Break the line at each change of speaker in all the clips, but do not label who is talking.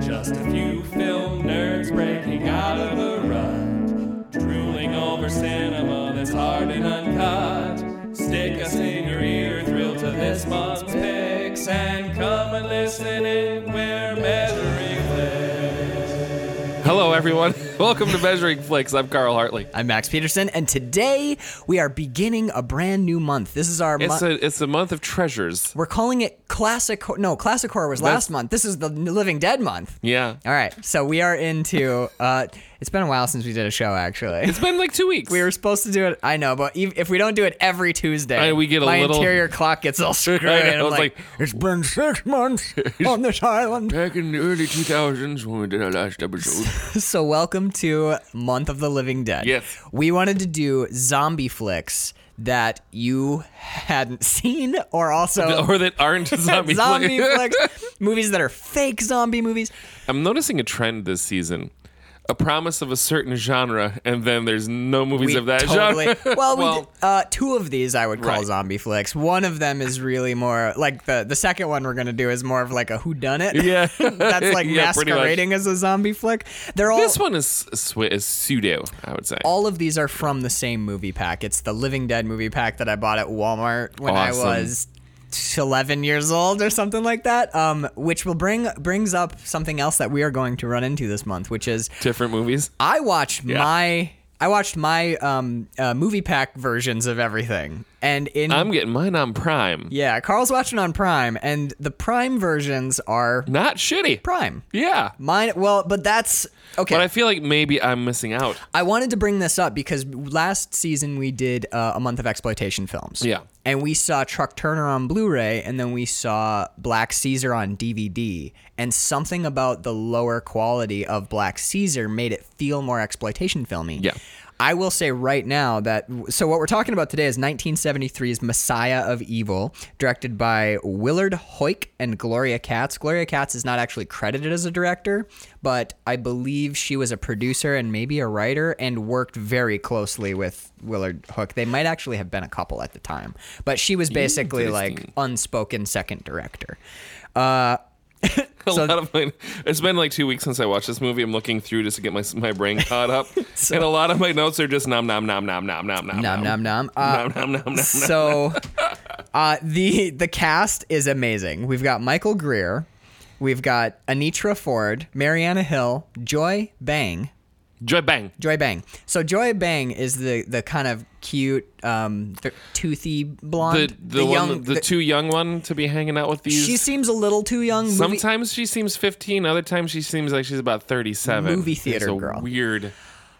Just a few film nerds breaking out of a rut, drooling over cinema that's hard and uncut. Stick us in your ear, thrill to this month's picks, and come and listen in. We're measuring flicks. Hello, everyone. Welcome to Measuring Flicks. I'm Carl Hartley.
I'm Max Peterson, and today we are beginning a brand new month. This is our
It's
month.
a it's a month of treasures.
We're calling it classic. Hor- No, classic horror was
That's-
last month. This is the Living Dead month.
Yeah,
All right, so we are into. Uh, it's been a while since we did a show, actually.
it's been like two weeks.
We were supposed to do it. I know, but ev- if we don't do it every Tuesday,
I- we get a
my
little-
interior clock gets all
I
screwed.
know,
and
I
I'm
was
like, it's been six months on this island.
back in the early 2000s when we did our last episode.
so welcome to Month of the Living Dead.
Yes.
We wanted to do zombie flicks that you hadn't seen or also
Oh, or that aren't zombie,
zombie
flicks.
flicks, movies that are fake zombie movies.
I'm noticing a trend this season. A promise of a certain genre, and then there's no movies of that genre.
well, we did, uh, two of these I would call
Right.
zombie flicks. One of them is really more like the the second one we're gonna do is more of like a whodunit.
Yeah.
That's like
Yeah, pretty much.
masquerading as a zombie flick. They're all
this one is, swi- is pseudo, I would say.
all of these are from the same movie pack. It's the Living Dead movie pack that I bought at Walmart when
Awesome.
I was 11 years old or something like that. Um, which will bring brings up something else that we are going to run into this month, which is
Different movies.
I watched my I watched my um, uh, movie pack versions of everything, and in
I'm getting mine on Prime.
yeah, Carl's watching on Prime, and the Prime versions are
Not shitty.
Prime.
Yeah.
Mine, well, but that's okay.
But I feel like maybe I'm missing out.
I wanted to bring this up because last season we did uh, a month of exploitation films.
Yeah.
And we saw Truck Turner on Blu ray, and then we saw Black Caesar on DVD. And something about the lower quality of Black Caesar made it feel more exploitation filmy.
Yeah.
I will say right now that so what we're talking about today is 1973's Messiah of Evil, directed by Willard Hoyk and Gloria Katz. Gloria Katz is not actually credited as a director, but I believe she was a producer and maybe a writer and worked very closely with Willard Hook. They might actually have been a couple at the time, but she was basically like unspoken second director. Uh,
A lot of my, it's been like two weeks since I watched this movie. I'm looking through just to get my my brain caught up, and a lot of my notes are just nom nom nom nom nom nom nom
nom nom nom. Uh,
nom nom nom nom.
so uh, the the cast is amazing. We've got Michael Greer, we've got Anitra Ford, Mariana Hill, Joy Bang,
Joy bang.
Joy Bang. So Joy Bang is the the kind of cute, um, th- toothy
The
blonde.
the, one, the, too young one to be hanging out with these.
she seems a little too young. Movie,
Sometimes she seems 15, other times she seems like she's about 37.
Movie theater
It's a
girl.
Weird.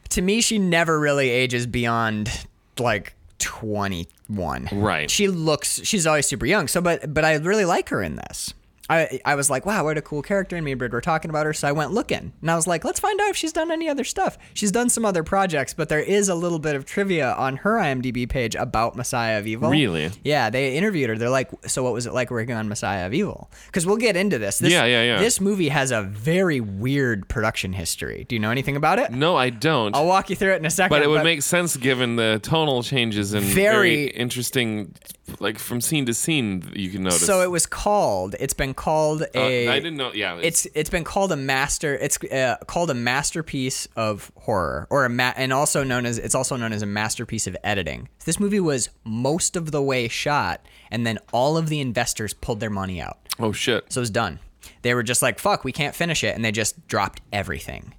to me, she never really ages beyond like twenty one.
Right.
She looks. She's always super young. So, but but I really like her in this. I I was like, wow, what a cool character. And me and Brid were talking about her, so I went looking, and I was like, let's find out if she's done any other stuff. She's done some other projects, but there is a little bit of trivia on her IMDb page about Messiah of Evil.
Really?
Yeah, they interviewed her. They're like, so what was it like working on Messiah of Evil? Because we'll get into this. this.
Yeah, yeah, yeah.
This movie has a very weird production history. Do you know anything about it?
No, I don't.
I'll walk you through it in a second.
but it would make sense given the tonal changes and
Very-
very, interesting, like from scene to scene, that you can notice.
So it was called. It's been called
Uh,
a.
I didn't know. Yeah. It's,
It's it's been called a master. It's uh, called a masterpiece of horror, or a ma- and also known as it's also known as a masterpiece of editing. This movie was most of the way shot, and then all of the investors pulled their money out.
oh, shit.
So it was done. They were just like, fuck, we can't finish it. And they just dropped everything.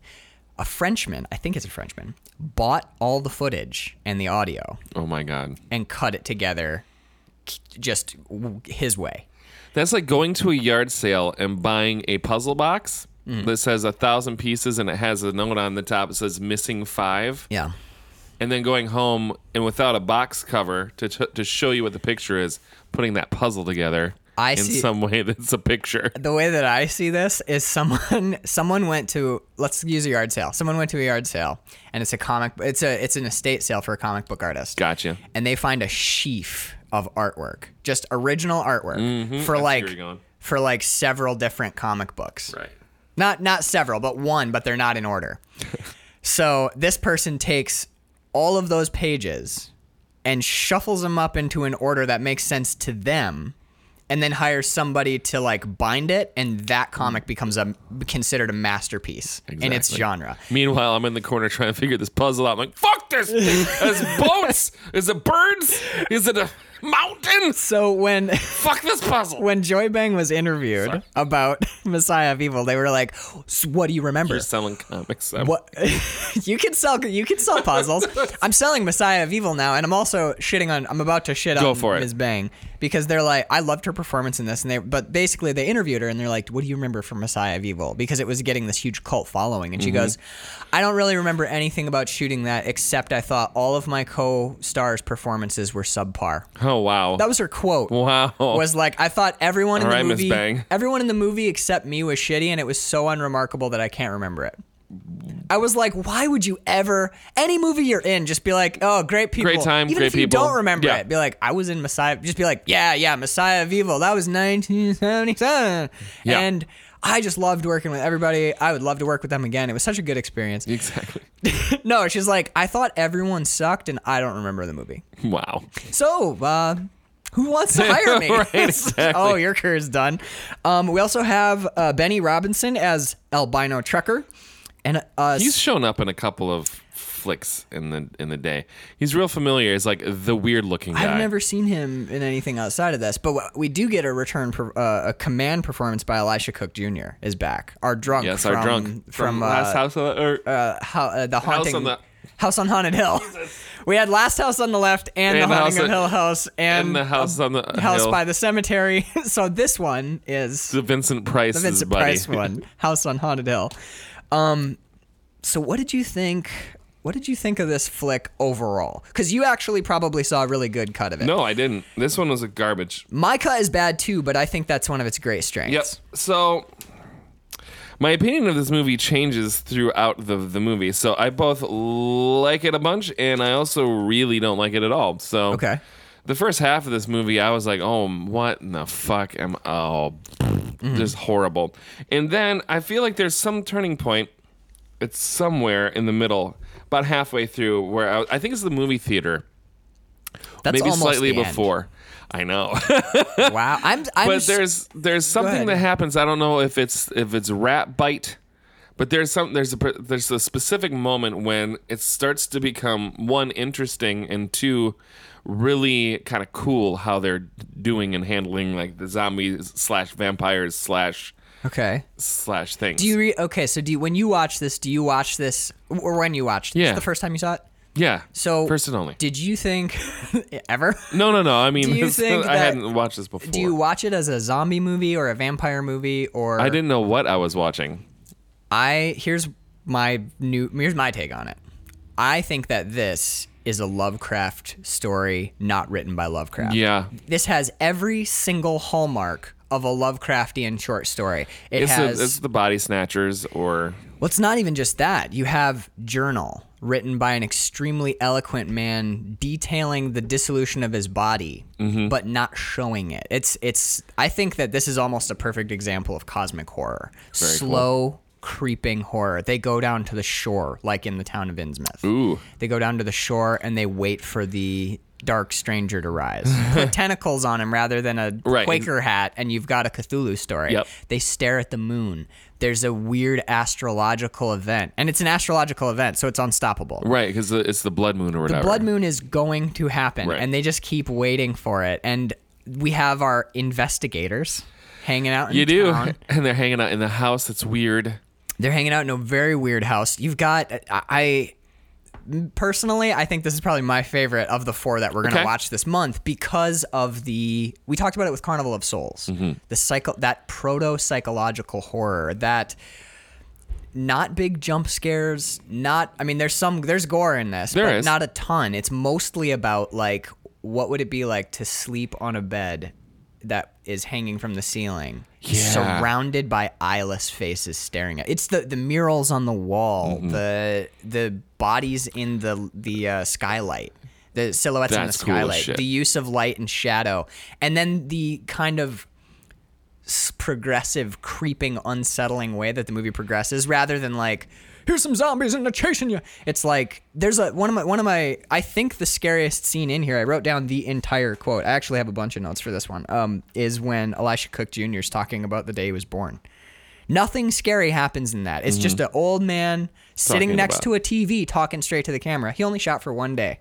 A Frenchman, I think it's a Frenchman, bought all the footage and the audio
Oh, my God.
and cut it together k- just w- his way.
That's like going to a yard sale and buying a puzzle box
Mm.
that says a thousand pieces and it has a note on the top that says missing five.
Yeah.
and then going home and without a box cover to t- to show you what the picture is, putting that puzzle together
I
in
see-
some way that's a picture.
The way that I see this is someone someone went to let's use a yard sale. Someone went to a yard sale and it's a comic it's a it's an estate sale for a comic book artist.
Gotcha.
and they find a sheaf of artwork, just original artwork
Mm-hmm.
for like
you're going.
for like several different comic books.
Right.
Not not several, but one, but they're not in order. so this person takes all of those pages and shuffles them up into an order that makes sense to them and then hires somebody to like bind it, and that comic becomes a considered a masterpiece in its
Exactly.
genre.
Meanwhile, I'm in the corner trying to figure this puzzle out. I'm like, fuck this! There's boats! Is it birds? Is it a mountain?
So when
Fuck this puzzle!
when Joy Bang was interviewed
Sorry.
about Messiah of Evil, they were like, "S- "What do you remember?"
You're selling comics. I'm-
What you can sell you can sell puzzles. I'm selling Messiah of Evil now, and I'm also shitting on I'm about to shit
Go
on
for it.
Ms. Bang because they're like I loved her performance in this and they but basically they interviewed her and they're like, What do you remember from Messiah of Evil? Because it was getting this huge cult following and she
Mm-hmm.
goes, I don't really remember anything about shooting that except I thought all of my co stars performances were subpar.
Oh, wow.
That was her quote
wow.
was like I thought everyone in
All
the
right, Oh. Miss
movie
Bang.
everyone in the movie except me was shitty and it was so unremarkable that I can't remember it. I was like, why would you ever any movie you're in just be like, oh, great people,
Great time,
even
great
if you
people.
don't remember
Yeah.
it, be like, I was in Messiah, just be like, yeah, yeah, Messiah of Evil, that was 1977,
Yeah.
and I just loved working with everybody. I would love to work with them again. It was such a good experience.
exactly.
no, she's like, I thought everyone sucked and I don't remember the movie.
Wow.
So, uh, who wants to hire me?
Right, exactly.
oh, your career's done. Um, we also have uh, Benny Robinson as albino trucker, and uh,
He's shown up in a couple of flicks in the in the day. He's real familiar. He's like the weird looking guy.
I've never seen him in anything outside of this. But what- we do get a return, per, uh, a command performance by Elisha Cook Jr. is back. Our drunk,
Yes,
from,
our drunk
from,
last
uh,
house on the, or,
uh, how, uh, the haunting.
on the-
House on Haunted Hill. We had Last House on the left and,
And
the
the House
Haunting of
on-
Hill House and,
and the house on the
um, House
hill.
by the Cemetery. so this one is
the Vincent Price.
the Vincent
buddy.
Price one, House on Haunted Hill. Um, so what did you think? What did you think of this flick overall? Because you actually probably saw a really good cut of it.
No, I didn't. This one was a garbage.
My cut is bad too, but I think that's one of its great
Yep.
strengths.
So my opinion of this movie changes throughout the the movie. So I both like it a bunch and I also really don't like it at all. So
Okay.
The first half of this movie, I was like, "Oh, what in the fuck am oh,
Mm.
just horrible." And then I feel like there's some turning point. It's somewhere in the middle, about halfway through, where I, I think it's the movie theater,
That's
maybe
almost
slightly
the end.
before. I know.
Wow, I'm. I'm
but
s-
there's there's something
ahead.
that happens. I don't know if it's if it's rat bite, but there's some there's a there's a specific moment when it starts to become one interesting and two really kind of cool how they're doing and handling like the zombies slash vampires slash
okay.
slash things.
Do you re- okay? So do you, when you watch this, do you watch this or when you watched? This
Yeah.
the first time you saw it.
yeah.
So
first and only.
Did you think ever?
no, no, no. I mean,
Do you
it's-
think
I
that-
hadn't watched this before.
Do you watch it as a zombie movie or a vampire movie or?
I didn't know what I was watching.
I here's my new here's my take on it. I think that this is a Lovecraft story not written by Lovecraft.
Yeah.
This has every single hallmark of a Lovecraftian short story. It
It's,
has
the, it's the body snatchers or
well, it's not even just that. You have Journal, written by an extremely eloquent man, detailing the dissolution of his body, but not showing it. It's it's. I think that this is almost a perfect example of cosmic horror. Slow, creeping horror. They go down to the shore, like in the town of Innsmouth.
ooh.
They go down to the shore and they wait for the dark stranger to rise. Put tentacles on him rather than a
Right.
Quaker hat, and you've got a Cthulhu story.
Yep.
They stare at the moon. There's a weird astrological event, and it's an astrological event, so it's unstoppable.
Right, because it's the blood moon or whatever.
Blood moon is going to happen,
Right.
and they just keep waiting for it. And we have our investigators hanging out. In
You do,
town.
and they're hanging out in the house. It's weird.
They're hanging out in a very weird house. You've got I I- personally I think this is probably my favorite of the four that we're going to
Okay.
watch this month because of the we talked about it with Carnival of Souls.
Mm-hmm.
The cycle that proto psychological horror that not big jump scares, not I mean there's some there's gore in this,
There
but
is.
not a ton. It's mostly about like what would it be like to sleep on a bed that is hanging from the ceiling
Yeah.
surrounded by eyeless faces staring at. It's the the murals on the wall,
Mm-hmm.
the the bodies in the the uh, skylight, the silhouettes in the
That's cool as
skylight,
shit.
the use of light and shadow, and then the kind of s- progressive, creeping, unsettling way that the movie progresses, rather than like. here's some zombies and they're chasing you. It's like there's a one of my one of my I think the scariest scene in here. I wrote down the entire quote. I actually have a bunch of notes for this one. Um, is when Elisha Cook Jr. is talking about the day he was born. Nothing scary happens in that. It's just an old man sitting
Mm-hmm. Talking
next
about-
to a TV talking straight to the camera. He only shot for one day.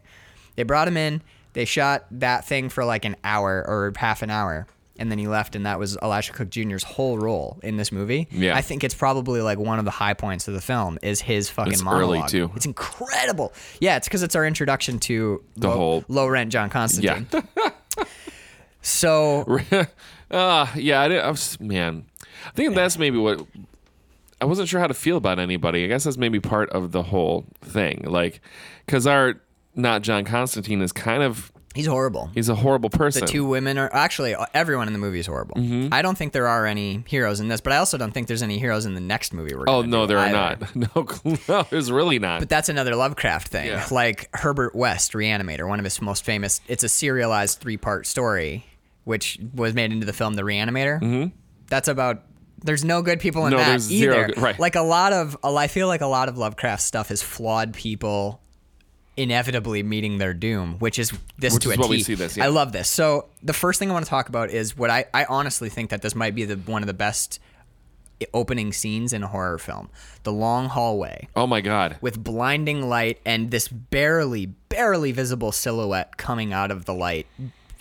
They brought him in. They shot that thing for like an hour or half an hour, and then he left. And that was Elisha Cook Jr.'s whole role in this movie.
Yeah.
I think it's probably like one of the high points of the film is his fucking
It's
monologue.
early, too.
It's incredible. Yeah, it's because it's our introduction to the
whole-
low rent John
Yeah.
Constantine. So
uh, yeah, I, did, I was, man. I think that's maybe what I wasn't sure how to feel about anybody. I guess that's maybe part of the whole thing. Like, because our not John Constantine is kind of,
he's horrible.
he's a horrible person.
the two women are actually everyone in the movie is horrible.
Mm-hmm.
I don't think there are any heroes in this, but I also don't think there's any heroes in the next movie. We're
oh,
gonna
no,
do
there are
either.
not. No, no, there's really not.
But that's another Lovecraft thing,
Yeah.
like Herbert West, Reanimator, one of his most famous. It's a serialized three-part story, which was made into the film The Reanimator. Mm-hmm. That's about. There's no good people in
No,
that
there's
either.
zero good- right.
Like a lot of, I feel like a lot of Lovecraft stuff is flawed people inevitably meeting their doom, which is this
Which
to
is
a
what we
T.
see this, yeah.
I love this. So the first thing I want to talk about is what I, I honestly think that this might be the one of the best opening scenes in a horror film. The long hallway
oh, my God.
with blinding light and this barely, barely visible silhouette coming out of the light,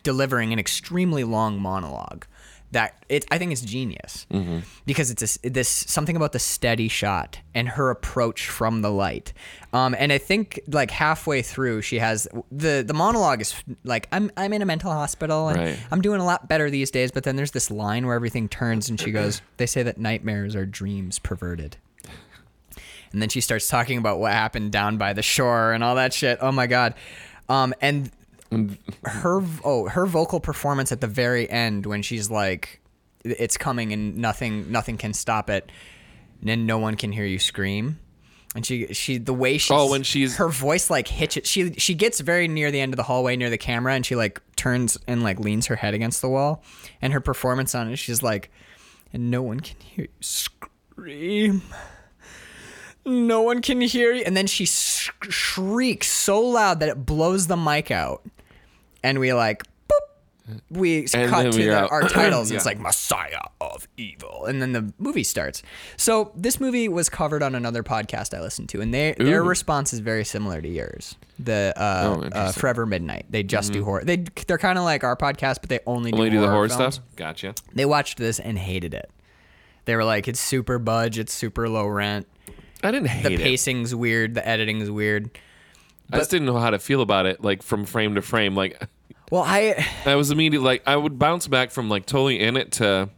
delivering an extremely long monologue. That it, I think it's genius because it's this, this something about the steady shot and her approach from the light, um, and I think like halfway through she has the the monologue is like I'm I'm in a mental hospital and
Right.
I'm doing a lot better these days, but then there's this line where everything turns and she goes they say that nightmares are dreams perverted. And then she starts talking about what happened down by the shore and all that shit. Oh my god. Um, and her oh her vocal performance at the very end when she's like, "It's coming and nothing nothing can stop it," and then no one can hear you scream. And she she the way she
Oh, when she's-
her voice like hitches she she gets very near the end of the hallway near the camera and she like turns and like leans her head against the wall and her performance on it she's like and no one can hear you scream no one can hear you. And then she sh- shrieks so loud that it blows the mic out. And we like, boop, we
And
cut
then
to
we're
the,
out.
our titles. and It's
Yeah.
like Messiah of Evil. And then the movie starts. So this movie was covered on another podcast I listened to. And they, their
Ooh.
response is very similar to yours. The uh,
Oh,
uh,
interesting. Mm-hmm.
Forever Midnight. They just do horror. They, they're kind of like our podcast, but they only do,
Only do the horror
films
stuff? Gotcha.
they watched this and hated it. They were like, it's super budge, it's super low rent.
I didn't hate
The
it.
pacing's weird, the editing's weird.
I just didn't know how to feel about it, like from frame to frame. Like,
Well, I
I was immediately like, I would bounce back from like totally in it to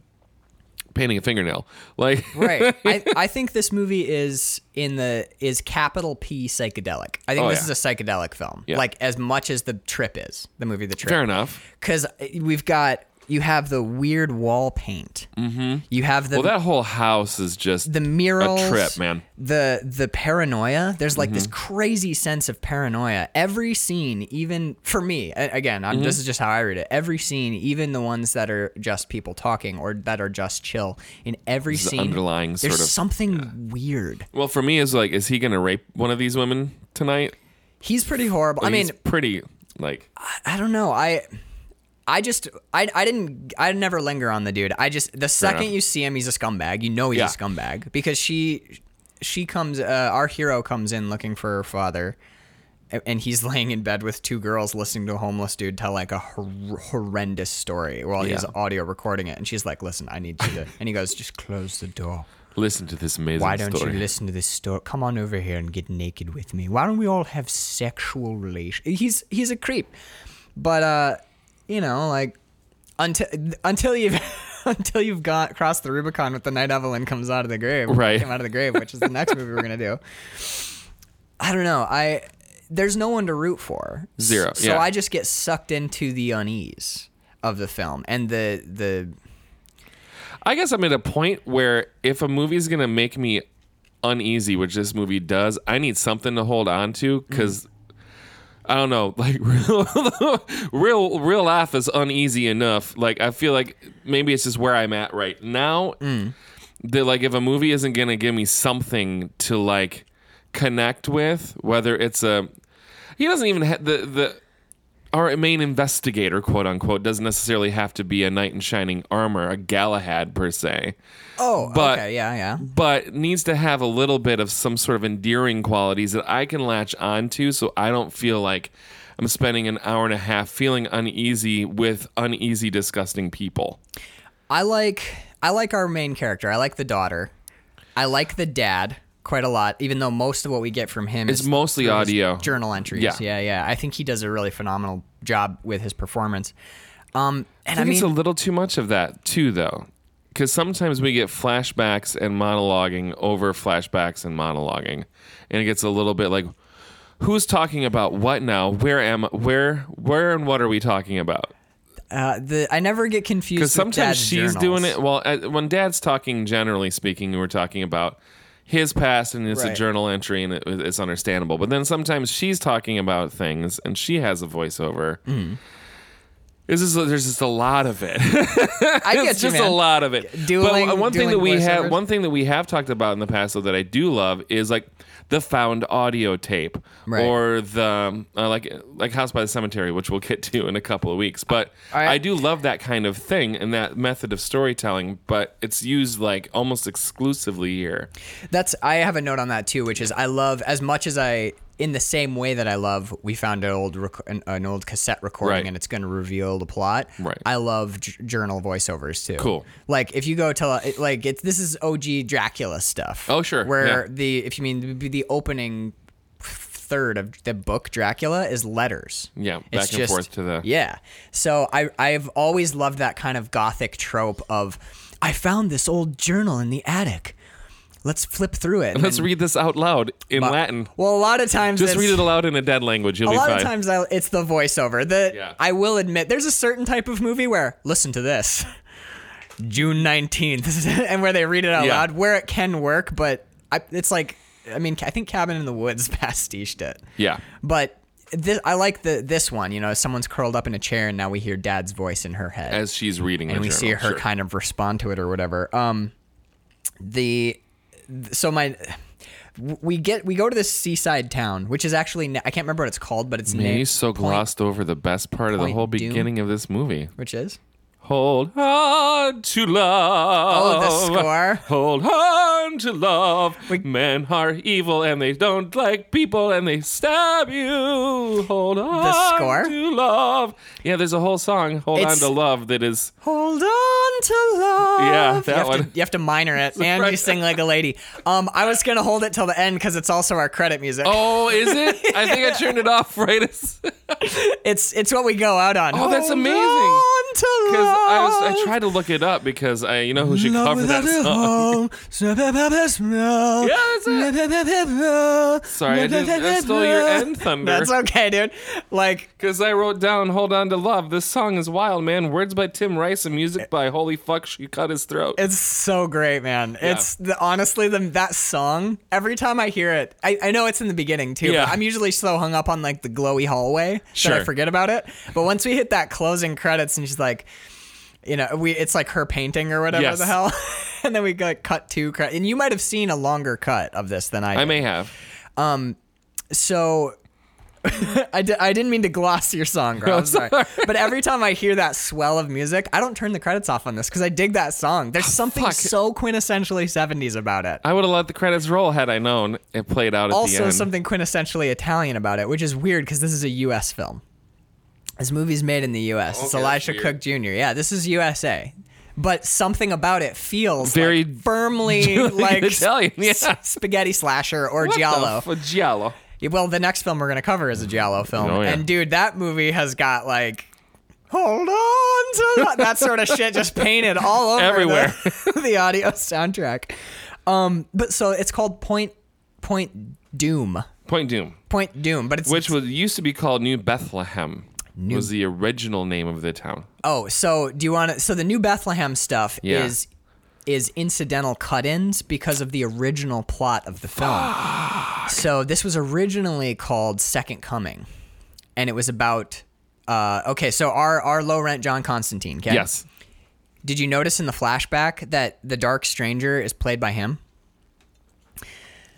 painting a fingernail. Like,
right. I, I think this movie is in the is capital P psychedelic. I think
Oh,
this
yeah.
is a psychedelic film.
Yeah.
Like as much as the trip is, the movie The Trip.
fair enough.
Cuz we've got you have the weird wall paint. Mm-hmm. You have the
Well, that whole house is just
the murals,
trip, man. Mm-hmm.
The the paranoia. There's like this crazy sense of paranoia. Every scene, even for me, a- again, I'm,
Mm-hmm.
this is just how I read it. Every scene, even the ones that are just people talking or that are just chill, in every
the
scene,
underlying
there's
sort of-
something weird.
Well, for me, is like, is he gonna rape one of these women tonight?
He's pretty horrible. I mean,
He's pretty like
I don't know. I I just I I didn't I never linger on the dude. I just the second
enough.
you see him, he's a scumbag. You know he's
Yeah.
a scumbag because she she comes uh, our hero comes in looking for her father. a- And he's laying in bed with two girls listening to a homeless dude tell like a hor- horrendous story while he's
Yeah.
audio recording it. And she's like, Listen, I need you to. And he goes, Just close the door.
listen to this amazing
Why don't
story.
you listen to this story? Come on over here and get naked with me. Why don't we all have sexual relations? He's he's a creep, but uh, you know, like until until you've until you've got crossed the Rubicon with the night Evelyn comes out of the grave,
Right.
Came out of the grave, which is the next movie we're gonna do. I don't know. I there's no one to root for.
Zero,
So
yeah.
I just get sucked into the unease of the film and the the
I guess I'm at a point where if a movie's gonna make me uneasy, which this movie does, I need something to hold on to because I don't know, like real, real, real life is uneasy enough. Like I feel like maybe it's just where I'm at right now. That like if a movie isn't gonna give me something to like connect with, whether it's a he doesn't even have the the our main investigator, quote unquote, doesn't necessarily have to be a knight in shining armor, a Galahad per se,
Oh,
But-
okay, yeah, yeah.
but needs to have a little bit of some sort of endearing qualities that I can latch onto, so I don't feel like I'm spending an hour and a half feeling uneasy with uneasy, disgusting people.
I like I like our main character. I like the daughter. I like the dad quite a lot, even though most of what we get from him
It's
is
mostly audio.
journal entries.
Yeah.
yeah, yeah. I think he does a really phenomenal job with his performance. Um, and I,
I think
mean,
it's a little too much of that too, though, because sometimes we get flashbacks and monologuing over flashbacks and monologuing, and it gets a little bit like, who's talking about what now? Where am? Where? Where and what are we talking about?
uh, the I never get confused.
Because
with
sometimes
dad's
she's
journals.
doing it. Well, uh, when Dad's talking, generally speaking, we're talking about his past, and it's a
Right.
journal entry, and it, it's understandable. But then sometimes she's talking about things, and she has a voiceover.
Mm.
This is there's just a lot of it.
I get
it's
you,
just
man.
a lot of it.
Dueling-
but one thing
dueling
that we have
voiceovers?
one thing that we have talked about in the past though that I do love is like the found audio tape
Right.
or the uh, like like House by the Cemetery, which we'll get to in a couple of weeks. But
I-
I, do love that kind of thing and that method of storytelling, but it's used like almost exclusively here.
That's I have a note on that too, which is I love as much as I in the same way that I love we found an old rec- an, an old cassette recording
Right.
and it's going to reveal the plot.
Right.
I love j- journal voiceovers too.
Cool.
Like if you go to like it's this is OG Dracula stuff.
Oh, sure,
Where
yeah.
the if you mean the, the opening third of the book Dracula is letters.
Yeah,
It's
back and forth to the-
yeah. So I I've always loved that kind of gothic trope of I found this old journal in the attic. Let's flip through it. and
Let's
then-
read this out loud in Latin.
Well, a lot of times
Just
it's-
read it aloud in a dead language. You'll
A
be
lot
fine.
of times I, it's the voiceover. The
Yeah.
I will admit there's a certain type of movie where listen to this. June 19th and where they read it out
Yeah.
loud where it can work but I, it's like I mean I think Cabin in the Woods pastiched it.
yeah.
But this, I like the this one, you know, someone's curled up in a chair and now we hear dad's voice in her head
As she's reading,
and
the
we see
journal,
her
sure.
kind of respond to it or whatever. Um, the th- so my we get we go to this seaside town, which is actually na- I can't remember what it's called, but it's
Man,
named
you so glossed over the best part of the
Point
whole
Doom.
beginning of this movie.
which is
Hold on to love.
oh the score.
Hold on to love. Men are evil and they don't like people and they stab you. Hold on
score?
to love. Yeah, there's a whole song, Hold
It's- Oh,
On to Love, that is.
Hold on to love.
Yeah,
you
that
have To,
one.
you have to minor it, and you
right.
sing like a lady. Um, I was gonna hold it till the end because it's also our credit music.
Oh, is it? I think I turned it off right as.
It's it's what we go out on.
Oh, that's
Hold
amazing.
on to
Because I, was- I
love.
tried to look it up because I, you know who should
Love
cover that Oh,
without a
song?
home. Yeah,
that's Sorry, I didn't- I stole your end thunder.
That's okay, dude. Like,
Because I wrote down Hold On to Love. This song is wild, man. Words by Tim Rice and music by Holy Fuck, She Cut His Throat.
it's so great, man. It's the, honestly the that song. Every time I hear it, I, I know it's in the beginning too.
Yeah.
But I'm usually so hung up on like the glowy hallway that I
Sure.
forget about it. But once we hit that closing credits, and she's like. You know, we it's like her painting or whatever
Yes.
the hell, and then we got cut to cre- and you might have seen a longer cut of this than I.
I
did.
may have.
so I, di- I didn't mean to gloss your song, girl. I'm sorry. But every time I hear that swell of music, I don't turn the credits off on this because I dig that song. There's something
Oh, fuck.
so quintessentially 70s about it.
I would have let the credits roll had I known it played out at the
Also,
end.
something quintessentially Italian about it, which is weird because this is a U.S. film. This movie's made in the U.S. it's
Okay, that's
Elisha
weird.
Cook Jr. Yeah, this is USA. But something about it feels
Very
like firmly
Julian
like
Italian, yeah.
s- spaghetti slasher or
What the
giallo.
f- Giallo.
Yeah, well, the next film we're gonna cover is a Giallo film,
Oh, yeah.
and dude, that movie has got like, hold on, to the-" that sort of shit just painted all over the-
Everywhere.
The, audio soundtrack. Um, but so it's called Point Point Doom,
Point Doom,
Point Doom, but it's
which was used to be called New Bethlehem, was the original name of the town.
oh, so do you want to? So the new Bethlehem stuff
Yeah.
is is incidental cut-ins because of the original plot of the film. So this was originally called Second Coming, and it was about. Uh, okay, so our our low rent John Constantine. Okay?
Yes.
Did you notice in the flashback that the Dark Stranger is played by him?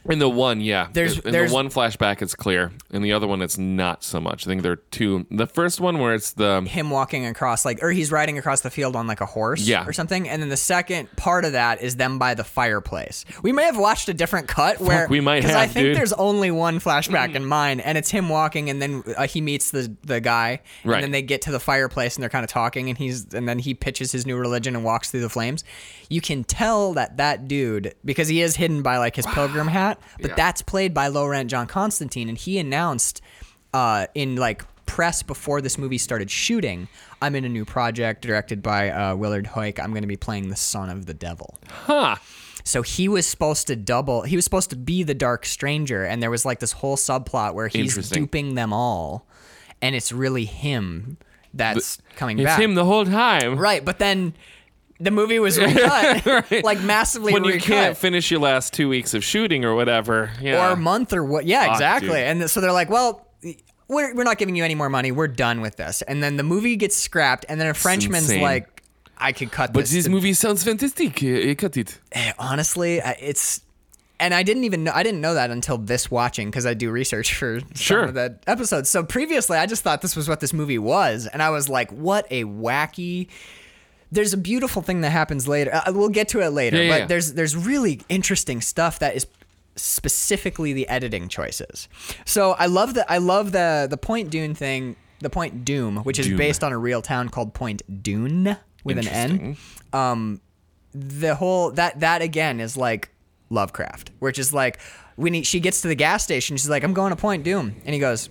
In the one, yeah.
There's-
in
there's-
the one flashback, it's clear. In the other one, it's not so much. I think there are two. The first one where it's the
him walking across like or he's riding across the field on like a horse
Yeah.
or something and then the second part of that is them by the fireplace we may have watched a different cut where
we might
'cause i
have,
think
dude.
there's only one
Hmm.
flashback in mine and it's him walking and then uh, he meets the the guy
Right.
and then they get to the fireplace and they're kind of talking and he's and then he pitches his new religion and walks through the flames you can tell that that dude because he is hidden by like his pilgrim hat but
Yeah.
that's played by low rent john constantine and he announced uh, in like press before this movie started shooting i'm in a new project directed by uh, willard hoyk i'm going to be playing the son of the devil
huh.
so he was supposed to double he was supposed to be the dark stranger and there was like this whole subplot where he's
Interesting.
duping them all and it's really him that's coming
It's
back
him the whole time.
right but then the movie was recut
Right.
like massively
When you
recut
can't finish your last two weeks of shooting or whatever. Yeah.
or a month or what. Yeah,
Fuck,
exactly.
dude.
And so they're like, well, we're, we're not giving you any more money. We're done with this. And then the movie gets scrapped. And then a Frenchman's
insane.
like, I could cut
but
this.
this
to-
movie sounds fantastic. Uh, cut it.
Eh, Honestly, I- it's. And I didn't even know I didn't know that until this watching because I do research for
Sure.
some of the episodes. So previously, I just thought this was what this movie was, and I was like, "What a wacky!" There's a beautiful thing that happens later. Uh, we'll get to it later,
Yeah, yeah,
but
yeah.
there's there's really interesting stuff that is specifically the editing choices. So I love the I love the the Point Dune thing, the Point Doom, which is
Doom.
based on a real town called Point Dune with an N the whole that that again is like Lovecraft, which is like when he, she gets to the gas station, she's like, "I'm going to Point Doom," and he goes,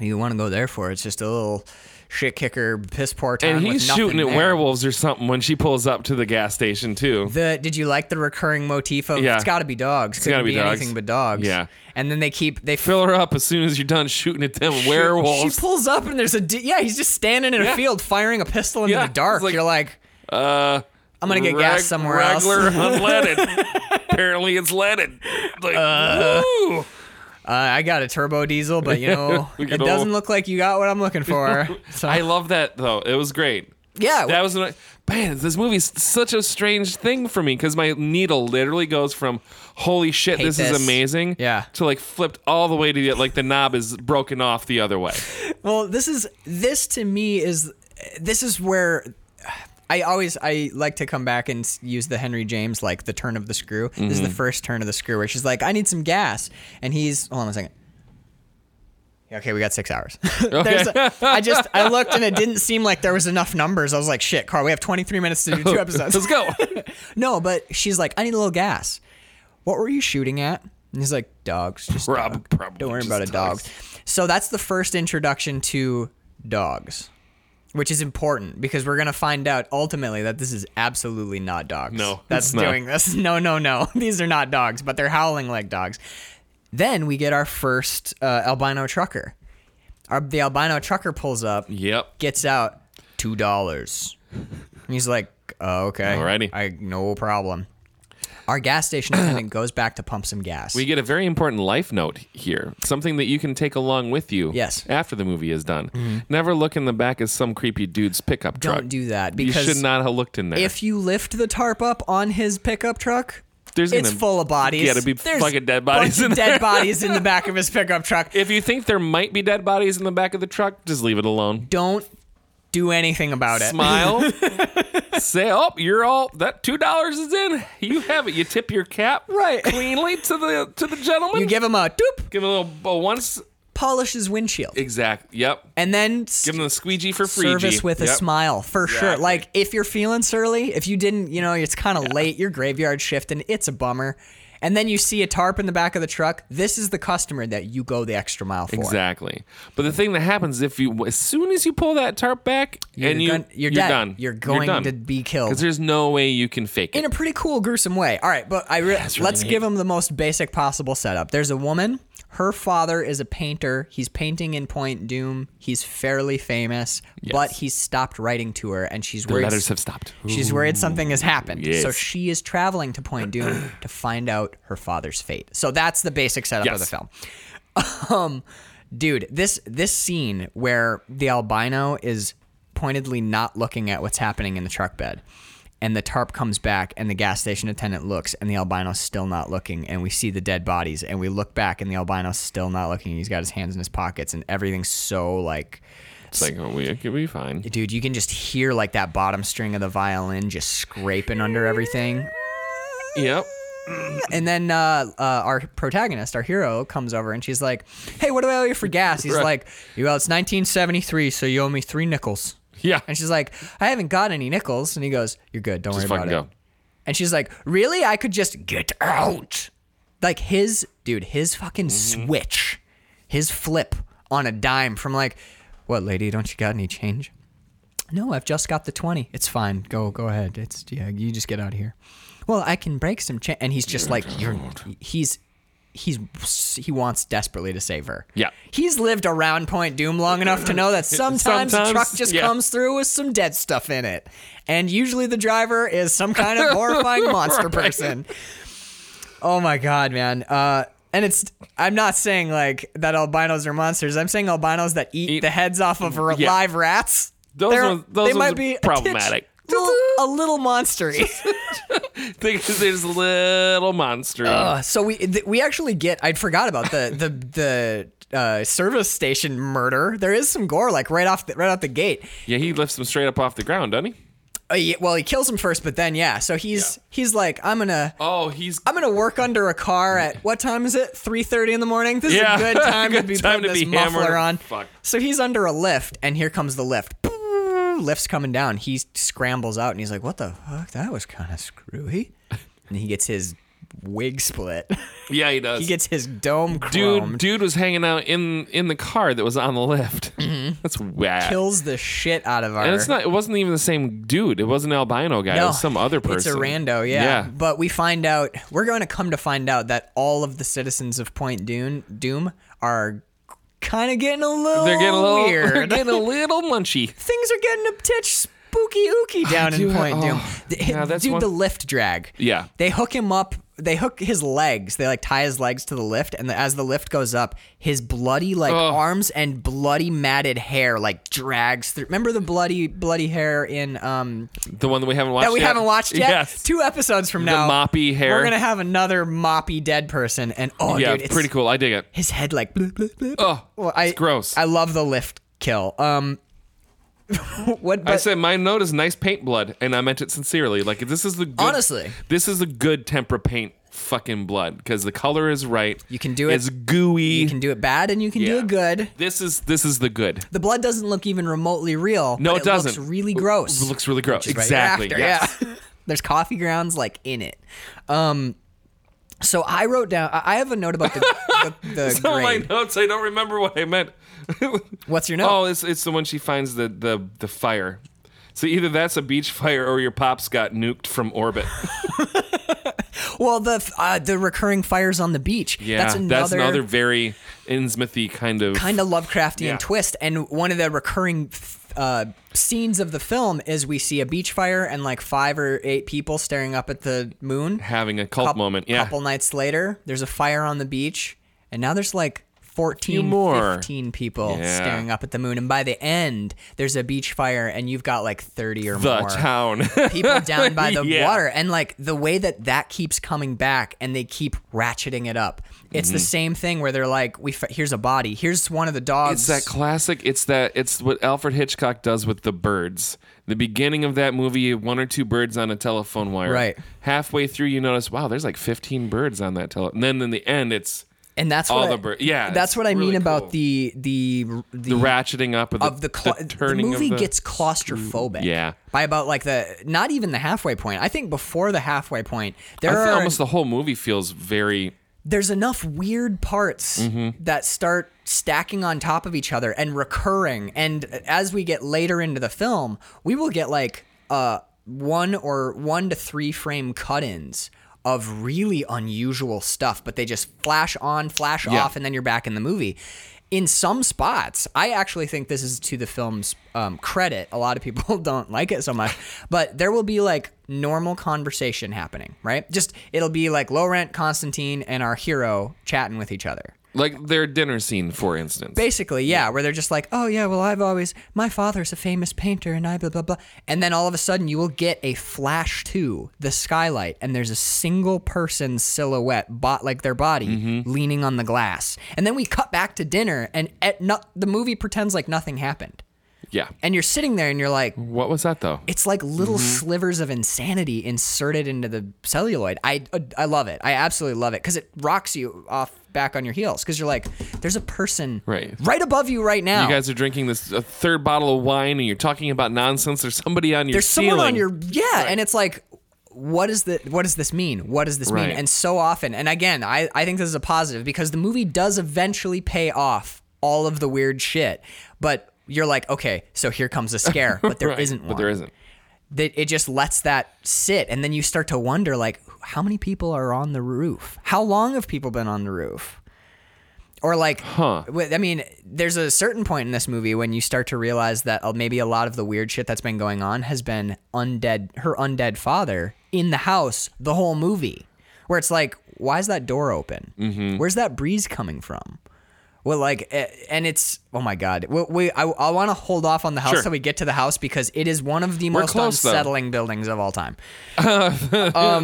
"You want to go there for? It's just a little shit kicker, piss poor town."
And
with
he's
nothing
shooting at
there."
werewolves or something when she pulls up to the gas station too.
The did you like the recurring motif of
Yeah.
it's got to be dogs? It's
gotta
be,
be dogs.
anything but dogs.
Yeah.
and then they keep they
Fill her up as soon as you're done shooting at them
shoot-
werewolves.
She pulls up and there's a d- yeah. He's just standing in a
Yeah.
field firing a pistol into
Yeah,
the dark.
it's like-
You're like,
uh,
I'm gonna get gas somewhere else.
regular unleaded. Apparently, it's leaded. Like, woo.
uh, I got a turbo diesel, but you know
We
it
could all-
doesn't look like you got what I'm looking for. So
I love that though. It was great.
yeah,
That was like, man, this movie's such a strange thing for me because my needle literally goes from holy shit,
Hate
this,
this.
is amazing,
Yeah.
to like flipped all the way to the like the knob is broken off the other way.
Well, this is this to me is this is where I always I like to come back and s- use the Henry James like the turn of the screw. This is
Mm-hmm.
the first turn of the screw where she's like, "I need some gas," and he's hold on a second. Yeah, Okay, we got six hours. There's a, I just I looked and it didn't seem like there was enough numbers. I was like, "Shit, Carl, we have 23 minutes to do two episodes."
Let's go.
no, but she's like, "I need a little gas." What were you shooting at? And he's like, "Dogs, just
Rob,
dog.
probably
Don't worry
just
about a dog.
dogs.
So that's the first introduction to dogs, which is important because we're gonna find out ultimately that this is absolutely not dogs.
No,
that's
it's not.
doing this. No, no, no. These are not dogs, but they're howling like dogs. Then we get our first uh, albino trucker. Our, the albino trucker pulls up,
yep.
gets out two dollars. And he's like, oh, okay,
Alrighty.
I no problem. Our gas station attendant goes back to pump some gas.
We get a very important life note here, something that you can take along with you.
Yes. Mm-hmm.
After the movie is done, never look in the back of some creepy dude's pickup
don't
truck.
do that
You
because
should not have looked in there.
if you lift the tarp up on his pickup truck,
There's
it's
gonna-
full of bodies.
gotta be
There's
fucking dead bodies
bunch of
in
dead
there.
bodies in the back of his pickup truck.
if you think there might be dead bodies in the back of the truck, just leave it alone.
Don't do anything about it.
Smile. say, oh, you're all that two dollars is in. You have it. You tip your cap
Right.
cleanly to the to the gentleman.
You give him a doop,
Give him a little a once.
polish his windshield,
Exact. Yep.
and then s-
Give him the squeegee for free.
service with a
Yep.
smile for sure.
Exactly.
Like if you're feeling surly, if you didn't, you know, it's kind of late, your graveyard shift, and it's a bummer. And then you see a tarp in the back of the truck. This is the customer that you go the extra mile for.
Exactly. But the thing that happens if you as soon as you pull that tarp back and you
You're, gon- you're, dead.
done.
You're going to be killed.
because there's no way you can fake
in
it.
a pretty cool, gruesome way. All right, but I re-
it's really
let's
neat.
give him the most basic possible setup. There's a woman. Her father is a painter. He's painting in Point Doom. He's fairly famous, but he's stopped writing to her, and she's
The
worried.
letters have stopped.
She's worried something has happened. So
yes.
she is traveling to Point Doom to find out her father's fate. So that's the basic setup of
Yes.
the film. Um, dude, this this scene where the albino is pointedly not looking at what's happening in the truck bed and the tarp comes back and the gas station attendant looks and the albino's still not looking and we see the dead bodies and we look back and the albino's still not looking he's got his hands in his pockets and everything's so like
It's like oh, we could be fine.
dude you can just hear like that bottom string of the violin just scraping under everything
Yep.
and then uh, uh, our protagonist, our hero, comes over and she's like, "Hey, what do I owe you for gas?" He's
Right.
like, "Well, it's 1973, so you owe me three nickels."
Yeah.
And she's like, "I haven't got any nickels." And he goes, "You're good. Don't
Just
worry about
fucking
it."
go.
And she's like, "Really? I could just get out." Like his dude, his fucking
Mm-hmm.
switch, his flip on a dime from like, "What, lady? Don't you got any change?" No, I've just got the 20. It's fine. Go go ahead. It's yeah, you just get out of here. Well, I can break some cha- and he's just like you're he's he's he wants desperately to save her.
Yeah.
He's lived around Point Doom long enough to know that sometimes, a truck
Sometimes,
just
yeah.
comes through with some dead stuff in it. And usually the driver is some kind of horrifying monster person. Oh my god, man. Uh and it's I'm not saying like that albinos are monsters. I'm saying albinos that eat,
Eat-
the heads off of r-
Yeah.
live rats.
Those
They're-
ones- those
they
ones
might
are
be a titch-
problematic.
little- a little monstery.
Think there's little monster.
Uh, so we th- we actually get I'd forgot about the the the uh, service station murder. There is some gore like right off the, right out the gate.
yeah, he lifts them straight up off the ground, doesn't he?
Uh, yeah, well, he kills him first, but then yeah, so he's he's like I'm gonna.
Oh, he's
I'm gonna work under a car at what time is it? Three thirty in the morning. This
Yeah.
is a good time to
Good
be
time
putting
to
this
be
muffler
hammered.
on.
Fuck.
So he's under a lift, and here comes the lift. Lift's coming down. He scrambles out, and he's like, "What the fuck? That was kind of screwy." And he gets his wig split.
yeah, he does.
he gets his dome
dude.
chromed.
Dude was hanging out in in the car that was on the lift.
Mm-hmm.
That's whack.
kills the shit out of our.
and it's not. It wasn't even the same dude. It wasn't an albino guy. it was some other person.
Oh, It's a rando, yeah.
Yeah.
But we find out we're going to come to find out that all of the citizens of Point Doom Doom are kind of getting a little.
They're getting a little. They're
weird.
getting a little munchy.
Things are getting a titch spooky ooky down in
do-
Point
oh,
Doom. The-
yeah, that's
Dude,
one-
the lift drag.
Yeah.
They hook him up. They hook his legs. They like tie his legs to the lift, and the, as the lift goes up, his bloody like
Ugh.
arms and bloody matted hair like drags through. Remember the bloody bloody hair in um
The one that we haven't watched.
that we
yet?
haven't watched yet.
Yes.
Two episodes from
The
now,
moppy hair.
We're gonna have another moppy dead person, and oh,
yeah,
dude, it's
pretty cool. I dig it.
His head like, bloop, bloop, bloop.
Oh,
Well, I,
it's gross.
I love the lift kill. Um, what?
I
But,
said my note is nice paint blood, and I meant it sincerely. Like this is the good,
Honestly.
this is the good tempera paint fucking blood because the color is right.
You can do it.
It's gooey.
you can do it bad, and you can do
Yeah.
it good.
this is this is the good.
The blood doesn't look even remotely real.
No,
but
it doesn't.
Looks really
It
gross.
looks really gross.
which is what
Exactly.
you're
yes.
after, Yeah. There's coffee grounds like in it. Um, so I wrote down. I I have a note about the the, the
Some of my
grade.
notes, I don't remember what I meant.
What's your note?
oh, it's it's the one she finds the the the fire. So either that's a beach fire or your pops got nuked from orbit.
Well, the f- uh, the recurring fires on the beach.
Yeah,
that's another,
very Innsmouthy kind of.
kind of Lovecraftian
Yeah.
twist. And one of the recurring f- uh, scenes of the film is we see a beach fire and like five or eight people staring up at the moon.
having a cult
Coup-
moment. Yeah,
Couple nights later, there's a fire on the beach, and now there's like. 14
more.
15 people
Yeah.
staring up at the moon and by the end there's a beach fire and you've got like 30 or
the
more
town.
people down by the
Yeah.
water and like the way that that keeps coming back and they keep ratcheting it up it's
Mm-hmm.
the same thing where they're like we f- here's a body here's one of the dogs
It's that classic. It's that. It's what Alfred Hitchcock does with the birds. The beginning of that movie, one or two birds on a telephone wire.
Right.
Halfway through, you notice, wow, there's like 15 birds on that telephone. And then in the end, it's
and that's
all
what
the
I,
bird- yeah,
that's
it's
what i
really
mean
cool.
about the the
the
the,
ratcheting up of the,
of the, cla-
the
the
turning. of
movie
the-
gets claustrophobic
Yeah.
by about like the not even the halfway point i think before the halfway point there
I
are
think almost the whole movie feels very.
there's enough weird parts that start stacking on top of each other and recurring. And as we get later into the film, we will get like uh one or one to three frame cut-ins of really unusual stuff, but they just flash on, flash
Yeah.
off, and then you're back in the movie. In some spots, I actually think this is to the film's um, credit. A lot of people don't like it so much, but there will be like normal conversation happening, right? Just it'll be like low rent Constantine and our hero chatting with each other.
Like their dinner scene, for instance.
Basically, yeah, where they're just like, oh, yeah, well, I've always, my father's a famous painter and I blah, blah, blah. And then all of a sudden you will get a flash to the skylight and there's a single person's silhouette, bot like their body, leaning on the glass. And then we cut back to dinner and at not, the movie pretends like nothing happened.
yeah.
And you're sitting there and you're like,
What was that though?
it's like little
Mm-hmm.
slivers of insanity inserted into the celluloid. I uh, I love it. I absolutely love it because it rocks you off back on your heels because you're like, there's a person
Right.
above you right now.
You guys are drinking this a third bottle of wine, and you're talking about nonsense. There's somebody on your
there's someone on
ceiling.
your yeah, and it's like. What is the what does this mean? What does this
Right.
mean? And so often, and again, I, I think this is a positive because the movie does eventually pay off all of the weird shit. But you're like, okay, so here comes a scare, but there
Right,
not one.
But there isn't.
that it just lets that sit and then you start to wonder like how many people are on the roof how long have people been on the roof or like huh i mean there's a certain point in this movie when you start to realize that uh, maybe a lot of the weird shit that's been going on has been undead her undead father in the house the whole movie where it's like why is that door open
Mm-hmm.
where's that breeze coming from well, like, eh, and it's oh my god. We, we I, I want to hold off on the house
Sure.
till we get to the house because it is one of the most
close, though.
unsettling buildings of all time. Um,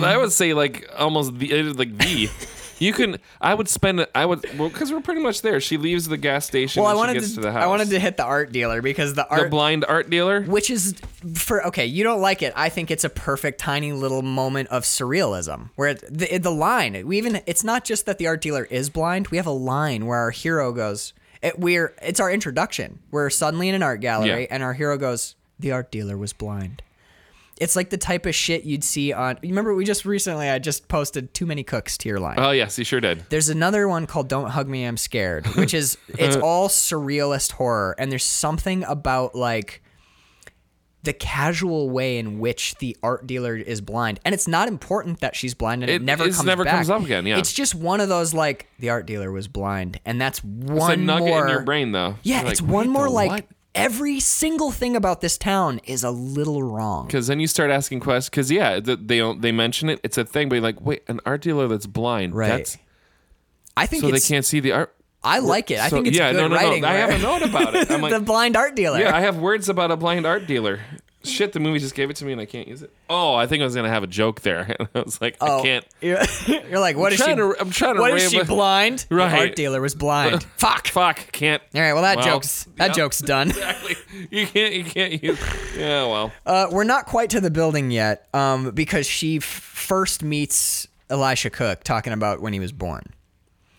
I would say like almost the it is like the. You can. I would spend. I would. Well, because we're pretty much there. She leaves the gas station.
Well, I
and
wanted
she gets
to,
to, the house.
I wanted to hit the art dealer because the
The
art,
blind art dealer.
which is for okay, you don't like it. I think it's a perfect tiny little moment of surrealism where it, the the line we even it's not just that the art dealer is blind. We have a line where our hero goes. It, we're it's our introduction. We're suddenly in an art gallery
Yeah.
and our hero goes. The art dealer was blind. It's like the type of shit you'd see on. you Remember, we just recently I just posted too many cooks to your line.
Oh yes, he sure did.
There's another one called "Don't Hug Me, I'm Scared," which is it's all surrealist horror, and there's something about like the casual way in which the art dealer is blind, and it's not important that she's blind, and it,
It-
never
it's
comes
never
back.
comes up again, yeah.
it's just one of those like the art dealer was blind, and that's
It's a
one
nugget
more
in your brain though.
Yeah,
You're
it's
"Wait
one more
the
like
what?"
every single thing about this town is a little wrong.
Because then you start asking questions. Because yeah, th- they don't- they mention it. It's a thing, but you're like, wait, an art dealer that's blind.
Right.
That's,
I think
so they
it's.
can't see the art.
I like it. I
So-
think it's
yeah,
good
no, no,
writing.
no. I
where-
have a note about it. I'm like,
the blind art dealer.
yeah, I have words about a blind art dealer. Shit, the movie just gave it to me and I can't use it. Oh, I think I was gonna have a joke there, and I was like, I can't.
You're, Oh. you're like, what
I'm
is she?
trying to- I'm trying to
what is
rave
she
it.
blind? The
Right.
art dealer was blind. Fuck.
Fuck, can't.
All right. Well, that
Well,
joke's that
yeah.
joke's done.
Exactly. You can't. You can't use. Yeah. Well.
Uh, we're not quite to the building yet, um, because she f- first meets Elisha Cook talking about when he was born.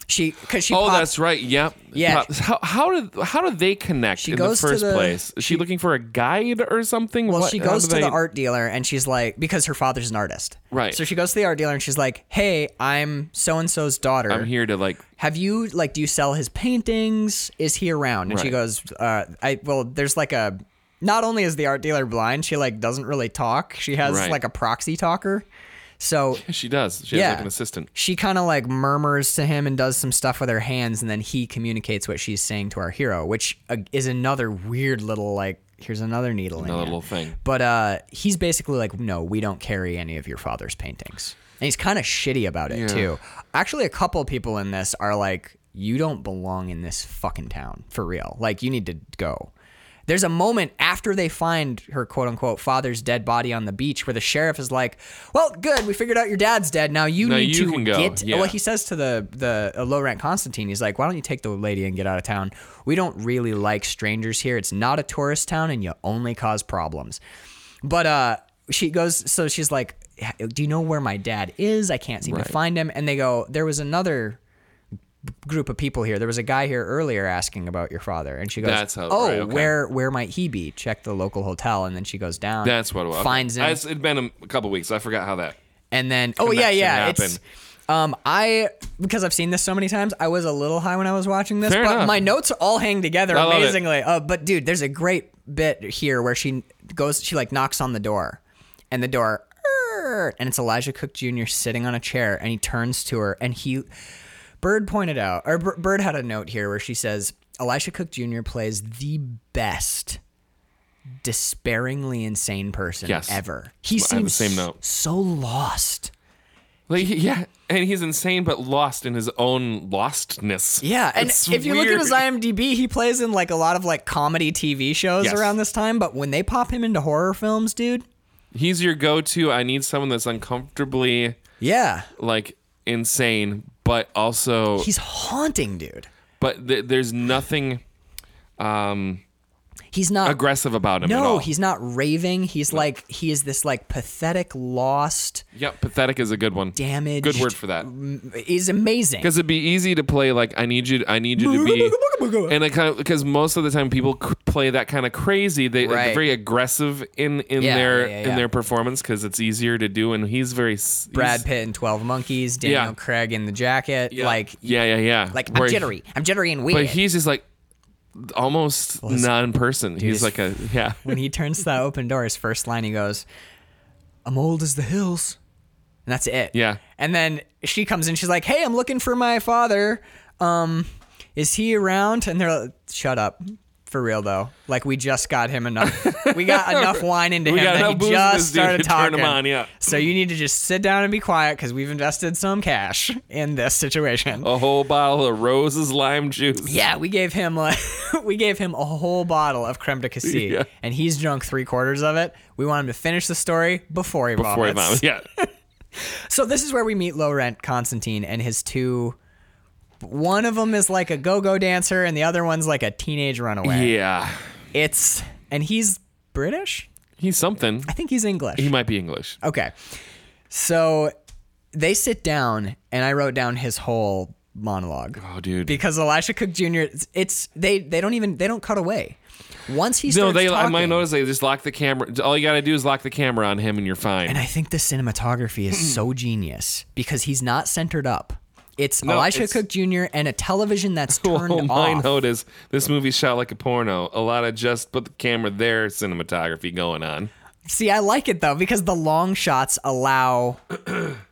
She, because she.
Oh,
pops-
that's right. Yep.
Yeah.
Pops. How, how did how did they connect in
goes
the
to
first
the-
place? Is she, looking for a guide or something?
Well,
What-
she
how
goes
do
to
they-
the art dealer and she's like, because her father's an artist.
Right.
So she goes to the art dealer and she's like, hey, I'm so and so's daughter.
I'm here to like.
have you like do you sell his paintings is he around and she
Right.
goes uh i well there's like a not only is the art dealer blind she like doesn't really talk she has
Right.
like a proxy talker so
She does. She has
yeah
like an assistant.
she kind of like murmurs to him and does some stuff with her hands and then he communicates what she's saying to our hero which uh, is another weird little like here's another needle in
Another
ya.
little thing.
but uh he's basically like no we don't carry any of your father's paintings and he's kind of shitty about it too actually a couple people in this are like you don't belong in this fucking town for real like you need to go there's a moment after they find her quote unquote father's dead body on the beach where the sheriff is like, Well, good, we figured out your dad's dead. Now you
Now
need
you
to
can go,
get
yeah.
well he says to the the uh, low rank Constantine, he's like, Why don't you take the lady and get out of town? We don't really like strangers here. It's not a tourist town and you only cause problems. But uh she goes so she's like, Do you know where my dad is? I can't seem
Right.
to find him and they go, There was another group of people here. There was a guy here earlier asking about your father, and she goes,
That's how-
"Oh,
right, okay.
where where might he be? Check the local hotel." And then she goes down.
That's what it was.
finds him,
I- It's been a m- a couple weeks. I forgot how that.
and then oh yeah
connection
yeah
happened.
it's. Um, I because I've seen this so many times, I was a little high when I was watching this,
Fair
but
enough.
my notes all hang together
I love it.
amazingly. Uh, but dude, there's a great bit here where she goes, she like knocks on the door, and the door, "Err," and it's Elijah Cook Jr. sitting on a chair, and he turns to her, and he, Bird pointed out, or Bir- Bird had a note here where she says Elisha Cook Jr. plays the best despairingly insane person
Yes.
ever. He
I had the
seems
same note.
so lost.
Like he- yeah, and he's insane but lost in his own lostness.
Yeah, and
It's
if you look at his
weird.
IMDb, he plays in like a lot of like comedy TV shows
Yes.
around this time. But when they pop him into horror films, dude,
he's your go-to. I need someone that's uncomfortably
yeah,
like insane, but also
he's haunting, dude.
but th- there's nothing um
He's not
aggressive about him at
No,
all.
he's not raving. He's like he is this like pathetic, lost,
Yep, pathetic is a good one.
damaged.
Good word for that.
Is amazing.
Because it'd be easy to play like I need you. I need you to be, and I kind of because most of the time people c- play that kind of crazy. They like,
Right.
very aggressive in in
Yeah,
their
yeah, yeah.
in their performance because it's easier to do. And he's very s-
Brad
he's-
Pitt in Twelve Monkeys, Daniel
Yeah.
Craig in The Jacket,
Yeah.
like
yeah, yeah, yeah.
like
Where
I'm
he-
jittery. I'm jittery and weird.
but he's just like almost non-person. He's
his-
like a yeah.
when he turns that open door, his first line he goes, "I'm old as the hills," and that's it.
Yeah.
And then she comes in, she's like, "Hey, I'm looking for my father. Um, is he around?" And they're like, "Shut up." For real though, like we just got him enough. We got enough wine into
We
him
got
that
enough
he
booze in
just
this dude
started
to turn
talking.
him on, yeah.
So you need to just sit down and be quiet because we've invested some cash in this situation.
A whole bottle of roses lime juice.
Yeah, we gave him like we gave him a whole bottle of creme de cassis,
Yeah.
and he's drunk three quarters of it. We want him to finish the story before he
Before he
vomits.
vomits. Yeah.
So this is where we meet low rent Constantine and his two. One of them is like a go-go dancer, and the other one's like a teenage runaway.
Yeah.
It's and he's British.
He's something.
I think he's English.
He might be English.
Okay. So they sit down, and I wrote down his whole monologue
Oh, dude.
because Elisha Cook Jr. It's, it's they they don't even they don't cut away. Once he
no,
starts
they. I
talking,
might notice they just lock the camera. All you gotta do is lock the camera on him, and you're fine.
and I think the cinematography is so genius because he's not centered up. It's Elisha
it's- Oh,
Cook Jr. and a television that's turned
well, my
off.
note is this movie shot like a porno. A lot of just put the camera there cinematography going on.
See, I like it though because the long shots allow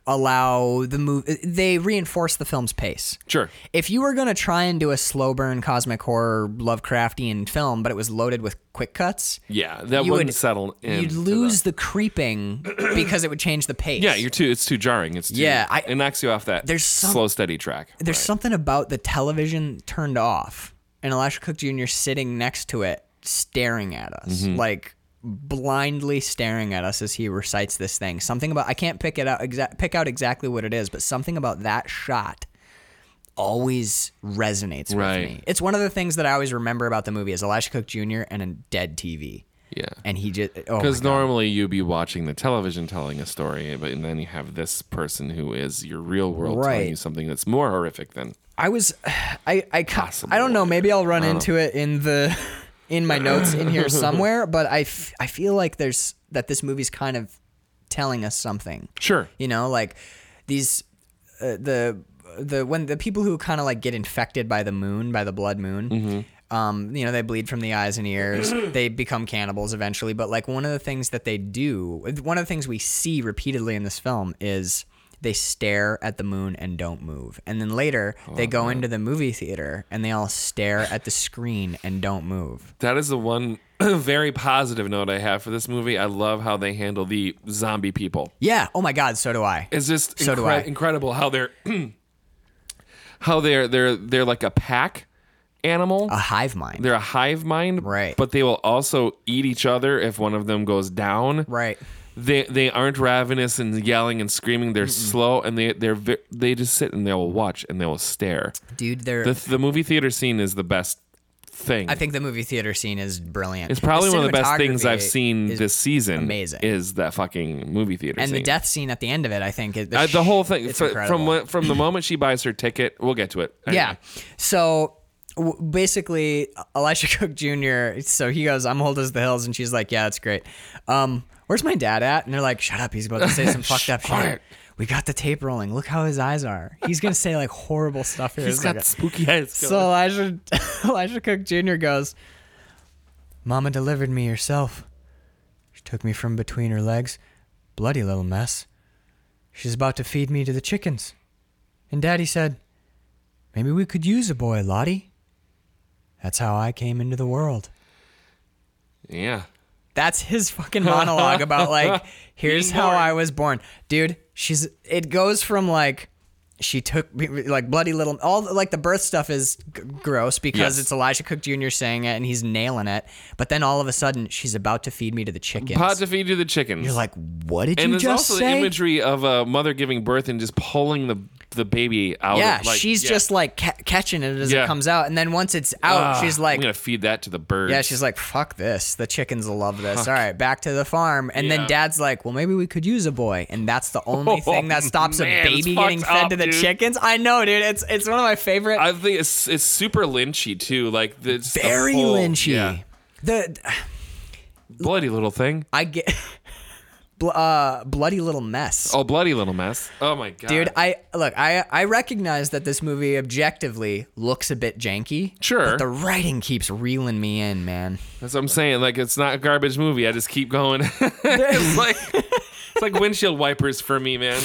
allow the movie. They reinforce the film's pace.
Sure.
If you were going to try and do a slow burn cosmic horror Lovecraftian film, but it was loaded with quick cuts,
Yeah, that
you
wouldn't
would
settle in.
You'd
to
lose the creeping because it would change the pace.
the- yeah, you're too. It's too jarring. It's too,
Yeah, I-
it knocks you off that.
There's some-
slow steady track.
There's something about the television turned off and Elisha Cook Jr. sitting next to it, staring at us,
Mm-hmm.
like blindly staring at us as he recites this thing. Something about I can't pick it out exa- pick out exactly what it is, but something about that shot always resonates
Right.
with me. It's one of the things that I always remember about the movie is Elisha Cook Jr. and a dead TV.
yeah,
And he just oh my
because normally you'd be watching the television telling a story, but and then you have this person who is your real world
Right.
telling you something that's more horrific than
I was, I, I, ca- I don't know. Maybe I'll run into it in the, in my notes in here somewhere. But I, f- I feel like there's that this movie's kind of telling us something.
sure.
You know, like these, uh, the, the when the people who kind of like get infected by the moon, by the blood moon. Um, you know, they bleed from the eyes and ears. they become cannibals eventually. But like one of the things that they do, one of the things we see repeatedly in this film is they stare at the moon and don't move. And then later they go into the movie theater and they all stare at the screen and don't move.
That is the one very positive note I have for this movie. I love how they handle the zombie people.
Yeah. Oh my God. So do I.
It's just
So do
incre-
I.
incredible how they're how they're they're they're like a pack animal.
A hive mind.
they're a hive mind,
Uh, Right.
But they will also eat each other if one of them goes down.
Right.
They they aren't ravenous and yelling and screaming. They're slow and they they're ve- they just sit and they will watch and they will stare.
Dude, they're.
The the movie theater scene is the best thing.
I think the movie theater scene is brilliant.
it's probably
The
one of the best things I've
cinematography
seen
is-
this season.
amazing.
is that fucking movie theater
and
scene.
the death scene at the end of it. I think is-
Uh, the whole thing
It's
fr-
incredible.
from when- from the moment she buys her ticket, we'll get to it.
yeah. So w- basically, Elisha Cook Jr. So he goes, "I'm old as the hills," and she's like, "Yeah, that's great." Um, where's my dad at? And they're like, "Shut up! He's about to say some fucked up shit."
Quiet.
We got the tape rolling. Look how his eyes are. He's gonna say like horrible stuff here.
he's
It's
got
like a-
spooky eyes.
so Elijah Elijah Cook Jr. goes, Mama delivered me herself. She took me from between her legs. Bloody little mess. She's about to feed me to the chickens. And Daddy said, Maybe we could use a boy, Lottie. That's how I came into the world.
yeah,
That's his fucking monologue about like, here's how I was born. Dude, she's it goes from like she took like bloody little all like the birth stuff is g- gross because
Yes.
it's Elijah Cook Jr. saying it and he's nailing it, but then all of a sudden she's about to feed me to the chickens.
Pot to feed you the chickens.
You're like, what did
and
you
there's
just
also the
say?
imagery of a mother giving birth and just pulling the the baby out.
yeah,
of, like,
she's
yeah,
just like ca- catching it as it
Yeah.
comes out, and then once it's out,
"Ah,
she's like,
I'm gonna feed that to the birds.
Yeah, she's like, fuck this. The chickens will love this. All right, back to the farm. And then
Yeah. Oh,
dad's like, well, maybe we could use a boy. And that's the only thing that stops
man,
a
it's
baby
fucked
getting fed
up,
to the
dude.
chickens. I know, dude. It's it's one of my favorite.
I think it's it's super lynchy too. Like the just the
very
whole-
lynchy.
yeah.
The
bloody little thing.
I get bl- uh, bloody little mess.
Oh, bloody little mess. Oh my god,
Dude, I look. I I recognize that this movie objectively looks a bit janky.
Sure.
but the writing keeps reeling me in, man.
That's what I'm saying. Like it's not a garbage movie. I just keep going. it's like it's like windshield wipers for me, man.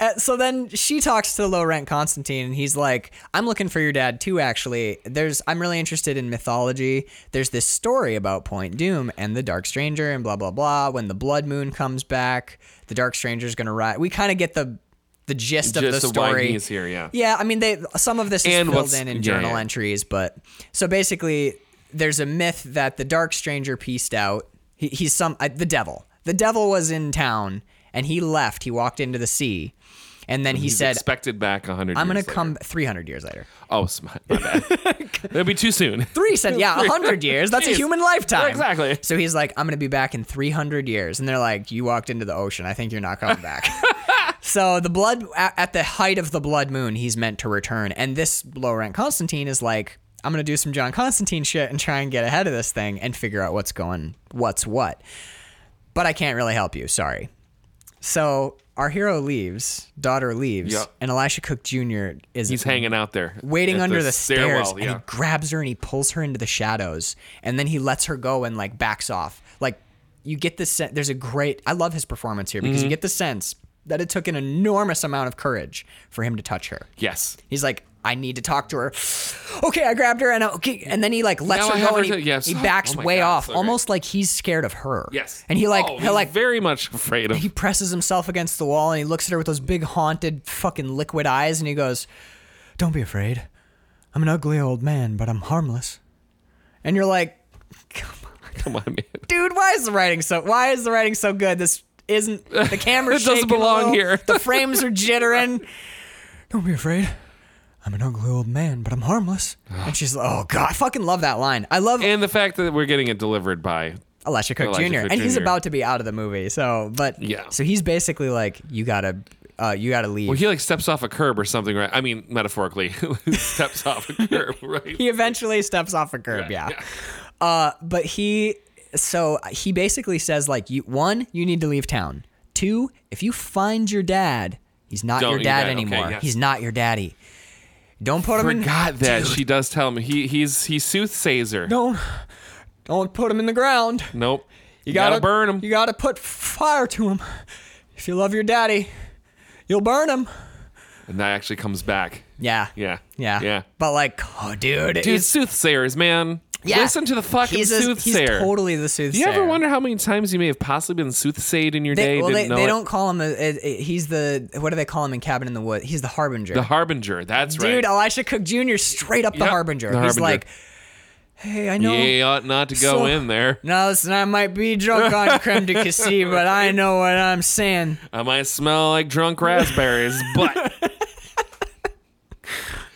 Uh, so then she talks to low rent Constantine, and he's like, "I'm looking for your dad too. Actually, there's I'm really interested in mythology. There's this story about Point Doom and the Dark Stranger, and blah blah blah. When the Blood Moon comes back, the Dark Stranger's gonna ride. We kind of get the the gist of the
Just why
story.
he's here. Yeah.
Yeah, I mean, they some of this is
And
filled
what's-
in in
yeah,
journal
yeah.
entries, but so basically, there's a myth that the Dark Stranger pieced out. He, he's some uh, the devil. The devil was in town and he left. He walked into the sea, and then he
He's
said,
expected back 100.
"I'm gonna
years later.
come 300 years later."
Oh, sm- my bad. That'd be too soon.
Three said, "Yeah, 100 years. That's a
Jeez.
human lifetime."
Exactly.
So he's like, "I'm gonna be back in 300 years," and they're like, "You walked into the ocean. I think you're not coming back." So the blood at at the height of the blood moon, he's meant to return, and this low rank Constantine is like, I'm gonna do some John Constantine shit and try and get ahead of this thing and figure out what's going, what's what. But I can't really help you. Sorry. So our hero leaves, daughter leaves,
Yep.
and Elisha Cook Jr. is
He's hanging out there,
waiting
at
under the, stairs,
stairwell, yeah.
and he grabs her and he pulls her into the shadows, and then he lets her go and like backs off. Like you get the sense. There's a great. I love his performance here
Mm-hmm.
because you get the sense that it took an enormous amount of courage for him to touch her.
yes.
He's like, I need to talk to her. Okay, I grabbed her and I- okay, and then he like lets
Now I
her
have
go and
her
he,
to- yes.
he backs
Oh my
way
God,
off,
so great.
almost like he's scared of her.
Yes.
and he like
oh,
he
he's
like
very much afraid of.
he presses himself against the wall and he looks at her with those big haunted fucking liquid eyes and he goes, "Don't be afraid. I'm an ugly old man, but I'm harmless." And you're like,
Come on, man.
"Dude, why is the writing so why is the writing so good? This isn't the camera
It doesn't belong here.
the frames are jittering. Don't be afraid. I'm an ugly old man, but I'm harmless." and she's like, "Oh god, I fucking love that line. I love
And the fact that we're getting it delivered by
Elisha Cook
Elisha
Jr.
Cook
and he's
Jr..
about to be out of the movie. So, but
Yeah.
so he's basically like, you gotta, uh, you gotta leave.
Well, he like steps off a curb or something, right? I mean, metaphorically, steps off a curb, right?
he eventually steps off a curb. Yeah. Uh, but he, so he basically says like, you one, you need to leave town. Two, if you find your dad, he's not
Don't-
your
your
dad
dad, okay,
anymore.
yes.
He's not your daddy. Don't put him in.
Forgot that she does tell him he he's he soothsayer.
Don't, don't put him in the ground.
Nope.
You gotta,
burn him.
You gotta put fire to him. If you love your daddy, you'll burn him.
and that actually comes back.
Yeah.
Yeah.
Yeah.
Yeah.
But like, oh, dude,
Dude,
it's-
soothsayers, man.
yeah.
Listen to the fucking
he's a-
soothsayer.
He's totally the
Do
soothsayer.
you ever wonder how many times you may have possibly been soothsayed in your
They,
day?
well, they,
didn't know
they
it?
don't call him. A, a- a- he's the what do they call him in Cabin in the Wood? He's the harbinger.
The harbinger. That's right.
dude, Elisha Cook Jr. straight up the
Yep,
harbinger.
the
he's
harbinger.
like, hey, I know.
Yeah, you ought not to
So-
go in there.
Now listen, I might be drunk on creme de cassis, but I know what I'm saying.
I might smell like drunk raspberries, but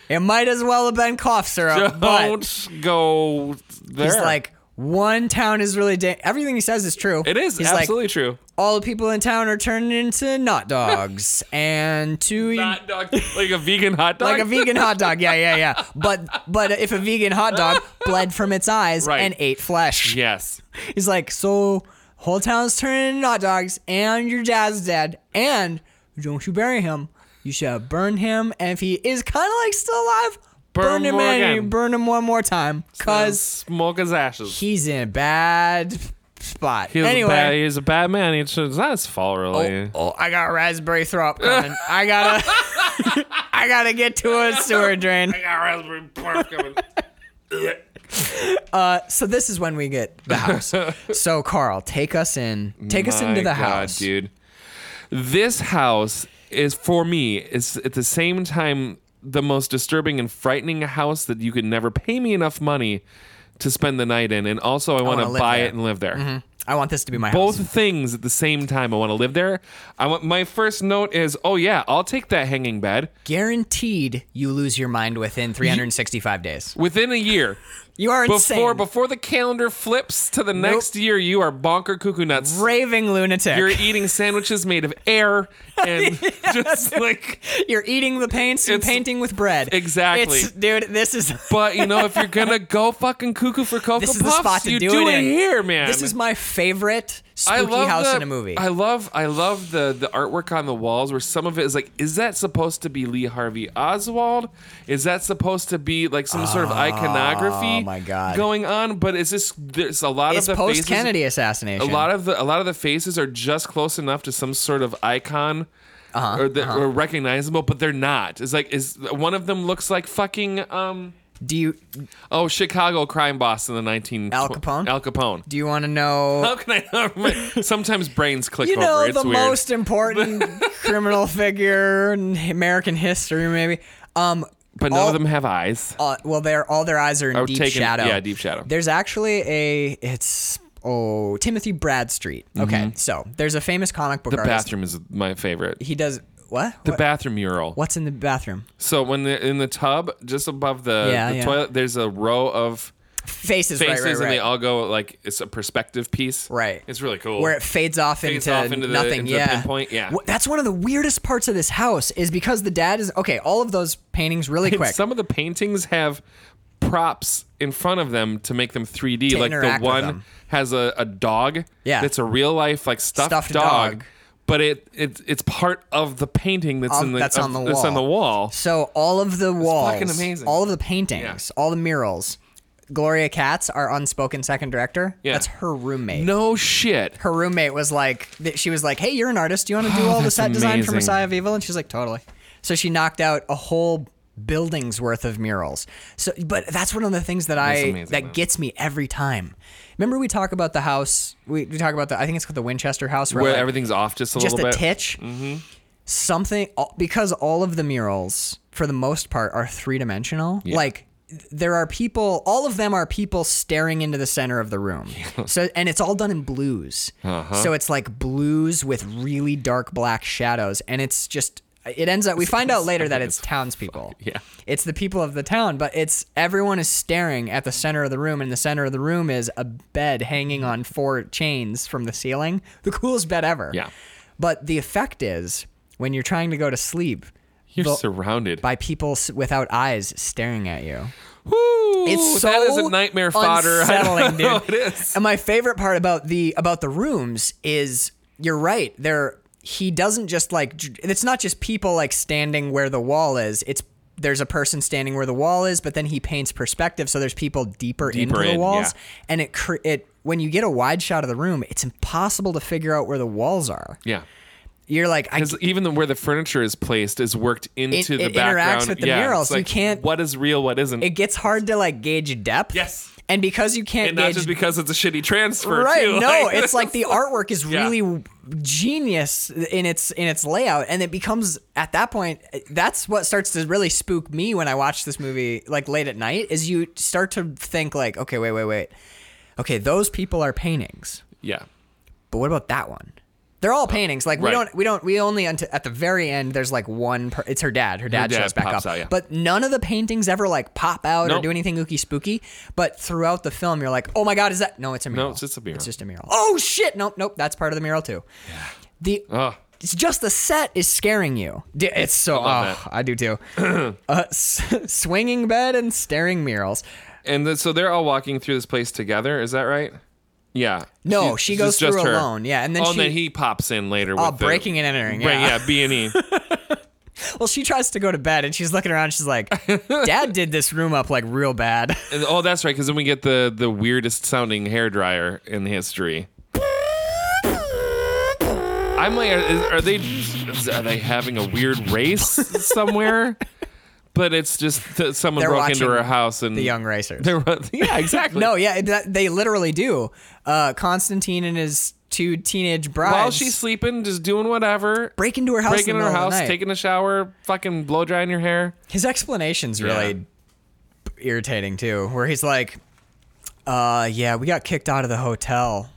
It might as well have been cough syrup. but
don't go there.
he's like, one town is really da- everything he says is true.
it is
He's like,
absolutely true.
all the people in town are turning into not dogs and two
hot dog, like a vegan hot dog.
like a vegan hot dog yeah yeah yeah but but if a vegan hot dog bled from its eyes
Right.
and ate flesh
Yes.
he's like so whole town's turning into hot dogs and your dad's dead and don't you bury him you should burn him and if he is kind of like still alive burn,
Burn
him
more
and
again.
burn him one more time because
smoke his ashes.
he's in a bad spot
He's
anyway
a bad, he's a bad man. It's, it's not his fault, really.
Oh, I got raspberry throw up coming. I gotta, I gotta get to a sewer drain.
got raspberry barf coming.
So this is when we get the house. So Carl, take us in, take us into
My
the
God,
house.
dude. This house is for me is at the same time the most disturbing and frightening house that you could never pay me enough money to spend the night in, and also I want
wanna
to
live
buy
there. Mm-hmm.
it and live there.
I want this to be my house.
Both things at the same time. I want to live there. I want my first note is, oh yeah, I'll take that hanging bed
Guaranteed, you lose your mind within 365 days.
within a year.
You are insane.
Before before the calendar flips to the next year, you are bonker cuckoo nuts.
raving lunatic.
You're eating sandwiches made of air and just like
You're eating the paints and
It's-
painting with bread.
Exactly.
It's, dude, this is
But you know, if you're gonna go fucking cuckoo for cocoa
this is
puffs,
the spot to
you
do, it in.
here, man.
This is my favorite spooky
I love
house
the,
in a movie.
I love I love the the artwork on the walls where some of it is like, is that supposed to be Lee Harvey Oswald? Is that supposed to be like some sort of iconography
Oh my God.
going on? But it's just there's a lot
it's
of the
post
faces.
Kennedy
a
assassination.
lot of the a lot of the faces are just close enough to some sort of icon
Uh-huh,
or that are recognizable, but they're not. It's like is one of them looks like fucking um
do you
oh Chicago crime boss in the nineteen
Al Capone?
Al Capone.
do you want to know?
How can I not remember? Sometimes brains click
you know
over. It's
the
weird.
most important criminal figure in American history, maybe. Um,
but none
all-
of them have eyes.
uh, well, they're all their eyes are in
Are
deep
taken-
shadow.
yeah, deep shadow.
There's actually a it's oh Timothy Bradstreet. Okay, so there's a famous comic book
Mm-hmm. The
artist.
bathroom is my favorite.
He does what?
The
What-
bathroom mural.
What's in the bathroom?
So when the, in the tub, just above the,
Yeah,
the
yeah.
toilet, there's a row of
Faces,
faces,
right, right, right.
and they all go like it's a perspective piece.
Right.
It's really cool.
where it fades off
Fades
into,
off into the-
nothing.
into the
yeah,
pinpoint, yeah.
Wh- That's one of the weirdest parts of this house is because the dad is okay. All of those paintings, really
And
quick.
Some of the paintings have props in front of them to make them 3D. like the
interact with
one
them.
has a, a dog.
Yeah.
That's a real life like stuffed,
Stuffed
dog.
dog.
But it, it it's part of the painting that's
Of-
in the
that's
of-
on the
That's on the
wall.
wall.
so all of the walls,
fucking amazing.
all of the paintings, all the murals. Gloria Katz, our unspoken second director,
Yeah.
that's her roommate.
No shit.
Her roommate was like, th- she was like, "Hey, you're an artist. Do you want to do all the
Oh, that's
set design for
amazing.
Messiah of Evil?" And she's like, "Totally." So she knocked out a whole building's worth of murals. So, but that's one of the things that I
amazing,
that
man.
gets me every time. Remember, we talk about the house. We, we talk about the. I think it's called the Winchester House, where,
Where
like,
everything's off just a
just
little
a
bit. Mm-hmm.
titch. Something all- because all of the murals, for the most part, are three dimensional. Like there are people, all of them are people staring into the center of the room. So and it's all done in blues.
Uh-huh.
So it's like blues with really dark black shadows, and it's just. It ends up. We find out later that it's townspeople.
yeah.
it's the people of the town, but it's everyone is staring at the center of the room, and the center of the room is a bed hanging on four chains from the ceiling. The coolest bed ever.
Yeah.
But the effect is when you're trying to go to sleep
You're
the-
surrounded.
by people s- without eyes staring at you.
Woo,
It's so
that is a nightmare fodder.
unsettling,
I
dude.
don't know It is.
And my favorite part about the about the rooms is you're right. There he doesn't just like dr- it's not just people like standing where the wall is. It's there's a person standing where the wall is, but then he paints perspective, so there's people deeper, into
in,
the
yeah.
walls, and it cr- it when you get a wide shot of the room, it's impossible to figure out where the walls are.
Yeah.
You're like, I
Because even the, where the furniture is placed is worked into
It-
the
it interacts
background.
with the
yeah,
murals.
it's
You
Like,
can't-
What is real? What isn't?
it gets hard to like gauge depth.
Yes.
And because you can't
and not
gauge
just because it's a shitty transfer,
right,
too.
no, it's like the artwork is
Yeah.
really w- genius in its in its layout, and it becomes at that point that's what starts to really spook me when I watch this movie like late at night. Is you start to think like, okay, wait, wait, wait, okay, those people are paintings,
yeah,
but what about that one? They're all paintings. Like we
right.
don't, we don't, we only unt- at the very end. There's like one. Per, it's her dad. Her dad,
dad
shows back
pops
up.
out, yeah.
But none of the paintings ever like pop out or
Nope.
do anything ooky spooky. But throughout the film, you're like, oh my god, is that? No, it's a mural.
it's just a mural.
It's just a mural. Oh shit! Nope, nope. That's part of the mural too. The
Ugh.
it's just the set is scaring you. D- It's so. I,
love
I do too. uh, s- swinging bed and staring murals.
and then, so they're all walking through this place together. Is that right? Yeah.
No,
She's-
she
it's
goes
just
through
her.
alone, yeah, and then
oh, and
she-
then he pops in later.
Oh,
with the-
breaking and entering.
Right,
yeah.
yeah, B and E.
Well, she tries to go to bed and she's looking around. She's like, Dad did this room up like real bad.
And- Oh, that's right. Because then we get the the weirdest sounding hairdryer in history. I'm like, are, is- are they are they having a weird race somewhere? but it's just that someone
They're
broke into
watching
her house and
the Young Racers.
They're, yeah, exactly.
No, yeah, that, they literally do. Uh, Constantine and his two teenage brides
While she's sleeping, just doing whatever.
break into her house,
Breaking
in
in
the
her
middle of
house,
the night.
taking a shower, fucking blow drying your hair.
His explanation's really irritating too, where he's like, "Uh, yeah, we got kicked out of the hotel,"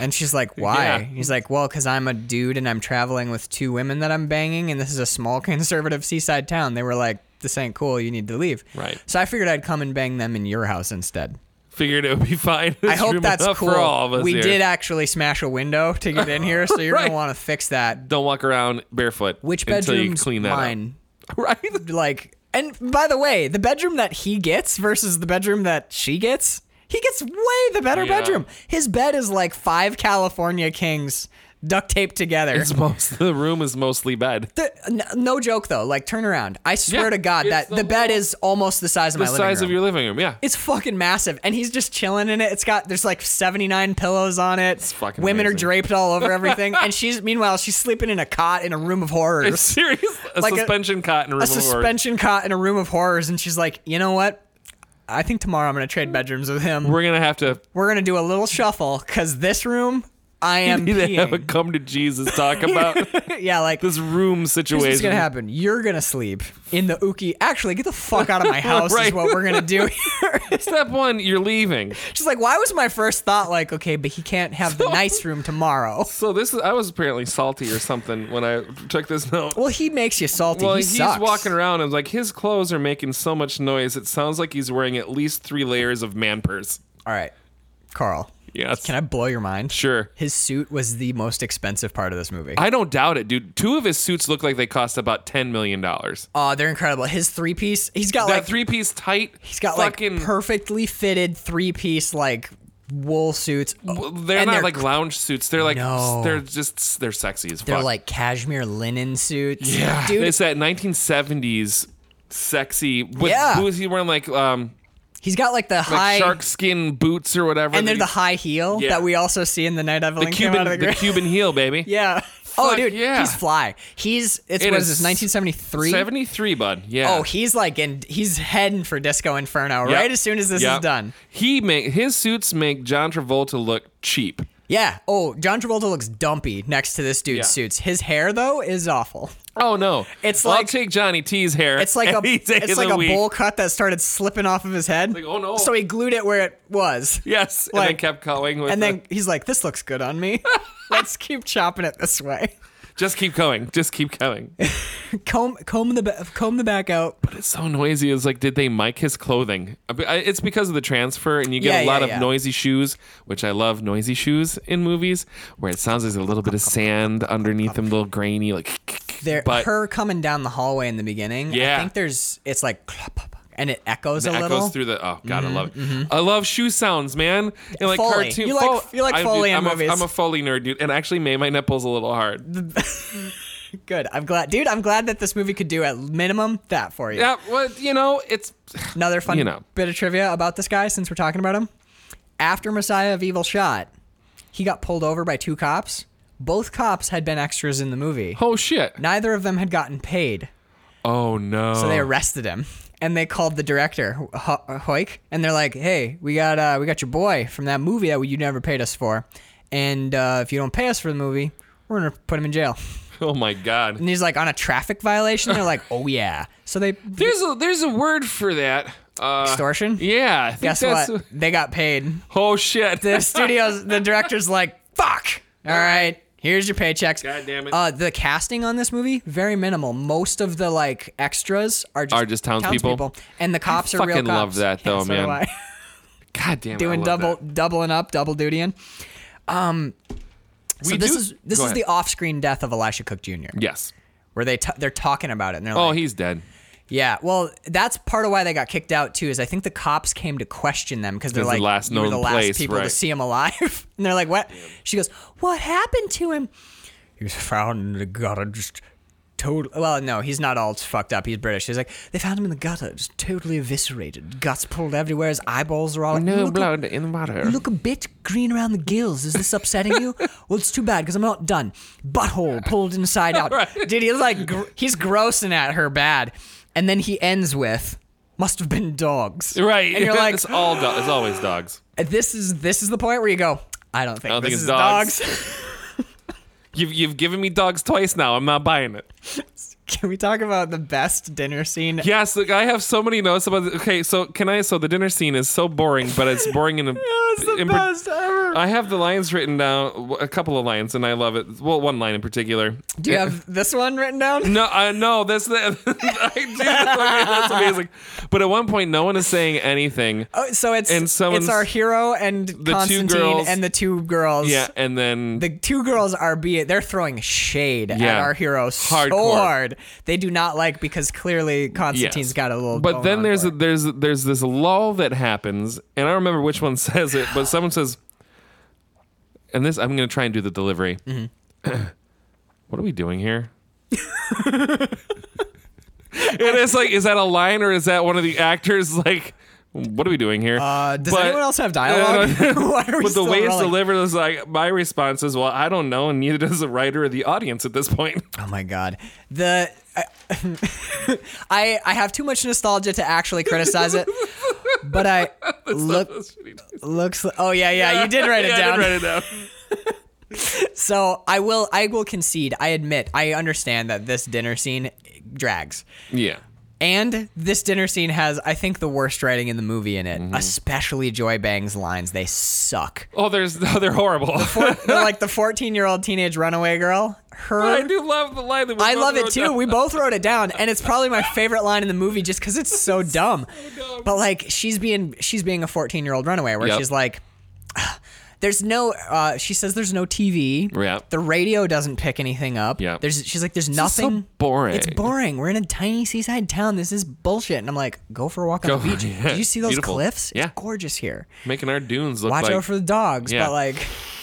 and she's like, "Why?"
Yeah.
He's like, "Well, because I'm a dude and I'm traveling with two women that I'm banging, and this is a small conservative seaside town." They were like, "This ain't cool. You need to leave."
Right.
So I figured I'd come and bang them in your house instead.
Figured it would be fine.
I
It's
hope
room
that's
enough
cool.
for all of us.
we
here.
did actually smash a window to get in here, so you're
Right.
gonna want to fix that.
Don't walk around barefoot.
Which
until you
bedroom's
clean that up.
mine?
Right?
like and by the way the bedroom that he gets versus the bedroom that she gets he gets way the better
Yeah.
bedroom his bed is like five california kings duct taped together
It's most the room is mostly bed.
The- n- no joke though like turn around i swear
Yeah,
to god
it's
that the,
the
bed is almost the size of
The
my
size
living
of
room
your living room, yeah.
it's fucking massive and he's just chilling in it it's got there's like 79 pillows on it
fucking
women are
amazing.
draped all over everything and she's meanwhile she's sleeping in a cot in a room of horrors
It's serious. A
Like a-
suspension cot in a room
a
of horrors.
suspension cot in a room of horrors, and she's like, you know what? I think tomorrow I'm gonna trade bedrooms with him. We're,
We're gonna have to
gonna do a little shuffle because this room, I am
need to have a
peeing.
come to Jesus talk about
yeah, like
this room
here's
situation.
what's gonna happen. You're gonna sleep in the ookie. Actually, get the fuck out of my house is
Right.
what we're gonna do. here.
Step one, you're leaving.
she's like, why was my first thought like, okay, but he can't have the
So-
nice room tomorrow?
So this is I was apparently salty or something when I took this note.
Well, he makes you salty.
Well,
he
he's
sucks.
walking around. and like, his clothes are making so much noise. It sounds like he's wearing at least three layers of man purse.
All right, Carl.
Yes.
Can I blow your mind?
Sure.
His suit was the most expensive part of this movie.
I don't doubt it, dude. Two of his suits look like they cost about ten million dollars.
Oh, they're incredible. His three piece, he's got
That
like
three piece tight.
he's got
fucking.
like perfectly fitted three piece like wool suits. Oh,
well, they're
and
not
they're
like
cl-
lounge suits. They're like
No.
they're just they're sexy as fuck.
They're like cashmere linen suits.
yeah,
dude.
It's that 1970s sexy. With
Yeah.
boots. He wearing like um
he's got like the
like
high
shark skin boots or whatever.
and they're
that
the
he-
high heel
Yeah.
that we also see in the night Evelyn came
Cuban
out of the
the
grave.
Cuban heel baby.
yeah. Oh,
Fuck
dude,
yeah.
he's fly. He's it's
It
what
is
is this 1973.
Seventy three, bud. Yeah.
Oh, he's like and he's heading for Disco Inferno
Yep.
right as soon as this
Yep.
is done.
He make his suits make John Travolta look cheap.
Yeah. Oh, John Travolta looks dumpy next to this dude's
Yeah.
suits. His hair though is awful.
Oh no!
It's
I'll
like-
take Johnny T's hair.
It's like a
any day
it's
of
like
the
a
week.
bowl cut that started slipping off of his head.
Like, oh, no.
So he glued it where it was.
Yes, and then
like-
kept going. With
And
the-
then he's like, "This looks good on me. Let's keep chopping it this way.
just keep going, just keep going.
Comb comb the ba- comb the back out."
But it's so noisy. It's like, did they mic his clothing? I- I- It's because of the transfer, and you get
Yeah,
a lot
yeah,
of
yeah.
noisy shoes, which I love noisy shoes in movies, where it sounds like there's a little bit of sand underneath them, a little grainy, like.
There,
but
her coming down the hallway in the beginning.
Yeah.
I think there's it's like, clap, clap, clap, and it echoes
it
a
echoes
little. Mm-hmm,
through the. Oh God, I love it. I love shoe sounds, man. And like
Foley.
cartoon.
You like-
Fo-
you like
I-
Foley in
I'm a-
movies.
I'm a Foley nerd, dude, and actually made my nipples a little hard.
good. I'm glad, dude. I'm glad that this movie could do at minimum that for you.
Yeah, well, you know, it's
Another fun
You know.
bit of trivia about this guy, since we're talking about him. After Messiah of Evil shot, he got pulled over by two cops. Both cops had been extras in the movie.
oh shit.
Neither of them had gotten paid,
Oh no.
so they arrested him. And they called the director Ho- Hoik, and they're like, "Hey, we got uh, we got your boy from that movie that you never paid us for, and uh, if you don't pay us for the movie, we're gonna put him in jail."
Oh my god.
And he's like, "On a traffic violation?" They're like, "Oh yeah." So they
There's a there's a word for that. Uh,
extortion.
Yeah. I think
Guess
that's-
what? They got paid.
Oh shit.
the studios, the director's like, fuck. All right, here's your paychecks.
God damn it.
Uh, the casting on this movie very minimal. Most of the like extras are just,
Are just townspeople?
and the cops are real
fucking
cops.
love that,
Yeah,
though,
so do
man.
I.
God damn. it, I
Doing
love
double,
that.
doubling up, double dutying. Um, so
We
this
do-
is this
go
is
ahead.
the off-screen death of Elisha Cook Jr.
Yes.
Where they t- they're talking about it and they're
Oh,
like,
he's dead.
yeah, well, that's part of why they got kicked out too. Is I think the cops came to question them because they're
'Cause the
like,
last
you were the
known
last
place,
people to
right.
see him alive, and they're like, what? She goes, what happened to him? He was found in the gutter, just totally. Well, no, he's not all fucked up. He's British. He's like, they found him in the gutter, just totally eviscerated, guts pulled everywhere. His eyeballs are all
No
look a-
blood in the water.
you look a bit green around the gills. Is this upsetting you? well, it's too bad because I'm not done. Butthole pulled inside out. Dude, he's like, gr- he's grossing at her bad. And then he ends with, must have been dogs.
Right.
And you're like,
it's all do- it's always dogs.
this is this is the point where you go, I don't think
I don't
this
think it's
is
dogs.
dogs.
You've you've given me dogs twice now. I'm not buying it.
Can we talk about the best dinner scene?
Yes, look, I have so many notes about. This. Okay, so can I? So the dinner scene is so boring, but it's boring in a.
It's the
in par- Uh,
best ever.
I have the lines written down, a couple of lines, and I love it. Well, one line in particular. Eh,
Do you have this one written down?
No, I no, that's the, I do. Okay, that's amazing. But at one point, no one is saying anything.
Oh, so it's
And
it's
someone's-
our hero and
two
Constantine
girls-
and the two girls.
Yeah, and then
The two girls are be they're throwing shade at
Yeah.
our hero so
Hardcore.
hard. They do not like because clearly Constantine's
Yes.
got a little.
But
going
then
on
there's
for
a,
him.
there's there's this lull that happens, and I don't remember which one says it, but someone says, and this I'm gonna try and do the delivery.
Mm-hmm.
what are we doing here? and it's like, is that a line or is that one of the actors like? What are we doing here?
Uh, does
But-
anyone else have dialogue? Why are
but
we
the
still
way it's
rolling?
delivered is like my response is, well, I don't know, and neither does the writer or the audience at this point.
Oh my god. The I I, I have too much nostalgia to actually criticize it. But I look looks Oh yeah, yeah, you did write it
Yeah, I
down.
write it down.
So, I will I will concede. I admit. I understand that this dinner scene drags.
Yeah.
And this dinner scene has I think the worst writing in the movie in it, especially Joy Bang's lines. They suck.
Oh, there's no, they're horrible.
They're like the 14-year-old teenage runaway girl. Her
I do love the line that we
I
both
love it
wrote
too.
down.
We both wrote it down, and it's probably my favorite line in the movie just because it's so dumb.
dumb.
But like, she's being she's being a 14 year old runaway, where
Yep.
she's like, "There's no," uh, she says, "There's no TV.
Yeah.
The radio doesn't pick anything up.
Yeah.
There's she's like, "There's
so
nothing."
boring.
It's boring. We're in a tiny seaside town. This is bullshit. And I'm like, go for a walk on
Go-
the beach.
yeah,
Did you see those
beautiful.
cliffs?
Yeah.
It's gorgeous here.
Making our dunes look
Watch
like
out for the dogs.
Yeah.
But like,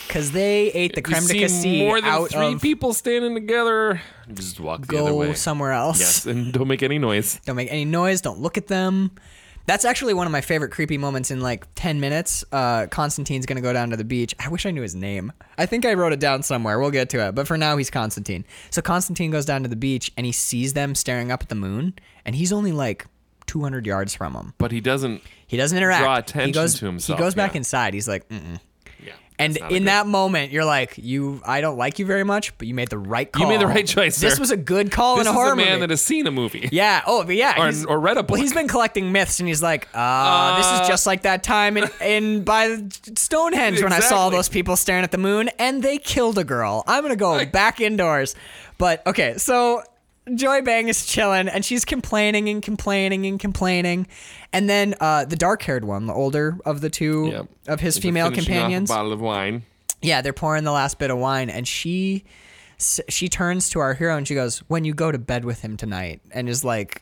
because they ate the creme de
you see
cassis
more than
out
three
of
people standing together. Just walk the other
go
way.
somewhere else.
yes, and don't make any noise.
Don't make any noise. Don't look at them. That's actually one of my favorite creepy moments in like 10 minutes. Uh, Constantine's going to go down to the beach. I wish I knew his name. I think I wrote it down somewhere. We'll get to it. But for now, he's Constantine. So Constantine goes down to the beach and he sees them staring up at the moon. And he's only like 200 yards from them.
But he doesn't.
He doesn't interact.
Draw
he
attention
goes,
to himself,
He goes back
yeah.
inside. He's like, mm
Yeah.
and
that's not a
in
good-
that moment, you're like, you, I don't like you very much, but you made the right call.
You made the right choice,
This
sir.
was a good call
this
in a
is
horror
a man
movie.
that has seen a movie.
Yeah. Oh, but yeah.
Or-
he's-
or read a book.
Well, he's been collecting myths, and he's like, uh, this is
Uh,
just like that time in, in by Stonehenge when I saw
Exactly.
those people staring at the moon, and they killed a girl. I'm gonna go back indoors. But okay, so Joy Bang is chilling, and she's complaining and complaining and complaining, and then uh, the dark-haired one, the older of the two
Yep.
of his
He's
female
finishing
companions,
Off a bottle of wine.
yeah, they're pouring the last bit of wine, and she s- she turns to our hero and she goes, "When you go to bed with him tonight," and is like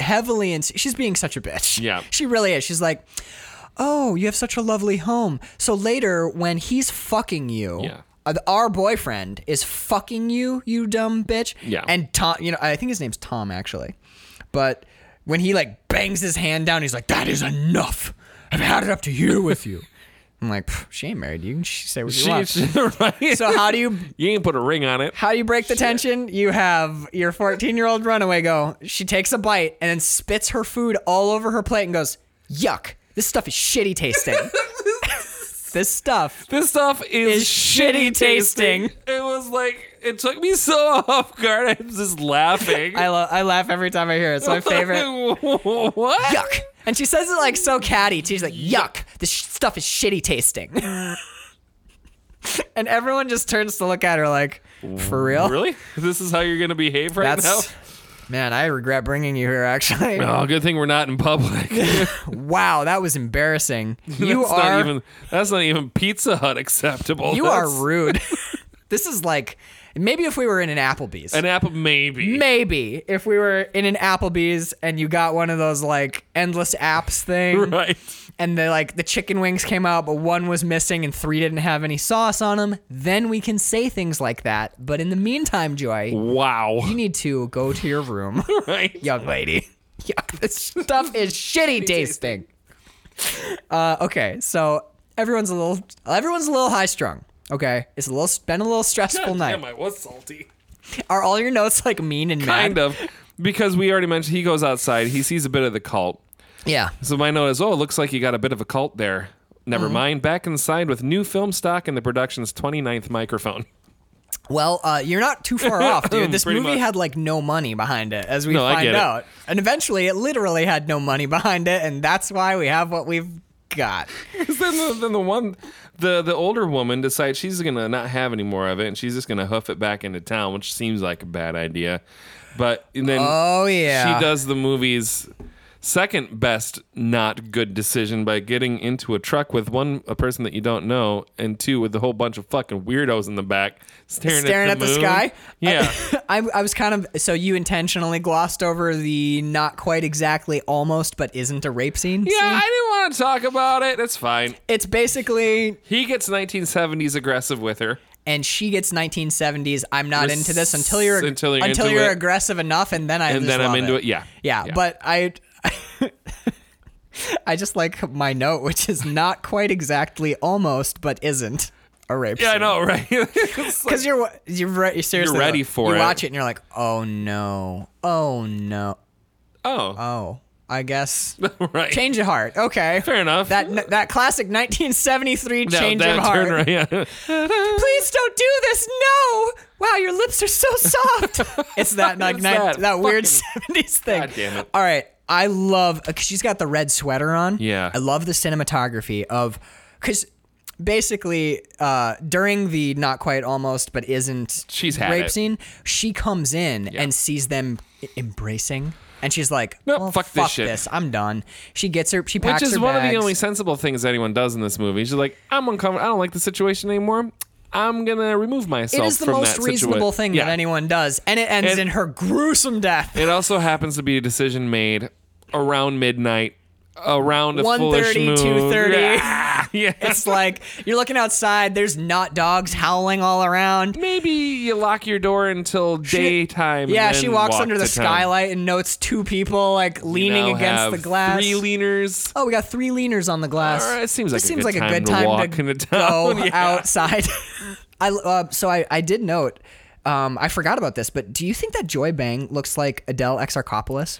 heavily and she's being such a bitch.
Yeah.
she really is. She's like. Oh, you have such a lovely home. So later, when he's fucking you,
Yeah.
uh, th- our boyfriend is fucking you, you dumb bitch.
Yeah.
And Tom, you know, I think his name's Tom actually, but when he like bangs his hand down, he's like, "That is enough. I've had it up to here with you." I'm like, "Pff, she ain't married. You can sh- say what you
She,
want."
she, right?
So how do you
you ain't put a ring on it.
how do you break the tension? You have your 14 year old runaway go. She takes a bite and then spits her food all over her plate and goes, "Yuck! This stuff is shitty tasting. this stuff."
This stuff is,
Is shitty tasting.
It was like it took me so off guard. I was just laughing.
I lo- I laugh every time I hear it. It's my favorite.
what?
Yuck! And she says it like so catty. She's like, "Yuck! This sh- stuff is shitty tasting." and everyone just turns to look at her like, "For real?
Really? This is how you're gonna behave right
That's."
now?
Man, I regret bringing you here. Actually,
Oh, good thing we're not in public.
wow, that was embarrassing. You
that's
are
not even that's not even Pizza Hut acceptable.
You
That's
are rude. this is like maybe if we were in an Applebee's.
an apple maybe.
maybe if we were in an Applebee's and you got one of those like endless apps thing
Right.
and the like the chicken wings came out but one was missing and three didn't have any sauce on them, then we can say things like that. But in the meantime, Joy,
Wow.
you need to go to your room,
Right.
young lady. Yuck, this stuff is shitty tasting. Uh, okay, so everyone's a little everyone's a little high strung. Okay, it's a little been a little stressful
God
night.
Damn, I was salty.
Are all your notes like mean and
Kind
mad?
of. Because we already mentioned he goes outside, he sees a bit of the cult.
Yeah.
So my note is, oh, it looks like you got a bit of a cult there.
Uh-huh.
Never mind. Back inside with new film stock and the production's 29th microphone.
Well, uh, you're not too far off, dude. This
Pretty
movie
much.
had like no money behind it, as we
No, I
find
get it.
out. And eventually, it literally had no money behind it, and that's why we have what we've got.
Because then, the, then the one, the the older woman decides she's gonna not have any more of it, and she's just gonna hoof it back into town, which seems like a bad idea. But and then,
Oh, yeah.
she does the movie's second best not good decision by getting into a truck with one a person that you don't know, and two with a whole bunch of fucking weirdos in the back staring,
Staring
at the, moon.
sky.
Yeah,
I, I was kind of so you intentionally glossed over the not quite exactly almost but isn't a rape scene.
yeah. I
scene?
didn't want to talk about it. It's fine.
it's basically
He gets 1970s aggressive with her.
and she gets 1970s. I'm not
Res-
into this until you're
until you're into it.
aggressive enough, and then I
And
just
then I'm
love
into it. Yeah.
yeah,
Yeah.
But I. I just like my note, which is not quite exactly almost, but isn't a rape.
Yeah, I know, right? It's like-
Because you're you're, re- you're seriously
ready
like,
for
you
it.
watch it and you're like, oh no, oh no,
oh,
oh, I guess
right.
change of heart. Okay,
Fair enough.
That that classic 1973
No,
change
that
of heart.
turn right- yeah.
please don't do this. No. Wow, your lips are so soft. it's that like
It's
nine- that,
that
weird
fucking-
70s thing.
God damn it.
All right. I love cuz she's got the red sweater on.
Yeah.
I love the cinematography of cuz basically uh during the not quite almost but isn't
She's had
rape
it.
scene, she comes in and sees them i- embracing and she's like,
Nope,
well,
fuck this shit."
I'm done." She gets her she packs
Which is
her
one of the
bags.
only sensible things anyone does in this movie. She's like, I'm uncomfortable. I don't like the situation anymore. I'm gonna remove myself.
It is the
from
most
that
reasonable
situa-
thing
Yeah.
that anyone does, and it ends
And-
in her gruesome death.
It also happens to be a decision made around midnight, around a foolish
1:30,
moon.
2:30.
Yeah. yeah.
It's like you're looking outside. There's not dogs howling all around.
Maybe you lock your door until daytime.
Yeah,
and
she
then
walks
walk
under
to
the
town.
skylight and notes two people like
You
leaning
now
against
have
the glass.
Three leaners.
oh, we got three leaners on the glass.
All right, it seems
This
like a
seems
good
like
time
a good
to
time
walk
to
into town.
go
Yeah.
outside. I uh, so I I did note. Um, I forgot about this, but do you think that Joy Bang looks like Adele Exarchopoulos?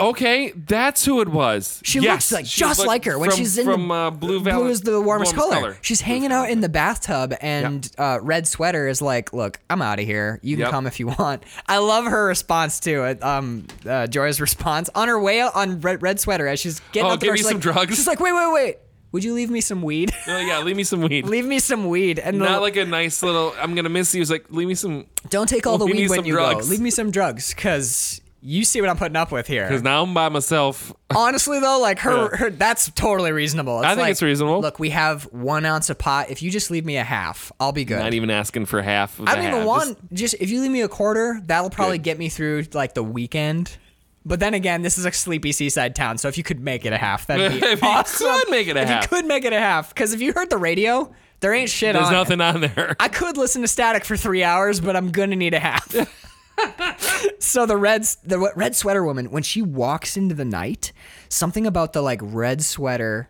Okay, that's who it was.
She
Yes,
looks like
she
just
looked
like her when
from-
she's in
from
the,
uh, Blue Val-
Blue is the warmest, color. She's
Blue
hanging out in the bathtub, and uh, red sweater is like, "Look, I'm out of here. You can
Yep.
come if you want." I love her response to it. Um, uh, Joy's response on her way out on red, red sweater as she's getting
Oh,
out the
give
door,
me
she's
some
like-
drugs.
She's like, "Wait, wait, wait. Would you leave me some weed?
Oh yeah, leave me some weed.
leave me some weed." And the-
Not like a nice little. I'm gonna miss you. It's like leave me some.
don't take all the
we
weed
need
when
some
you
drugs.
go. Leave me some drugs, because you see what I'm putting up with here.
Because now I'm by myself.
Honestly, though, like her,
Yeah.
her that's totally reasonable.
I think
like,
it's reasonable.
Look, we have one ounce of pot. If you just leave me a half, I'll be good.
Not even asking for half. Of
I
the
don't
half.
even
Just-
want just if you leave me a quarter, that'll probably
Good.
get me through like the weekend. But then again, this is a sleepy seaside town, so if you could make it a half, that'd be
If you
awesome.
could make it a
if
half.
you could make it a half, because if you heard the radio, there ain't shit
There's
on. it.
nothing on there.
I could listen to static for three hours, but I'm gonna need a half. so the red, the w- red sweater woman, when she walks into the night, something about the like red sweater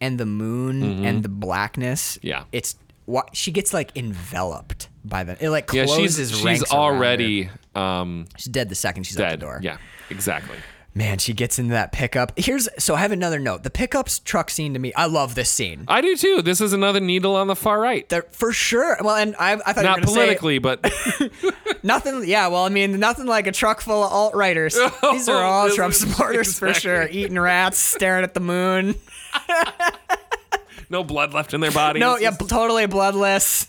and the moon and the blackness.
Mm-hmm. Yeah.
it's wha- she gets like enveloped by the. It like
yeah,
closes
she's she's
ranks around her.
already um,
she's dead the second she's out
dead.
the door.
Yeah, exactly.
man, she gets into that pickup. Here's so I have another note. The pickups truck scene to me, I love this scene.
I do too. This is another needle on the far right.
They're- for sure. Well, and I, I thought you were
Not
gonna say-
politically, but
Nothing. Yeah. Well, I mean, nothing like a truck full of alt righters. These are all
Oh, This
Trump
is-
supporters for
exactly.
sure. Eating rats, staring at the moon.
no blood left in their body.
No,
It's
yeah,
just-
totally bloodless.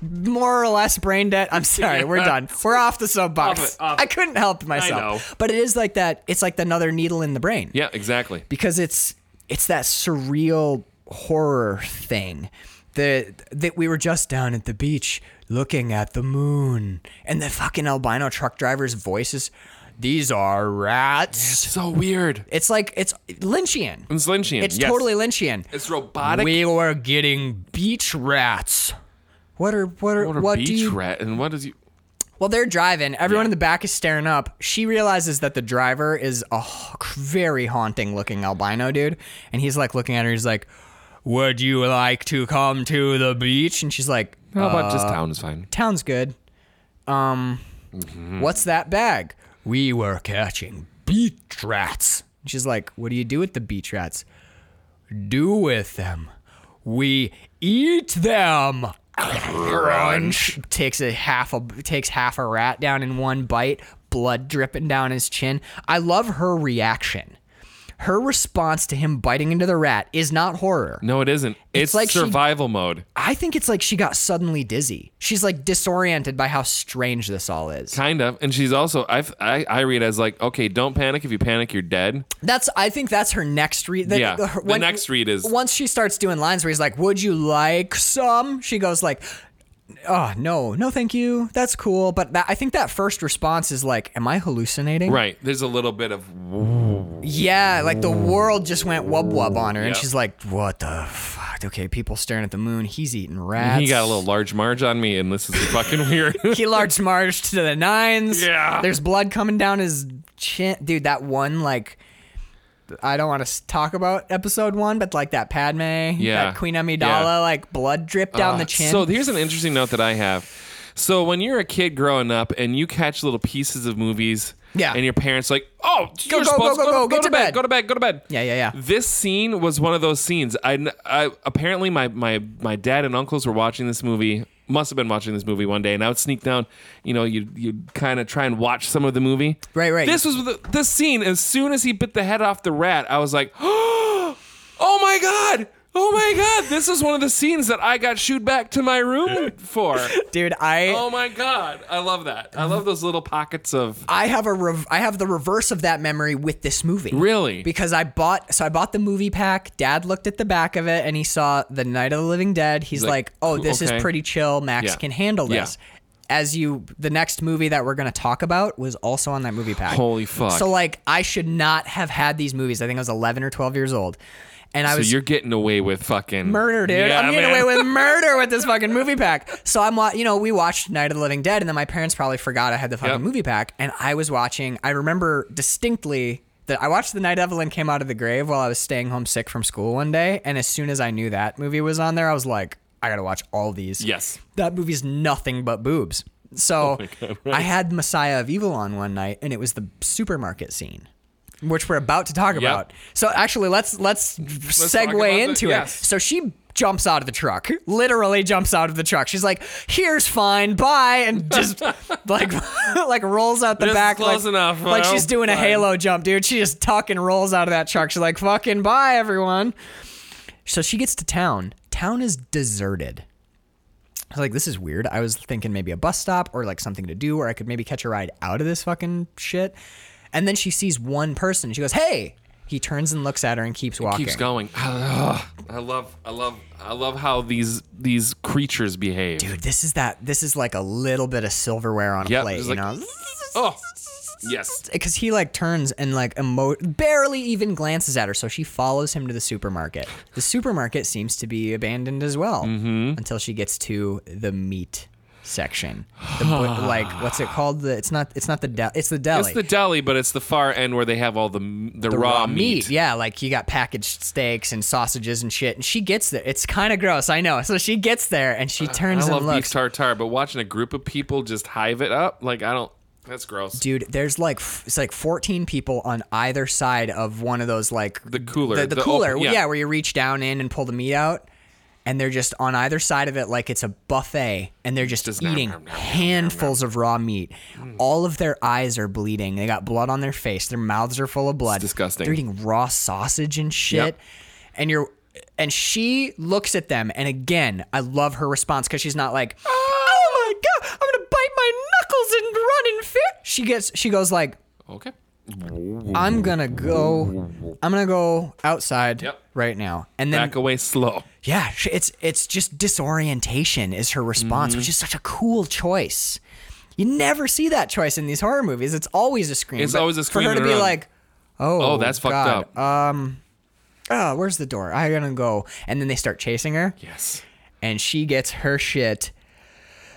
More or less brain dead. I'm sorry, we're done. We're off the soapbox.
Off it, off
I couldn't help myself.
know.
But it is like that. It's like another needle in the brain.
Yeah, exactly.
because it's it's that surreal horror thing the that we were just down at the beach looking at the moon and the fucking albino truck driver's voices these are rats
So weird.
it's like it's lynchian
It's Lynchian.
it's
Mm, yes.
totally lynchian
It's robotic.
we were getting beach rats what are what are
What
what,
a
do
beach
you
rat. And what does you?
well, they're driving. Everyone
Yeah.
in the back is staring up. She realizes that the driver is a h- very haunting looking albino dude. And he's like looking at her. He's like, Would you like to come to the beach? And she's like,
How about just town is fine.
Town's good. Um, What's that bag? We were catching beach rats. And she's like, What do you do with the beach rats? Do with them we eat them. Crunch takes a half a takes half a rat down in one bite, blood dripping down his chin. I love her reaction. Her response to him biting into the rat is not horror.
No, it isn't. It's,
like
like
she-
survival mode.
I think it's like she got suddenly dizzy. She's like disoriented by how strange this all is.
Kind of. And she's also, I've, I, I read as like, okay, don't panic. If you panic, you're dead.
That's I think that's her next read. that-
Yeah,
her-
the next read is-
once she starts doing lines where he's like, "Would you like some?" She goes like, "Oh no, no, thank you. That's cool." But that, I think that first response is like, "Am I hallucinating?"
Right. There's a little bit of,
Yeah, like the world just went wub wub on her, and
Yeah.
she's like, "What the fuck?" Okay, people staring at the moon. He's eating rats.
he got a little large marge on me, and this is fucking weird.
he large marched to the nines.
Yeah.
There's blood coming down his chin. Dude, that one, like, I don't want to talk about episode one, but like that Padme,
Yeah.
that Queen Amidala,
Yeah.
like blood drip down the
Uh,
chin.
So here's an interesting note that I have. So when you're a kid growing up and you catch little pieces of movies,
Yeah.
and your parents like, oh,
Go,
you're
go,
supposed-
go, go, go, get to bed."
go to bed, go to bed.
Yeah, yeah, yeah.
This scene was one of those scenes. I, kn- I apparently my my my dad and uncles were watching this movie. Must have been watching this movie one day, and I would sneak down. You know, you you kind of try and watch some of the movie.
Right, right.
This was the, this scene. As soon as he bit the head off the rat, I was like, Oh my god! Oh my god! This is one of the scenes that I got shooed back to my room for.
Dude, I.
Oh my god! I love that. I love those little pockets of.
I have a rev- I have the reverse of that memory with this movie.
Really?
Because I bought so I bought the movie pack. Dad looked at the back of it and he saw The Night of the Living Dead. He's like,
like,
"Oh,
cool,
this
okay.
is pretty chill. Max
Yeah.
can handle
Yeah.
this." As you the next movie that we're going to talk about was also on that movie pack.
Holy fuck.
So like I should not have had these movies. I think I was 11 or 12 years old. And I
So
was
you're getting away with fucking
murder, dude.
Yeah,
I'm getting
man.
away with murder with this fucking movie pack. So I'm, wa- you know, we watched Night of the Living Dead, and then my parents probably forgot I had the fucking
Yep.
movie pack, and I was watching. I remember distinctly that I watched The Night Evelyn Came Out of the Grave while I was staying home sick from school one day, and as soon as I knew that movie was on there, I was like, I gotta watch all these.
Yes. Oh
that movie's nothing but boobs. So I had Messiah of Evil on one night, and it was the supermarket scene. Which we're about to talk about. So actually, let's let's,
talk about
segue
the-
into it.
yes.
So she jumps out of the truck, literally jumps out of the truck. She's like, "Here's fine, bye," and just like like rolls out the
This is
back,
close
like,
enough,
like
well,
she's doing a
fine.
halo jump, dude. She just tuck and rolls out of that truck. She's like, "Fucking bye, everyone." So she gets to town. Town is deserted. I was like, this is weird. I was thinking maybe a bus stop or like something to do, or I could maybe catch a ride out of this fucking shit. And then she sees one person. She goes, hey. He turns and looks at her and keeps walking.
Keeps going. Ugh. I love, I love, I love how these these creatures behave.
Dude, this is that. This is like a little bit of silverware on a
Yep,
plate,
just
you
like-
know?
Oh, yes.
Because he like turns and like emo- barely even glances at her, so she follows him to the supermarket. The supermarket seems to be abandoned as well
Mm-hmm.
until she gets to the meat section. The bu- like what's it called? The it's not it's not the deli. It's the deli.
It's the deli, but it's the far end where they have all the the,
the
raw, meat.
Yeah, like you got packaged steaks and sausages and shit. And she gets there. It's kind of gross, I know. So she gets there and she turns
Uh, I
and
love beef
looks.
tartare, but watching a group of people just hive it up, like I don't. That's gross.
Dude, there's like f- it's like 14 people on either side of one of those like
The cooler,
the, the,
the
cooler,
open-
yeah.
yeah.
where you reach down in and pull the meat out, and they're just on either side of it like it's a buffet, and they're just,
Just nom,
eating
nom, Mm. nom, nom,
handfuls of raw meat. All of their eyes are bleeding. They got blood on their face. Their mouths are full of blood.
disgusting.
They're eating raw sausage and shit,
Yep.
and you're. And she looks at them, and again, I love her response because she's not
Ah!
like, "Oh my god, I'm gonna bite my knuckles and run and fear." She gets, she goes like,
Okay.
I'm gonna go. I'm gonna go outside
Yep.
right now, and then
Back away slow.
yeah, sh- it's it's just disorientation is her response,
Mm-hmm.
which is such a cool choice. You never see that choice in these horror movies. It's always a scream.
It's
But
always a scream
for her to
and
be
run.
like, "Oh,
Oh, that's fucked
God,
up.
Oh, where's the door? I'm gonna go." And then they start chasing her,
yes.
and she gets her shit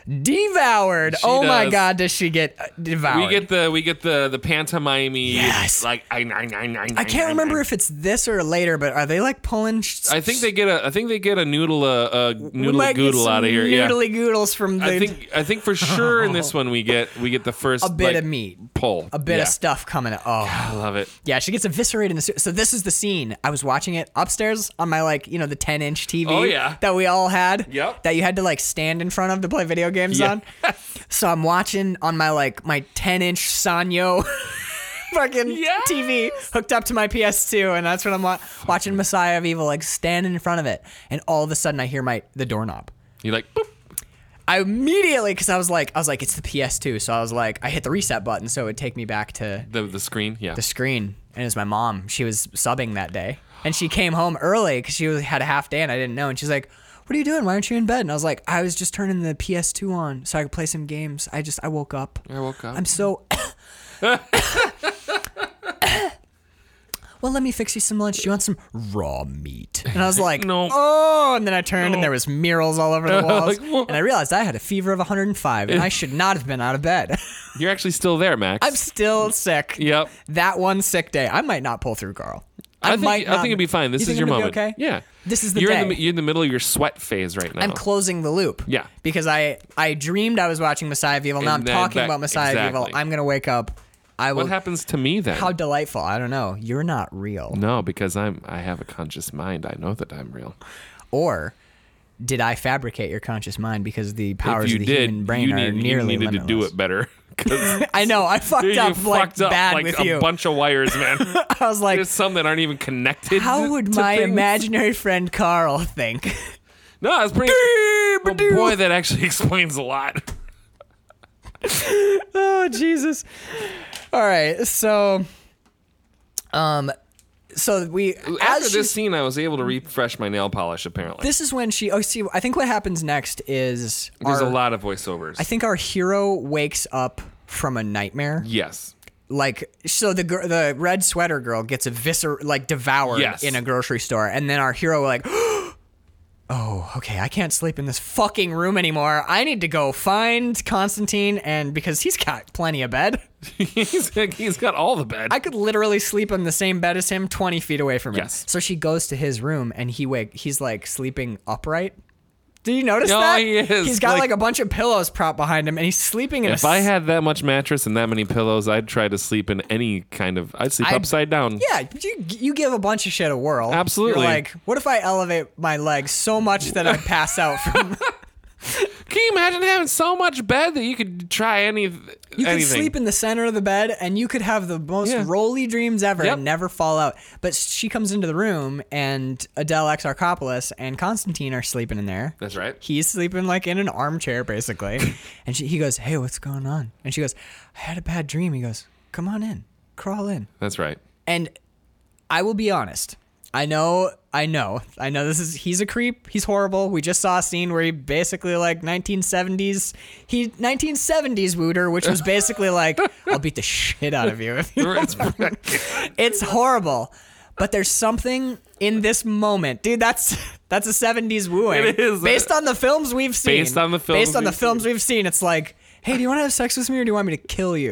devoured. oh my
does.
God, does she get uh, devoured?
We get the we get the the pantomime.
Yes.
Like I I I
I can't remember if it's this or later, but are they like pulling? Sh-
I think they get a I think they get a noodle a, a
We
noodle
might get
goodle
some
out of here. Yeah.
Noodly goodles from the
I think I think for sure in this one we get we get the first
a bit
like,
of meat,
pull
a bit
Yeah.
of stuff coming. up. Oh,
I love it.
Yeah, she gets eviscerated in the suit. So this is the scene. I was watching it upstairs on my like, you know, the 10 inch TV
Oh, yeah.
that we all had.
Yep.
That you had to like stand in front of to play video games
Yeah.
on. So I'm watching on my like my 10 inch Sanyo fucking
Yes.
TV hooked up to my PS2, and that's when I'm wa- watching Messiah of Evil like standing in front of it, and all of a sudden I hear my the doorknob.
You like boop.
I immediately, because I was like, I was like, it's the PS2, so I was like, I hit the reset button, so it would take me back to
the the screen. Yeah.
the screen and it was my mom she was subbing that day and she came home early because she was, had a half day and i didn't know and she's like what are you doing why aren't you in bed and i was like i was just turning the ps2 on so i could play some games i just i woke up
I woke up.
i'm so well let me fix you some lunch do you want some raw meat and i was like
No.
oh and then i turned and there was murals all over the walls
Like, what?
and i realized i had a fever of 105 and i should not have been out of bed
You're actually still there, Max.
i'm still sick
yep.
that one sick day, I might not pull through, Carl.
I, think
might
I
not-
think it'd be fine. This
You
is
think
your
I'm gonna
moment.
be okay?
Yeah.
This is the
you're
day.
In the, you're in the middle of your sweat phase right now.
I'm closing the loop.
Yeah.
Because I I dreamed I was watching Messiah of Evil. Now
And
I'm
then
talking
back-
about Messiah of
exactly.
Evil. I'm gonna wake up. I will.
what happens to me then?
How delightful. I don't know. You're not real.
no, because I'm I have a conscious mind. I know that I'm real.
Or did I fabricate your conscious mind because the powers
if you
of the
did,
human brain
you,
are
need, you
nearly
needed to
limitless.
do it better. 'Cause
I know. I fucked
you
up like
fucked up
bad
like
with
a
you.
bunch of wires, man.
I was like,
There's some that aren't even connected.
how
to-
would
to
my
things.
imaginary friend Carl think?
No, that's pretty. Well, boy, that actually explains a lot.
oh Jesus! All right, so, um, so we
After
as
this
this,
scene, I was able to refresh my nail polish. Apparently,
this is when she. Oh, see, I think what happens next is
there's
our,
a lot of voiceovers.
I think our hero wakes up from a nightmare.
yes,
Like, so the gir- the red sweater girl gets eviscer like devoured
Yes.
in a grocery store, and then our hero like. Oh, okay. I can't sleep in this fucking room anymore. I need to go find Constantine, and because he's got plenty of bed.
he's, he's got all the bed.
I could literally sleep on the same bed as him, twenty feet away from him.
Yes.
So she goes to his room, and he wake. He's like sleeping upright. Do you notice
No,
that?
he is,
He's got like,
like-
a bunch of pillows propped behind him, and he's sleeping in a.
if I
s-
had that much mattress and that many pillows, I'd try to sleep in any kind of. I'd sleep
I'd-
upside down.
yeah, you you give a bunch of shit a whirl.
Absolutely.
You're like, what if I elevate my legs so much that I pass out from?
Can you imagine having so much bed that you could try any?
You could
anything?
sleep in the center of the bed, and you could have the most
Yeah.
roly dreams ever
Yep.
and never fall out. But she comes into the room, and Adele Exarchopoulos and Constantine are sleeping in there.
That's right.
He's sleeping like in an armchair, basically. and she, he goes, Hey, what's going on? And she goes, I had a bad dream. He goes, Come on in, crawl in.
That's right.
And I will be honest. I know, I know, I know this is, he's a creep. He's horrible. We just saw a scene where he basically like 1970s, he 1970s wooed her, which was basically like, I'll beat the shit out of you. if you-" it's horrible. But there's something in this moment, dude. That's that's a '70s wooing.
It is.
based on the films we've seen.
Based on the films
Based on the
we've
films we've seen, it's like, hey, do you want to have sex with me or do you want me to kill you?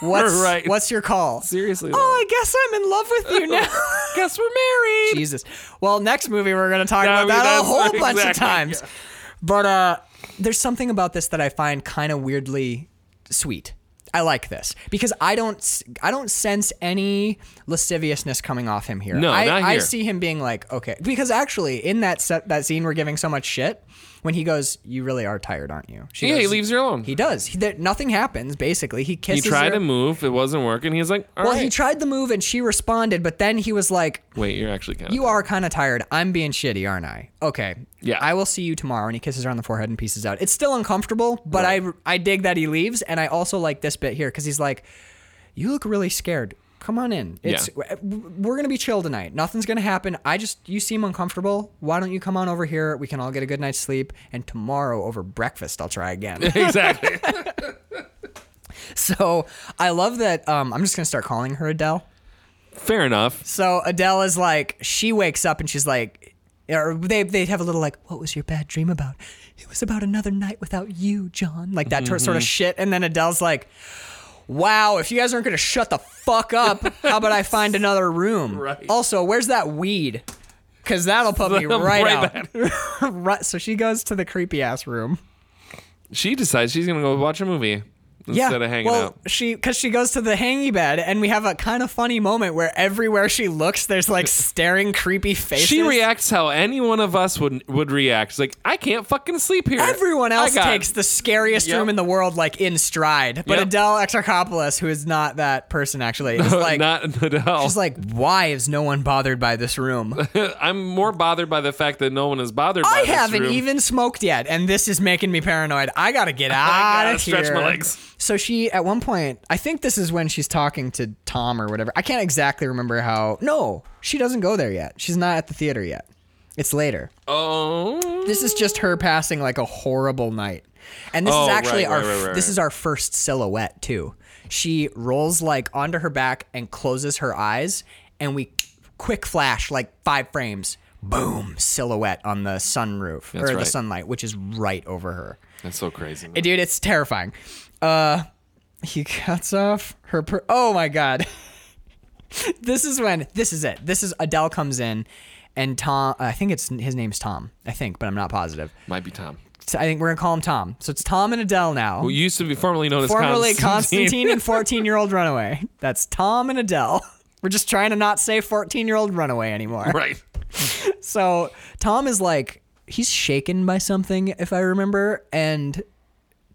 What's
Right.
what's your call?
Seriously,
Oh, I guess I'm in love with you now.
Guess we're married.
Jesus. Well, next movie we're gonna talk
Yeah, I
about
mean,
that a
that's-
whole bunch of
exactly,
times.
yeah.
But uh, there's something about this that I find kind of weirdly sweet. I like this because I don't s- I don't sense any lasciviousness coming off him here.
No,
I,
not
I
here.
see him being like, okay, because actually in that set, that scene we're giving so much shit when he goes, "You really are tired, aren't you?" She
Yeah, he
goes-
leaves her alone.
He does. He, there, nothing happens. Basically, he
He
kisses.
tried
her.
to move. It wasn't working. He's like, all right.
Well, he tried the move and she responded, but then he was like,
Wait, you're actually kind of.
you are kind of tired. I'm being shitty, aren't I? Okay.
Yeah.
I will see you tomorrow. And he kisses her on the forehead and pieces out. It's still uncomfortable, but I I dig that he leaves, and I also like this bit here because he's like, "You look really scared. Come on in. It's we're gonna be chill tonight. Nothing's gonna happen. I just you seem uncomfortable. Why don't you come on over here? We can all get a good night's sleep, and tomorrow over breakfast I'll try again."
exactly.
so I love that. Um, I'm just gonna start calling her Adele.
Fair enough.
So Adele is like, she wakes up and she's like, or they they'd have a little like, "What was your bad dream about?" It was about another night without you, John. Like that tor- sort
Mm-hmm.
of shit. And then Adele's like, "Wow, if you guys aren't gonna shut the fuck up, how about I find another room?"
Right.
Also, where's that weed? Cause that'll put me right
Right
out. right. So she goes to the creepy ass room.
She decides she's gonna go watch a movie instead of hanging
well,
out.
she because she goes to the hangy bed, and we have a kind of funny moment where everywhere she looks, there's like staring, creepy faces.
She reacts how any one of us would would react. She's like, I can't fucking sleep here.
Everyone
I
else
got-
takes the scariest
Yep.
room in the world, like in stride. But
Yep.
Adele Exarchopoulos, who is not that person actually, is like,
not Adele.
she's like, why is no one bothered by this room?
I'm more bothered by the fact that no one is bothered. by
I
this
haven't
room.
even smoked yet, and this is making me paranoid. I gotta get out
gotta
of here.
stretch my legs.
So she, at one point, I think this is when she's talking to Tom or whatever. I can't exactly remember how. No, she doesn't go there yet. She's not at the theater yet. It's later.
Oh,
This is just her passing like a horrible night. And this
Oh,
is actually
right,
our
right, right, right,
this
right.
is our first silhouette too. She rolls like onto her back and closes her eyes and we quick flash like 5 frames. Boom, silhouette on the sunroof
That's
or the
right.
sunlight which is right over her.
that's so crazy.
Eh, Dude, it's terrifying. Uh he cuts off her per- Oh my god. this is when this is it. This is Adele comes in and Tom I think it's his name's Tom. I think, but I'm not positive.
Might be Tom.
So I think we're gonna call him Tom. So it's Tom and Adele now.
Who used to be formerly known as
Formerly
Constantine.
Constantine and 14 year old Runaway. That's Tom and Adele. We're just trying to not say 14 year old Runaway anymore.
right.
So Tom is like, he's shaken by something, if I remember. And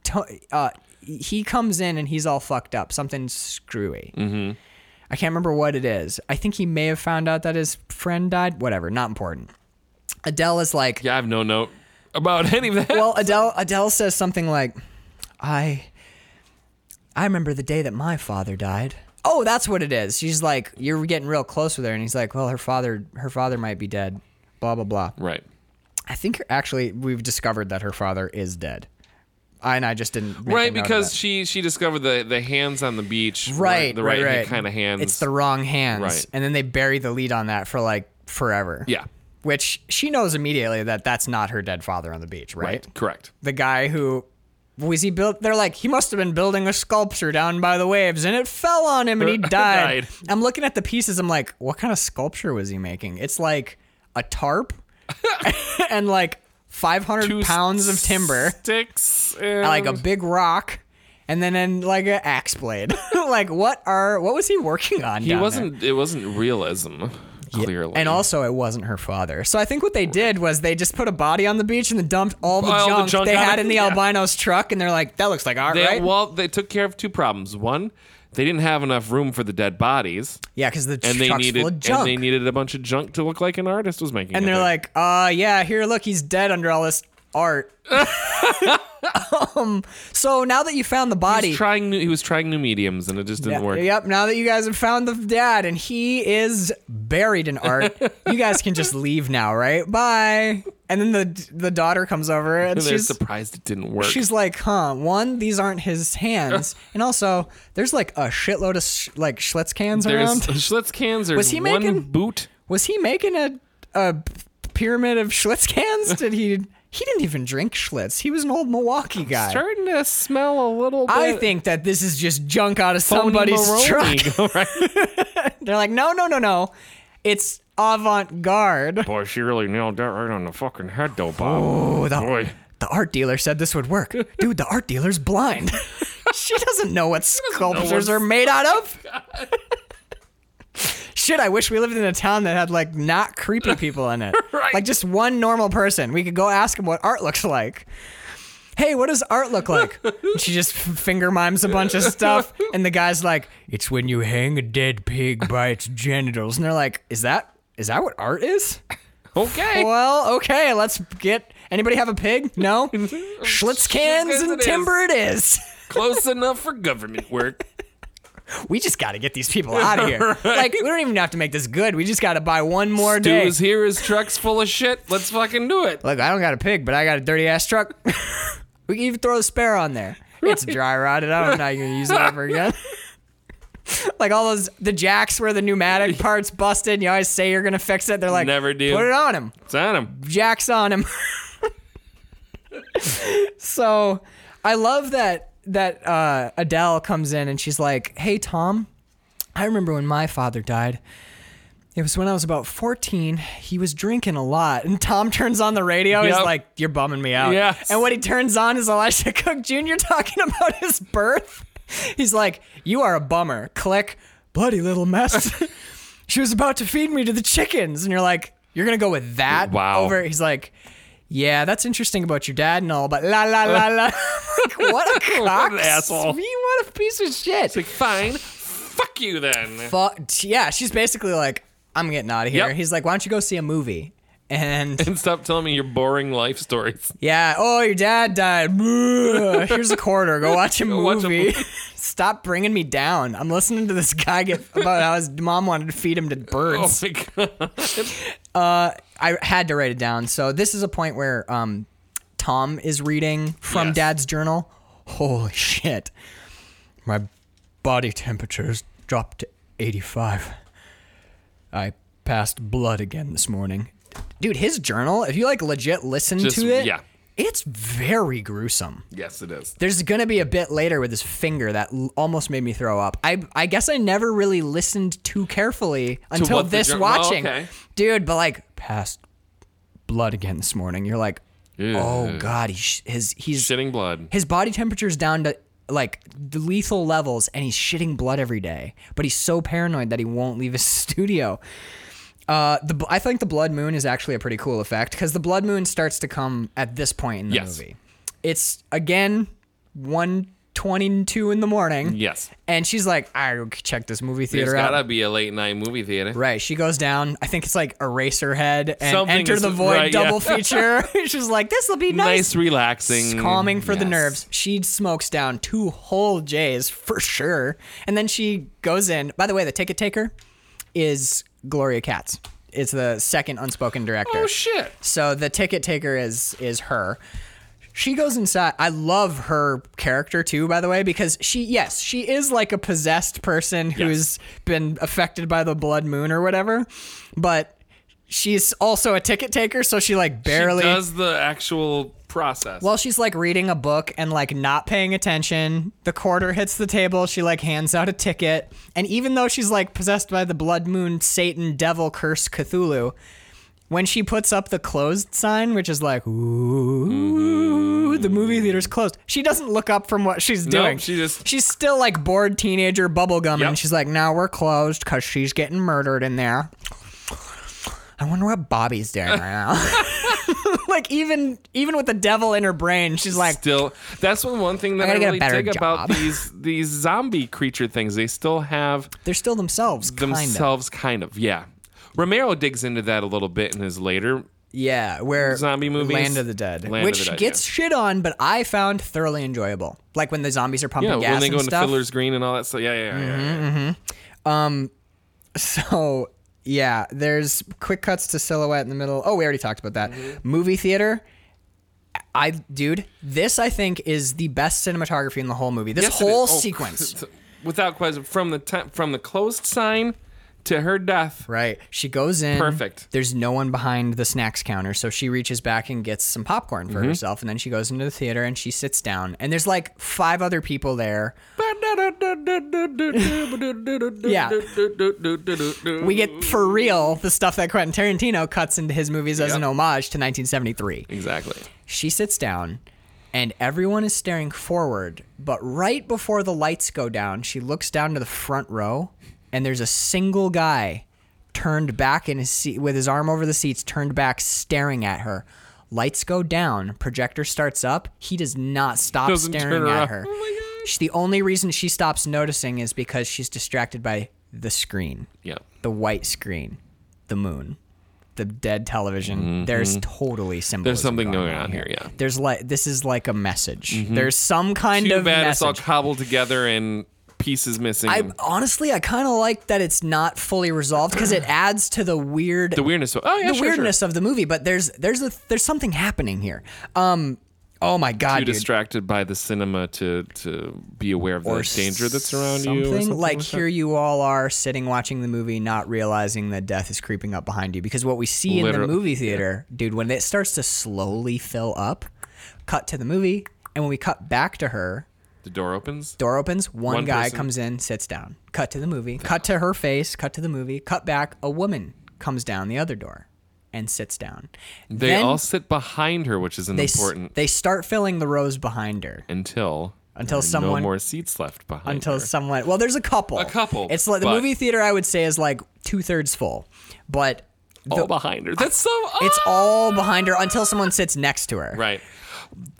to- uh, he comes in and he's all fucked up. Something screwy. Mm-hmm. I can't remember what it is. I think he may have found out that his friend died. Whatever, not important. Adele is like,
Yeah, I have no note about any of that.
well, Adele Adele says something like, "I I remember the day that my father died." Oh, that's what it is. She's like, "You're getting real close with her," and he's like, "Well, her father her father might be dead." Blah blah blah.
right.
I think actually we've discovered that her father is dead. I and I just didn't. make a
Right,
note of
because
that.
she she discovered the the hands on the beach. weren't
right,
the
right,
right,
right,
kind of hands.
It's the wrong hands,
Right.
and then they bury the lead on that for like forever.
Yeah.
which she knows immediately that that's not her dead father on the beach, right?
right. Correct.
the guy who was he built they're like he must have been building a sculpture down by the waves and it fell on him and he died.
Died.
i'm looking at the pieces i'm like what kind of sculpture was he making it's like a tarp and like 500
Two
pounds of timber
sticks,
like a
and-
big rock and then in like an axe blade like what are what was he working on
He wasn't. It wasn't realism. Clearly,
and also, it wasn't her father. So I think what they did was they just put a body on the beach and then dumped all the,
All the
junk,
junk
they
on
had
it?
in the
Yeah.
albino's truck, and they're like, "That looks like art,
They,
right?"
Well, they took care of two problems. One, they didn't have enough room for the dead bodies,
Yeah, because the
and they
truck's
needed
full of junk.
and they needed a bunch of junk to look like an artist was making.
And
it.
they're like, uh, yeah, here, look, he's dead under all this art. um, so now that you found the
he
body,
was trying new. He was trying new mediums, and it just didn't work.
yep, now that you guys have found the dad and he is buried in art, you guys can just leave now, right? Bye. And then the the daughter comes over and
And they're
she's
surprised it didn't work.
she's like, huh, one, these aren't his hands, and also there's like a shitload of sh- like Schlitz cans
there's
around.
Schlitz cans. There's
Was he
one
making-
boot.
Was he making a a pyramid of Schlitz cans? Did he? He didn't even drink Schlitz. He was an old Milwaukee guy.
Starting to smell a little. bit
I think that this is just junk out of
phony
somebody's
Maroney.
truck.
All right.
They're like, no, no, no, no. It's avant garde.
Boy, she really nailed that right on the fucking head, though, Bob.
Oh, the,
Boy.
the art dealer said this would work. Dude, the art dealer's blind. she doesn't know what sculptures are made out of. Shit, I wish we lived in a town that had like not creepy people in it.
Right.
Like just one normal person. We could go ask him what art looks like. Hey, what does art look like? And she just f- finger mimes a bunch of stuff, and the guy's like, "It's when you hang a dead pig by its genitals." And they're like, "Is that is that what art is?" Oh.
Okay.
Well, okay, let's get. Anybody have a pig? No? Schlitz cans
Schlitz
and
it is.
timber it is.
Close enough for government work.
We just got to get these people out of here. Like, we don't even have to make this good. We just got to buy one more
Stu
day.
is here. His truck's full of shit. Let's fucking do it.
Look, I don't got a pig, but I got a dirty ass truck. we can even throw a spare on there. It's dry rotted. I don't know how you're going to use it ever again. like all those the jacks where the pneumatic parts busted. And you always say you're gonna fix it. They're like,
Never do.
Put it on him.
It's on him.
Jack's on him. so I love that that uh, Adele comes in and she's like, "Hey Tom, I remember when my father died. It was when I was about 14. He was drinking a lot." And Tom turns on the radio. He's
Yep.
like, "You're bumming me out."
Yes.
And what he turns on is Elisha Cook Jr. talking about his birth. He's like, "You are a bummer." Click, bloody little mess. she was about to feed me to the chickens, and you're like, "You're gonna go with that?"
Wow.
Over. He's like. Yeah, that's interesting about your dad and all, but la la la la. like, what a cock.
asshole.
What a piece of shit.
Like, fine. Fuck you then.
Fuck. Yeah, she's basically like, I'm getting out of here.
Yep.
He's like, why don't you go see a movie? And
And stop telling me your boring life stories.
yeah, oh, your dad died. Bleh. Here's a quarter. Go watch a movie.
watch a movie.
Stop bringing me down. I'm listening to this guy get about how his mom wanted to feed him to
Oh
birds.
my god.
I had to write it down. So this is a point where um, Tom is reading from
Yes.
Dad's journal. Holy shit! My body temperature's dropped to 85. I passed blood again this morning. Dude, his journal. If you like legit listen
Just-
to it,
yeah.
it's very gruesome.
Yes, it is.
There's gonna be a bit later with his finger that l- almost made me throw up. I I guess I never really listened too carefully until
what the
this
jour- well,
watching,
okay.
dude. But like past blood again this morning, you're like, oh
Ew.
god, he's sh- his he's
Shitting blood.
his body temperature's down to like the lethal levels, and he's shitting blood every day. But he's so paranoid that he won't leave his studio. Uh, the bl- I think the blood moon is actually a pretty cool effect because the blood moon starts to come at this point in the
Yes.
movie. It's again one twenty-two in the morning.
Yes.
and she's like, "I will check this movie
There's
theater out."
gotta be a late night movie theater.
Right, she goes down. I think it's like Eraserhead and
Something
Enter
is-
the Void
right, yeah.
double feature. she's like, "This will be
Nice, relaxing.
calming for the
Yes.
nerves. She smokes down two whole J's for sure, and then she goes in. By the way, the ticket taker is Gloria Katz. It's the second unspoken director.
Oh shit.
So the ticket taker is is her. She goes inside. I love her character too, by the way, because she yes, she is like a possessed person who's been affected by the blood moon or whatever, but she's also a ticket taker, so she like barely
She does the actual process.
while she's like reading a book and like not paying attention, the quarter hits the table. She like hands out a ticket. And even though she's like possessed by the blood moon, Satan, devil, curse, Cthulhu, when she puts up the closed sign, which is like, ooh, the movie theater's closed, she doesn't look up from what she's doing.
she just-
She's still like bored teenager bubblegum.
Yep.
And she's like, now we're closed because she's getting murdered in there. I wonder what Bobby's doing right now. like even even with the devil in her brain, she's like,
still that's one one thing that
gotta
I
get a
really
better
dig about
job.
these these zombie creature things. They still have
they're still themselves, kind of.
themselves kind of. Yeah. Romero digs into that a little bit in his later
Yeah, where
Zombie movies?
Land of the Dead,
Land of
which
the Dead,
gets shit on, but I found thoroughly enjoyable. Like when the zombies are pumping
Yeah,
gas
when they
and
go into
stuff. Mm-hmm.
Fiddler's Green and all that stuff. Yeah, yeah, yeah. yeah, yeah.
So yeah, there's quick cuts to silhouette in the middle. Oh, we already talked about that.
Mm-hmm.
Movie theater. I dude, this I think is the best cinematography in the whole movie. This
Yes, it
whole
is. Oh,
sequence.
without question, from the time from the closed sign to her death.
Right. She goes in.
Perfect.
There's no one behind the snacks counter, so she reaches back and gets some popcorn
Mm-hmm.
for herself, and then she goes into the theater and she sits down. And there's like five other people there. Yeah. We get for real the stuff that Quentin Tarantino cuts into his movies as
Yep.
an homage to 1973.
exactly.
She sits down, and everyone is staring forward. But right before the lights go down, she looks down to the front row, and there's a single guy turned back in his seat with his arm over the seats, turned back, staring at her. Lights go down, projector starts up. He does not stop
Doesn't Oh
staring
turn
at
around.
her. She- the only reason she stops noticing is because she's distracted by the screen
Yeah.
the white screen, the moon, the dead television. There's totally symbolism.
Mm-hmm. There's something
going,
going
on
on here, yeah.
There's like this is like a message. There's some kind
Mm-hmm. Too
of
bad it's all
message.
cobbled together and pieces missing.
I
and
honestly, I kind of like that it's not fully resolved because it adds to the weird,
the weirdness. Of, oh yeah,
the
sure,
weirdness of the movie. But there's there's a, there's something happening here. Um, Oh my god,
too
dude.
distracted by the cinema to to be aware of the danger that's around
something
you. or something
like
that.
here you all are sitting watching the movie not realizing that death is creeping up behind you because what we see in
Literally,
the movie theater dude when it starts to slowly fill up cut to the movie and when we cut back to her
the door opens.
door opens one,
One
guy
person.
comes in sits down cut to the movie cut to her face cut to the movie cut back a woman comes down the other door and sits down
They all sit behind her, which is an
they, s-
important
they start filling the rows behind her
until
Until
there are
someone-
no more seats left behind.
until
her.
someone well there's a couple
A couple,
it's like the
but-
movie theater i would say is like two-thirds full but
all behind her. That's so.
it's
ah!
all behind her until someone sits next to her
right.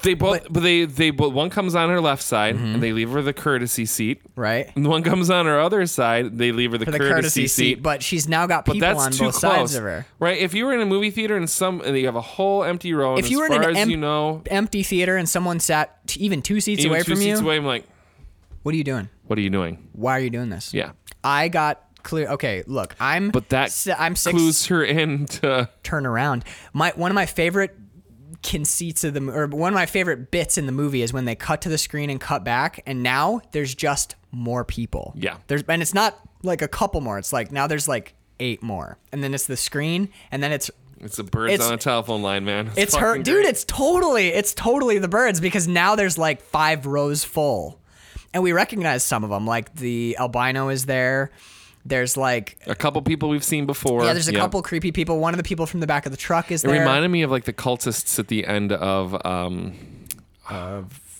They both, but, they they both, one comes on her left side
Mm-hmm.
and they leave her the courtesy seat.
right
And one comes on her other side. They leave her the,
for the courtesy, seat, but she's now got people
that's
on
too
both
close,
sides of her
right? If you were in a movie theater and some and you have a whole empty row, and
if you were
as
in an
far as
em-
you know,
empty theater and someone sat t- even two seats
even
away
two
from
seats
you
away, I'm like,
what are you doing
what are you doing?
why are you doing this
Yeah,
i got clear okay look i'm
but that
si- i'm six
clues her into
turn around. My one of my favorite conceits of the mo- or one of my favorite bits in the movie is when they cut to the screen and cut back, and now there's just more people.
Yeah.
there's and it's not like a couple more. It's like now there's like eight more, and then it's the screen, and then it's.
it's the birds
It's-
on a telephone line, man.
It's
fucking
her,
great.
dude. It's totally, it's totally the birds because now there's like five rows full, and we recognize some of them. Like the albino is there. There's like,
a couple people we've seen before.
yeah, there's a couple creepy people. One of the people from the back of the truck is
It
there.
reminded me of like the cultists at the end of um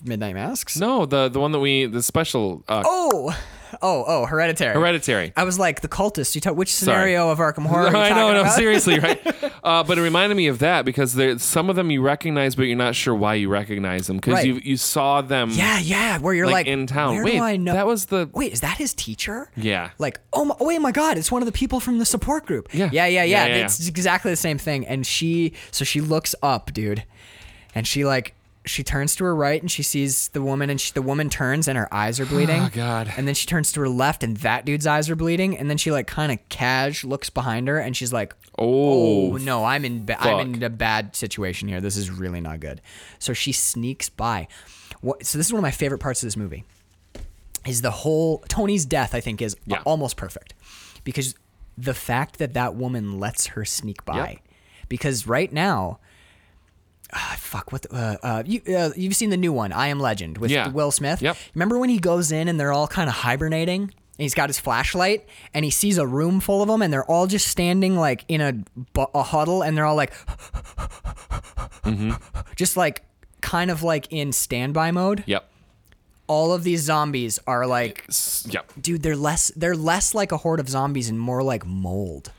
Midnight Masks.
no the the one that we the special uh,
Oh, oh, oh, Hereditary.
hereditary.
I was like the cultist. You talk which scenario of Arkham Horror? Are you
I know,
talking
no,
about?
seriously, right? Uh, but it reminded me of that because there, some of them you recognize, but you're not sure why you recognize them because
Right.
you you saw them,
Yeah, yeah. Where you're
like,
like,
in town.
Where
Wait,
do I know?
that was the
Wait, is that his teacher?
yeah.
Like, oh my, wait, my God, it's one of the people from the support group.
Yeah.
yeah, yeah, yeah.
Yeah, yeah,
it's exactly the same thing. And she, so she looks up, dude, and she like. She turns to her right and she sees the woman, and she, the woman turns and her eyes are bleeding.
Oh, God.
And then she turns to her left and that dude's eyes are bleeding. And then she like kind of cash looks behind her and she's like,
Oh,
oh no i'm in ba- i'm
fuck.
in a bad situation here this is really not good so she sneaks by what, so this is one of my favorite parts of this movie is the whole tony's death i think is a-
Yeah.
almost perfect because the fact that that woman lets her sneak by
Yep.
because right now ah, fuck what the, uh, uh, you uh, you've seen the new one i am legend with
Yeah.
will smith
Yep.
remember when he goes in and they're all kind of hibernating and he's got his flashlight and he sees a room full of them and they're all just standing like in a, bu- a huddle and they're all like
Mm-hmm.
just like kind of like in standby mode
yep,
all of these zombies are like
S- yep.
dude they're less they're less like a horde of zombies and more like mold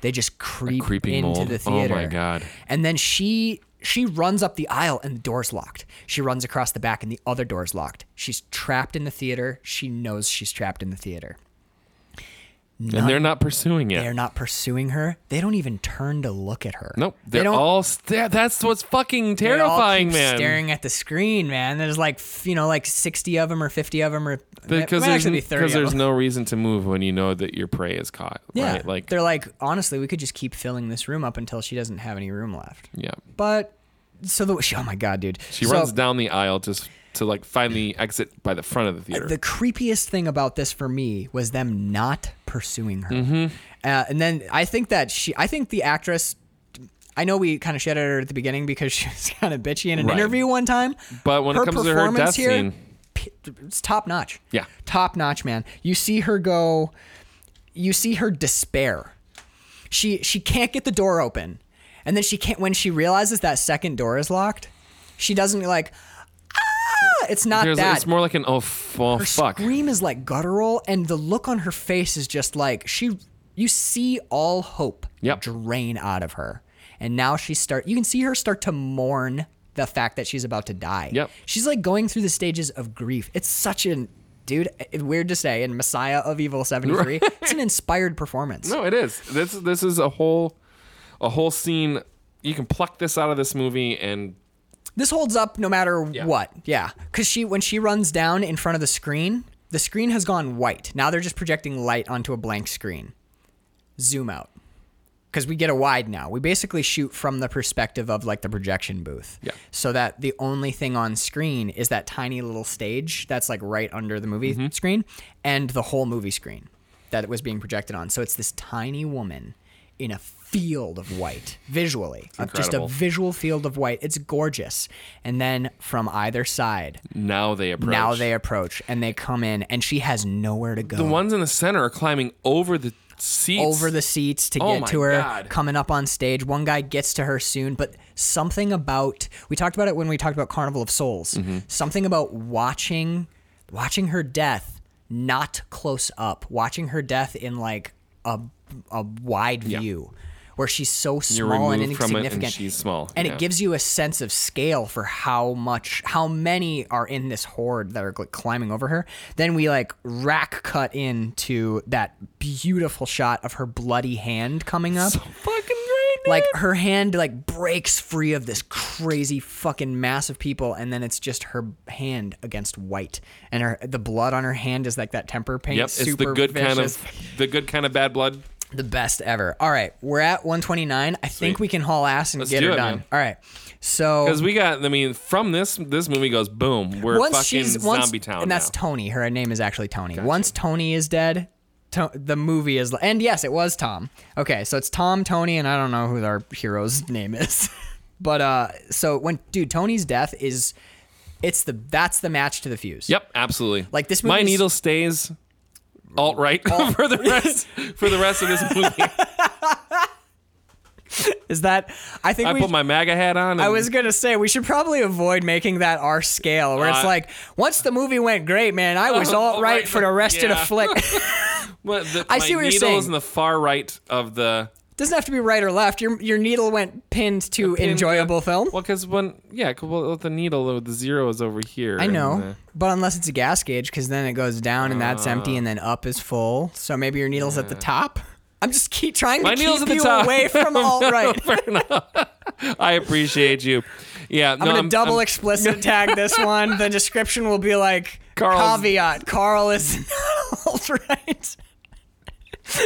they just creep
creeping
into
mold.
the
Oh my
theater
God.
and then she she runs up the aisle and the door's locked she runs across the back and the other door's locked she's trapped in the theater she knows she's trapped in the theater
and they're not pursuing
they're
it.
not pursuing her they don't even turn to look at her
Nope,
they
they're
don't
all. St- that's what's fucking
they all
terrifying,
keep
man.
Staring at the screen, man. There's like f- you know, like sixty of them or fifty of them or
because
might
there's,
actually be thirty.
because
of
there's
them.
no reason to move when you know that your prey is caught.
Yeah,
right? like
they're like, honestly, we could just keep filling this room up until she doesn't have any room left.
yeah.
But so the she, oh my god, dude,
She
So,
runs down the aisle to s- to like find the exit by the front of the theater.
The creepiest thing about this for me was them not pursuing her,
Mm-hmm.
uh, and then I think that she, I think the actress. I know we kind of shit at her at the beginning because she was kind of bitchy in an
Right.
interview one time.
But when it comes to her death
performance here,
scene-
p- it's top notch.
Yeah.
top notch, man. You see her go. You see her despair. She she can't get the door open, and then she can't when she realizes that second door is locked. She doesn't like. Ah, it's not
There's-
that.
it's more like an oh, f- oh,
her
fuck.
scream is like guttural, and the look on her face is just like she. You see all hope
Yep.
drain out of her, and now she start. You can see her start to mourn the fact that she's about to die.
Yep.
She's like going through the stages of grief. It's such an dude. It's weird to say, and Messiah of Evil seventy three. It's an inspired performance.
No, it is. This this is a whole a whole scene. You can pluck this out of this movie, and
this holds up no matter what. Yeah, because she when she runs down in front of the screen, the screen has gone white. Now they're just projecting light onto a blank screen. Zoom out. because we get a wide now. We basically shoot from the perspective of like the projection booth.
Yeah.
So that the only thing on screen is that tiny little stage that's like right under the movie
Mm-hmm.
screen and the whole movie screen that it was being projected on. So it's this tiny woman in a field of white visually, of just a
Incredible.
visual field of white. It's gorgeous. And then from either side,
Now they approach.
now they approach and they come in and she has nowhere to go
The ones in the center are climbing over the seats.
over the seats to
Oh
get
my
to her,
God.
coming up on stage. One guy gets to her soon, but something about we talked about it when we talked about Carnival of Souls.
Mm-hmm.
Something about watching watching her death not close up, watching her death in like a a wide view. Where she's so
You're
small and
removed from it and
insignificant,
she's small,
and
yeah.
it gives you a sense of scale for how much, how many are in this horde that are like climbing over her. Then we like rack cut into that beautiful shot of her bloody hand coming up.
fucking great.
like her hand like breaks free of this crazy fucking mass of people and then it's just her hand against white and her the blood on her hand is like that temper paint
Yep, it's
super
the good kind
vicious.
of the good kind of bad blood.
The best ever. All right, we're at 129. I think
Sweet.
we can haul ass and
Let's
get
do
her
it,
done.
man.
All right. So
Because we got, I mean, from this this movie goes boom. We're fucking zombie town,
and that's
now.
Tony. Her name is actually Tony. Once Tony is dead, to- the movie is. And yes, it was Tom. Okay, so it's Tom, Tony, and I don't know who our hero's name is, but uh, so when dude Tony's death is, it's the that's the match to the fuse.
yep, absolutely.
Like, this
my
movie's-
needle stays alt right for the rest for the rest of this movie.
Is that? I think
I
we
put my MAGA hat on. And
I was gonna say we should probably avoid making that our scale, where it's
Uh,
like once the movie went great, man, I was all
all
right
right,
for the rest of the
yeah.
flick.
Well, the,
I
my
see what you're
needle
saying.
is in the far right of the
Doesn't have to be right or left. Your your needle went pinned to
pin-
enjoyable film.
Well, because when yeah, 'cause, well, the needle with the zero is over here.
I
and
know,
the-
but unless it's a gas gauge, because then it goes down and that's empty,
Uh,
and then up is full. So maybe your needle's at the top. I'm just keep trying to
My needle's at
keep
the
you
top.
away from all right.
I appreciate you. Yeah,
I'm gonna double explicit tag this one. The description will be like
Carl's-
caveat: Carl is not alt right.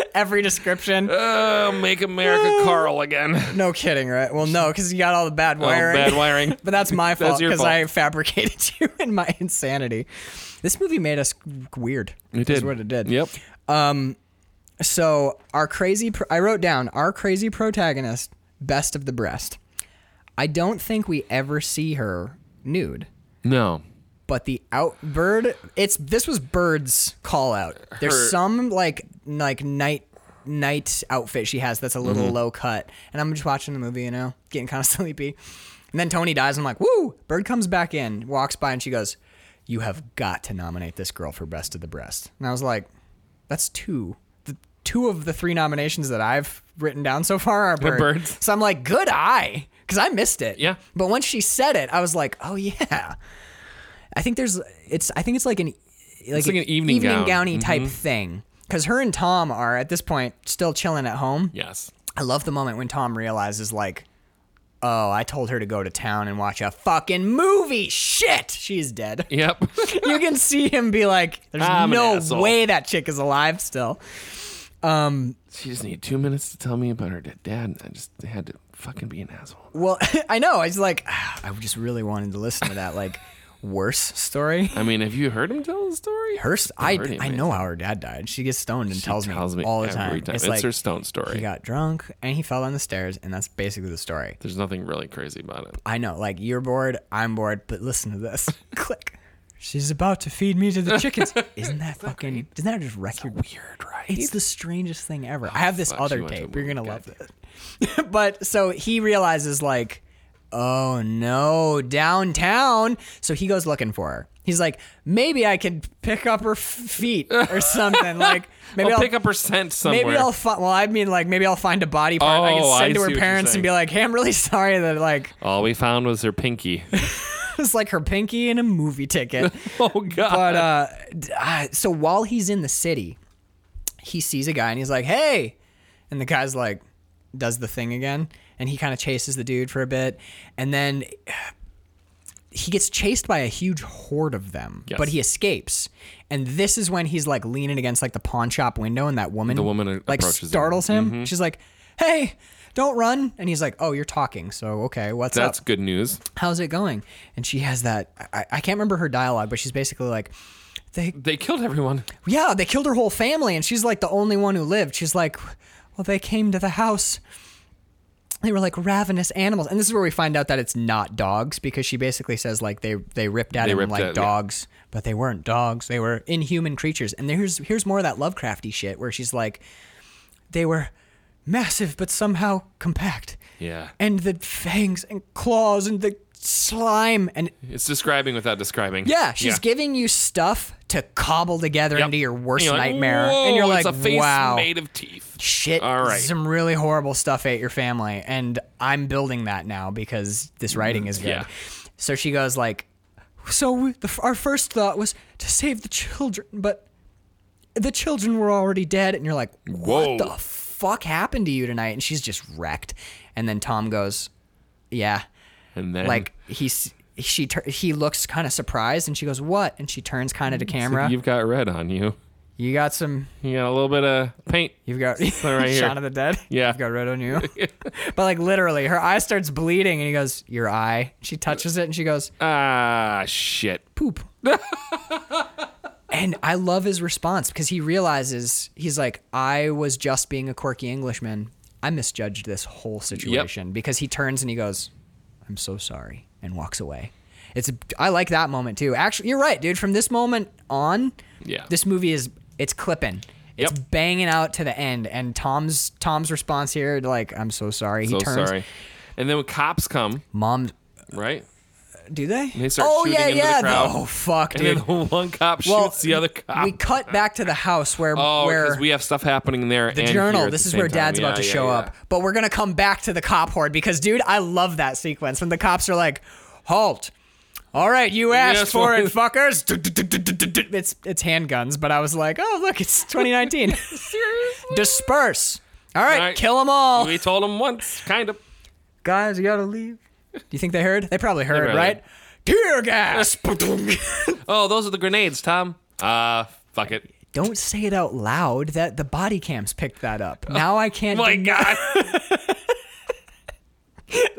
Every description.
Uh, make America Carl again.
No kidding, right? Well, no, because you got all the bad
Oh,
wiring.
bad wiring.
But that's my
That's
fault
your
because
fault.
I fabricated you in my insanity. This movie made us weird.
It
is
did.
what it did.
Yep.
So our crazy, pro- I wrote down our crazy protagonist, best of the breast. I don't think we ever see her nude,
No.
but the out bird. It's this was Bird's call out. There's
Her-
some like like night night outfit she has that's a little
Mm-hmm.
low cut, and I'm just watching the movie, you know, getting kind of sleepy. And then Tony dies. And I'm like, woo! Bird comes back in, walks by, and she goes, "You have got to nominate this girl for best of the breast." And I was like, "That's two." The two of the three nominations that I've written down so far are bird.
birds.
So I'm like, "Good eye," because I missed it.
Yeah.
But once she said it, I was like, "Oh yeah." I think there's it's I think it's like an like,
like an evening gown. Mm-hmm.
gowny type thing. Because her and Tom are at this point still chilling at home.
Yes.
I love the moment when Tom realizes like, oh, I told her to go to town and watch a fucking movie. Shit, she's dead.
Yep.
you can see him be like, there's
I'm an
no
asshole.
way that chick is alive still.
she just needed two minutes to tell me about her dead dad, and I just had to fucking be an asshole.
Well, I know. I was like, "Ah, I just really wanted to listen to that like worse story.
I mean, have you heard him tell the story?
Her, st- I,
Pretty
I know how her dad died. She gets stoned and
She
tells, me all the time.
every
It's,
It's,
like
her stone story.
he got drunk and he fell down the stairs, and that's basically the story.
There's nothing really crazy about it.
I know, like you're bored, I'm bored, but listen to this. Click. She's about to feed me to the chickens. Isn't that fucking? Isn't that just record weird?
Right.
It's the strangest thing ever. I have this
Oh, fuck,
other
she went to
tape.
a
You're gonna
movie,
love this. but so he realizes like, oh no, downtown. So he goes looking for her. He's like, maybe I can pick up her f- feet or something. like maybe
I'll,
I'll,
pick up her scent somewhere.
Maybe I'll find. Well, I mean, like maybe I'll find a body part I
Oh,
can
I
send
see
to
what
her
you're
parents and
saying.
be like, "Hey, I'm really sorry that like
All we found was her pinky.
it's like her pinky and a movie ticket."
oh God.
but uh, d- ah, so while he's in the city, he sees a guy and he's like, "Hey," and the guy's like, does the thing again, and he kind of chases the dude for a bit, and then he gets chased by a huge horde of them,
Yes.
but he escapes. And this is when he's like leaning against like the pawn shop window, and that woman,
The woman
like
approaches him. Mm-hmm.
startles him. She's like, "Hey, don't run!" And he's like, "Oh, you're talking. So okay, what's
That's
up?
good news.
How's it going?" And she has that. I, I can't remember her dialogue, but she's basically like, "They
They killed everyone.
yeah, they killed her whole family, and she's like the only one who lived. She's like, well, they came to the house. They were like ravenous animals, and this is where we find out that it's not dogs because she basically says like they they ripped at
They
him
ripped
like
at- yeah.
dogs, but they weren't dogs. They were inhuman creatures. And here's here's more of that Lovecrafty shit where she's like, they were massive but somehow compact.
Yeah.
And the fangs and claws and the slime and
It's describing without describing.
yeah, she's giving you stuff to cobble together
Yep.
into your
And
worst
you're like,
nightmare,
"Whoa,
and you're like,
it's a face
"Wow,
made of teeth.
shit!
All right.
Some really horrible stuff ate your family, and I'm building that now because this writing is good."
Mm, Yeah.
So she goes like, "So we, the, our first thought was to save the children, but the children were already dead," and you're like,
Whoa.
"What the fuck happened to you tonight?" And she's just wrecked, and then Tom goes, "Yeah."
And then
like he's she tur- he looks kind of surprised and she goes what and she turns kind of to camera
you've got red on you.
you got some
You got a little bit of paint.
you've got
right here.
Shaun of the Dead
Yeah.
you've got red on you but like literally her eye starts bleeding and he goes your eye she touches it and she goes
Ah, shit.
poop and I love his response because he realizes he's like I was just being a quirky Englishman I misjudged this whole situation because he turns and he goes I'm so sorry and walks away. It's I like that moment too. Actually, you're right, dude. From this moment on,
Yeah.
this movie is it's clipping. It's
Yep.
banging out to the end, and Tom's Tom's response here, like I'm so sorry. He
So
turns,
sorry. And then when cops come,
mom,
right?
do they?
They start
oh
shooting
yeah,
into the
yeah.
crowd.
Oh fuck,
And then
dude.
the one cop
well,
shoots the other cop.
We cut back to the house where
oh,
where
because we have stuff happening there.
the
and
journal.
here at
This
the
is
same
where
time.
Dad's about
Yeah,
to
yeah,
show
yeah.
up, but we're gonna come back to the cop horde because, dude, I love that sequence when the cops are like, "Halt! All right, you asked
Yes,
for it,
well-
fuckers." It's it's handguns, but I was like, "Oh, look, it's 2019."
Seriously?
Disperse. All right,
All right.
kill them all,
We told him once, kind of.
guys. You gotta leave. Do you think they heard? They probably heard,
probably-
right? Tear gas.
Oh, those are the grenades, Tom. Uh, fuck it.
Don't say it out loud. That the body cams picked that up. Now I can't.
Oh My
do-
God,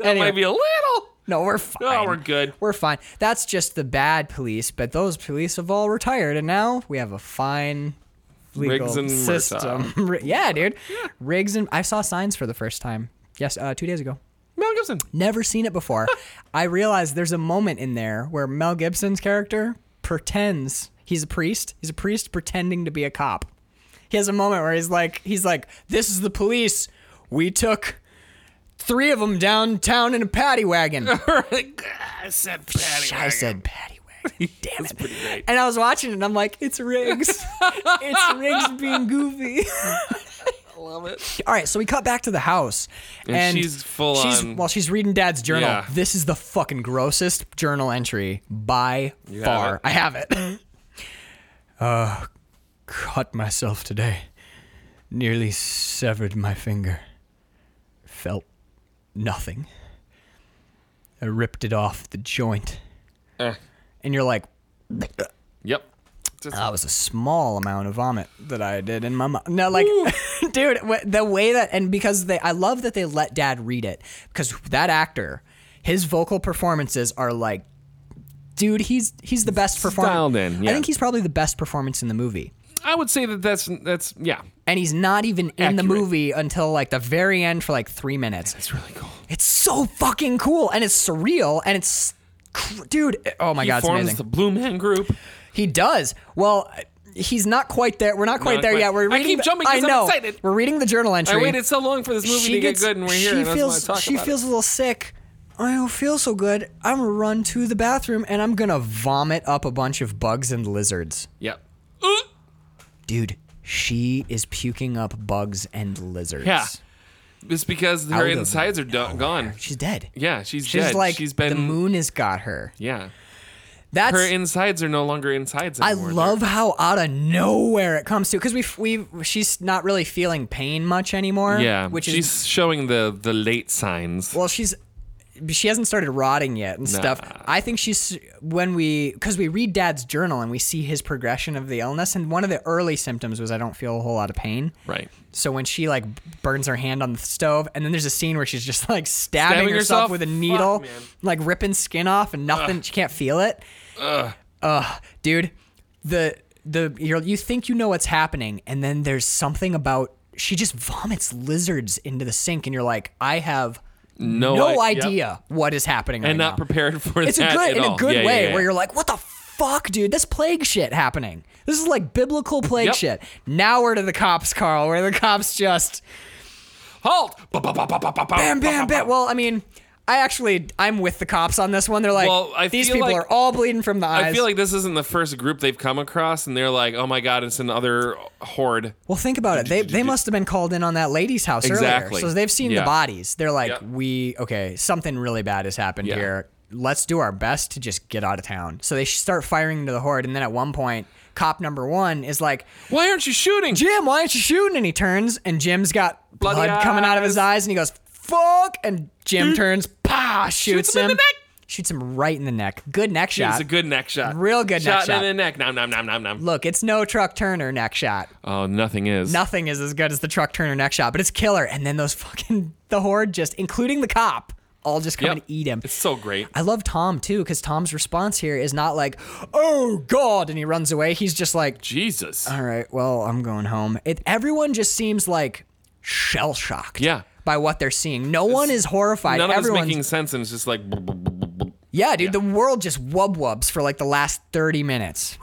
anyway.
maybe a little.
No, we're fine.
Oh, we're good.
We're fine. That's just the bad police, but those police have all retired, and now we have a fine legal
Riggs and
system. Ri- yeah, dude. Riggs and I saw signs for the first time. Yes, uh, two days ago.
Mel Gibson.
Never seen it before. I realized there's a moment in there where Mel Gibson's character pretends he's a priest. He's a priest pretending to be a cop. He has a moment where he's like, he's like, this is the police. We took three of them downtown in a paddy wagon.
I said Patty.
I said Patty Wagon. Damn it. And I was watching it and I'm like, it's Riggs. it's Riggs being goofy.
Love it.
All right, so we cut back to the house. And,
she's full
she's,
on-
While she's reading dad's journal,
Yeah.
this is the fucking grossest journal entry by far.
it?
I have it. uh, cut myself today. Nearly severed my finger. Felt nothing. I ripped it off the joint.
Eh.
And you're like,
Yep. Just
that was a small amount of vomit that I did in my mouth. No, like, dude, wh- the way that, and because they, I love that they let dad read it because that actor, his vocal performances are like, dude, he's he's the best
Dialed
performer.
in,
I
yeah.
think he's probably the best performance in the movie.
I would say that that's that's yeah.
And he's not even in the
Accurate.
movie until like the very end for like three minutes.
It's really cool.
It's so fucking cool and it's surreal and it's, cr- dude, oh my
he
god, it's
forms
amazing.
the Blue Man Group.
He does. Well, he's not quite there. We're not quite
Not
there
quite.
yet. We're
I
reading
keep
the-
jumping
I
'cause I'm
know.
excited.
We're reading the journal
I
entry.
waited so long for this movie to get good, and we're here.
She
and that's
feels.
why I talk
she
about
feels a little sick. I don't feel so good. I'm gonna run to the bathroom and I'm gonna vomit up a bunch of bugs and lizards.
It. Yep. Uh,
Dude, she is puking up bugs and lizards.
yeah. It's because her
Out of
insides are do- gone.
she's dead.
Yeah, she's,
Oh, She's
dead.
like
she's been
the moon has got her.
Yeah.
That's
Her insides are no longer insides
I
anymore.
love how out of nowhere it comes to because we we she's not really feeling pain much anymore.
They're- Yeah.
which
she's
is
showing the the late signs.
well, she's she hasn't started rotting yet and stuff. I think she's when we because we read Dad's journal and we see his progression of the illness. And one of the early symptoms was I don't feel a whole lot of pain.
Right.
So when she like burns her hand on the stove, and then there's a scene where she's just like stabbing,
Stabbing
herself,
herself?
with a
Fuck,
needle,
man.
like ripping skin off, and nothing. She can't feel it. Ugh. dude. The the you're, you think you know what's happening, and then there's something about she just vomits lizards into the sink, and you're like, I have
No,
no,
I- yep.
idea what is happening.
and
right
not
now.
prepared for
It's a
that
good
at
in
all.
a good
Yeah, yeah,
way
yeah.
where you're like, what the fuck, dude? This plague shit happening. This is like biblical plague
Yep.
shit. Now we're to the cops, Carl. Where the cops just
halt. Ba- ba- ba- ba- ba- ba-
bam,
ba-
bam,
ba-
bam. Well, I mean, I actually I'm with the cops on this one. They're like,
Well, I
these
feel
people
like-
are all bleeding from the eyes.
I feel like this isn't the first group they've come across, and they're like, "Oh my god, it's another horde."
well, think about it. They they must have been called in on that lady's house
Exactly.
earlier, so they've seen
Yeah.
the bodies. They're like,
Yep.
we okay, something really bad has happened
Yeah.
here. Let's do our best to just get out of town. So they start firing into the horde, and then at one point, cop number one is like,
Why aren't you shooting?
Jim, why aren't you shooting? And he turns, and Jim's got
Bloody Hmm?
blood coming out of his eyes, and he goes, fuck. And Jim turns, pa, shoots,
him in
him.
the neck.
Shoots him right in the neck. Good neck
It
shot.
was a good neck shot.
Real good neck
shot
shot.
in the neck. Nom nom nom nom nom.
Look, it's no Truck Turner neck shot.
Oh, nothing is.
Nothing is as good as the Truck Turner neck shot, but it's killer. And then those fucking, the horde just, including the cop, all just come
Yep.
and eat him.
It's so great.
I love Tom too, because Tom's response here is not like, oh God, and he runs away. He's just like,
Jesus.
all right, well, I'm going home. It, everyone just seems like shell shocked.
Yeah.
By what they're seeing. No one is horrified.
None of it's
Everyone's,
making sense, and it's just like.
yeah, dude, the world just wub wubs for like the last 30 minutes.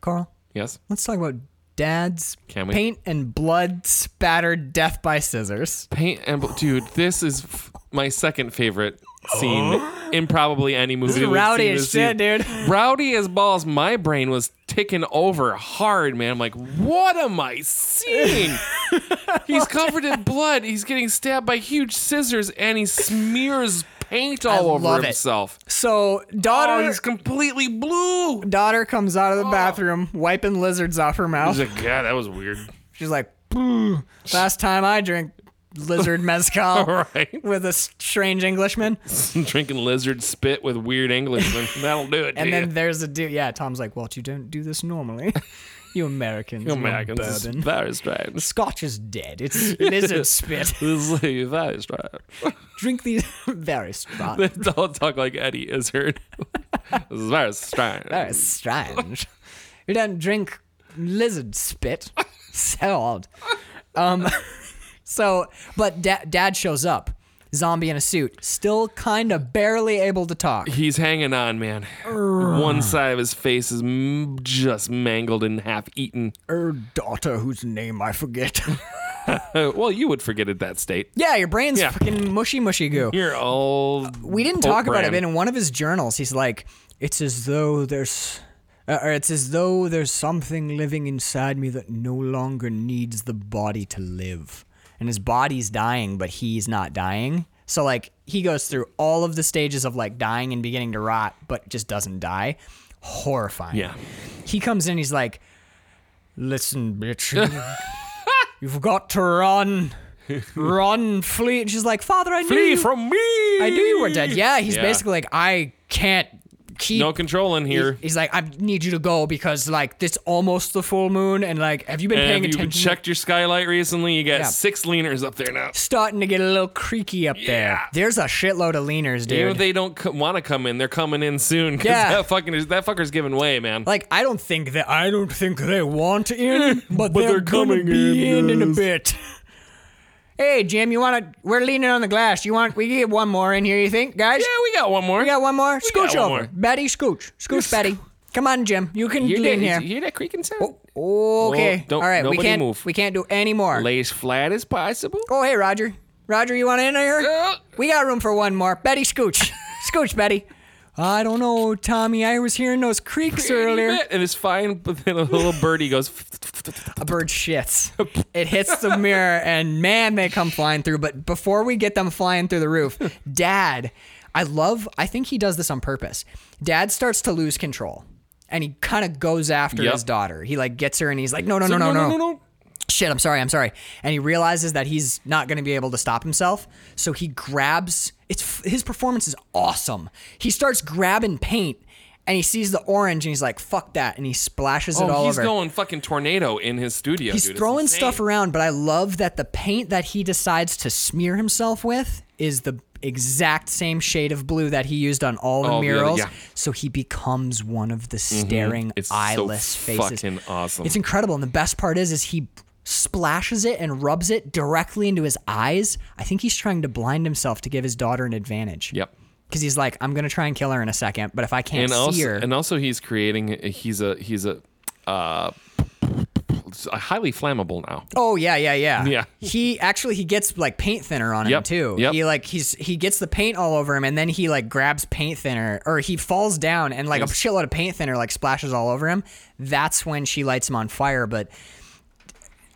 Carl,
Yes.
let's talk about dad's
Can we?
paint and blood spattered death by scissors.
Paint and bl- dude, this is f- my second favorite scene in probably any movie.
is
we've
rowdy
seen
as
this
shit,
year.
dude.
Rowdy as balls. My brain was ticking over hard, man. I'm like, what am I seeing? He's covered in blood. He's getting stabbed by huge scissors, and he smears paint all over
love it.
himself.
So,
Oh,
daughter.
he's Oh. completely blue.
Daughter comes out of the bathroom, wiping lizards off her mouth.
He's like, God, that was weird.
She's like, "Phew, last time I drank lizard mezcal
Right.
with a strange Englishman.
Drinking lizard spit with weird Englishmen. That'll do it.
And
to
then
you.
there's a dude. Yeah, Tom's like, "Well, you don't do this normally. You Americans, you
Americans, this is
bourbon.
very strange.
Scotch is dead. It's lizard spit.
This is very strange.
Drink these very strong,
They Don't talk like Eddie Izzard. this is very strange.
very strange. You don't drink lizard spit. So odd. Um, so, but da- Dad shows up, zombie in a suit, still kind of barely able to talk.
He's hanging on, man. One side of his face is m- just mangled and half eaten.
Her daughter, whose name I forget.
Uh, well, you would forget at that state.
yeah, your brain's
Yeah.
fucking mushy, mushy goo.
You're all.
Uh, we didn't
Pope
talk about it,
Brand.
but in one of his journals, he's like, "It's as though there's, uh, or it's as though there's something living inside me that no longer needs the body to live." And his body's dying, but he's not dying. So like he goes through all of the stages of like dying and beginning to rot, but just doesn't die. Horrifying.
Yeah.
He comes in, he's like, "Listen, bitch, you've got to run." Run, flee. And she's like, Father, I knew
Flee
you
from me! I
I knew you were dead. Yeah, he's
Yeah.
basically like, I can't keep.
No control in here.
He's like, I need you to go because like this almost the full moon, and like, have you been
And
paying
if you
attention?
checked your skylight recently, you got
Yeah.
six leaners up there now.
Starting to get a little creaky up there. There's a shitload of leaners, dude.
You know they don't co- want to come in. They're coming in soon. 'cause
Yeah.
that fucking is, that fucker's giving way, man.
like I don't think that I don't think they want in, but, they're,
they're
coming
coming
be
in,
in in a
yes.
bit. Hey Jim, you want to? We're leaning on the glass. You want? We can get one more in here. You think, guys?
yeah, we got one more.
We got one more. Scooch
one
over,
more.
Betty. Scooch, scooch, Betty. Come on, Jim. You can
You
lean here. Oh.
You hear that creaking sound?
Okay.
don't-
All right. We
nobody
can't.
move.
We can't do any more.
Lay as flat as possible.
Oh, hey, Roger. Roger, you want in here?
Uh,
We got room for one more. Betty, scooch, scooch, Betty. I don't know, Tommy. I was hearing those creaks earlier.
And it's fine, but then a little birdie goes.
A bird shits. It hits the mirror, and man, they come flying through. But before we get them flying through the roof, Dad, I love. I think he does this on purpose. Dad starts to lose control, and he kind of goes after
Yep.
his daughter. He like gets her, and he's like, "No, no,
So,
no, no,
no,
no,
no.
shit, I'm sorry, I'm sorry. And he realizes that he's not going to be able to stop himself. So he grabs, it's his performance is awesome. He starts grabbing paint and he sees the orange and he's like, fuck that. And he splashes it all
Oh, he's
over.
going fucking tornado in his studio.
he's
dude. It's
throwing
insane.
stuff around, but I love that the paint that he decides to smear himself with is the exact same shade of blue that he used on all the
All the other-
murals.
yeah. So
So he becomes one of the staring
It's so
eyeless faces.
fucking awesome.
It's incredible. And the best part is is he splashes it and rubs it directly into his eyes. I think he's trying to blind himself to give his daughter an advantage.
Yep.
Cuz he's like I'm going to try and kill her in a second, but if I can't
and
see
also,
her
and also he's creating he's a he's a uh highly flammable now
Oh yeah, yeah, yeah.
Yeah.
He actually he gets like paint thinner on him
Yep,
too.
yep.
He like he's he gets the paint all over him and then he like grabs paint thinner or he falls down and like a shitload of paint thinner like splashes all over him. That's when she lights him on fire, but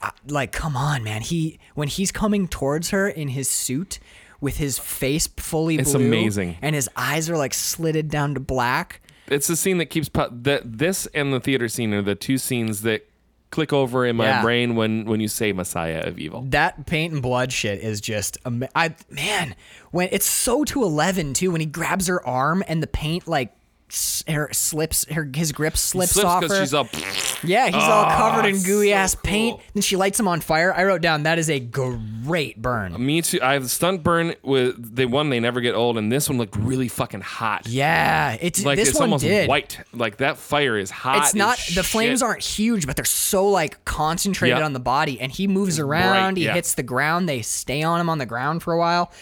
uh, like come on, man. He when he's coming towards her in his suit with his face fully
It's
blue
amazing.
and his eyes are like slitted down to black.
it's the scene that keeps po- that this and the theater scene are the two scenes that click over in my
Yeah.
brain when when you say messiah of evil
That paint and blood shit is just ama- I man, when it's so to eleven too when he grabs her arm and the paint like s- her slips her his grip slips,
slips
off
because
her.
she's up Ah,
yeah, he's all covered in gooey
so
ass paint.
cool.
Then she lights him on fire. I wrote down that is a great burn.
me too i have stunt burn with the one they never get old and this one looked really fucking hot
Yeah, it's
like
this
it's
one
almost
did.
white like that fire is hot
It's
as
not the
shit.
flames aren't huge, but they're so like concentrated
Yeah.
on the body, and he moves around. he
yeah.
hits the ground. They stay on him on the ground for a while.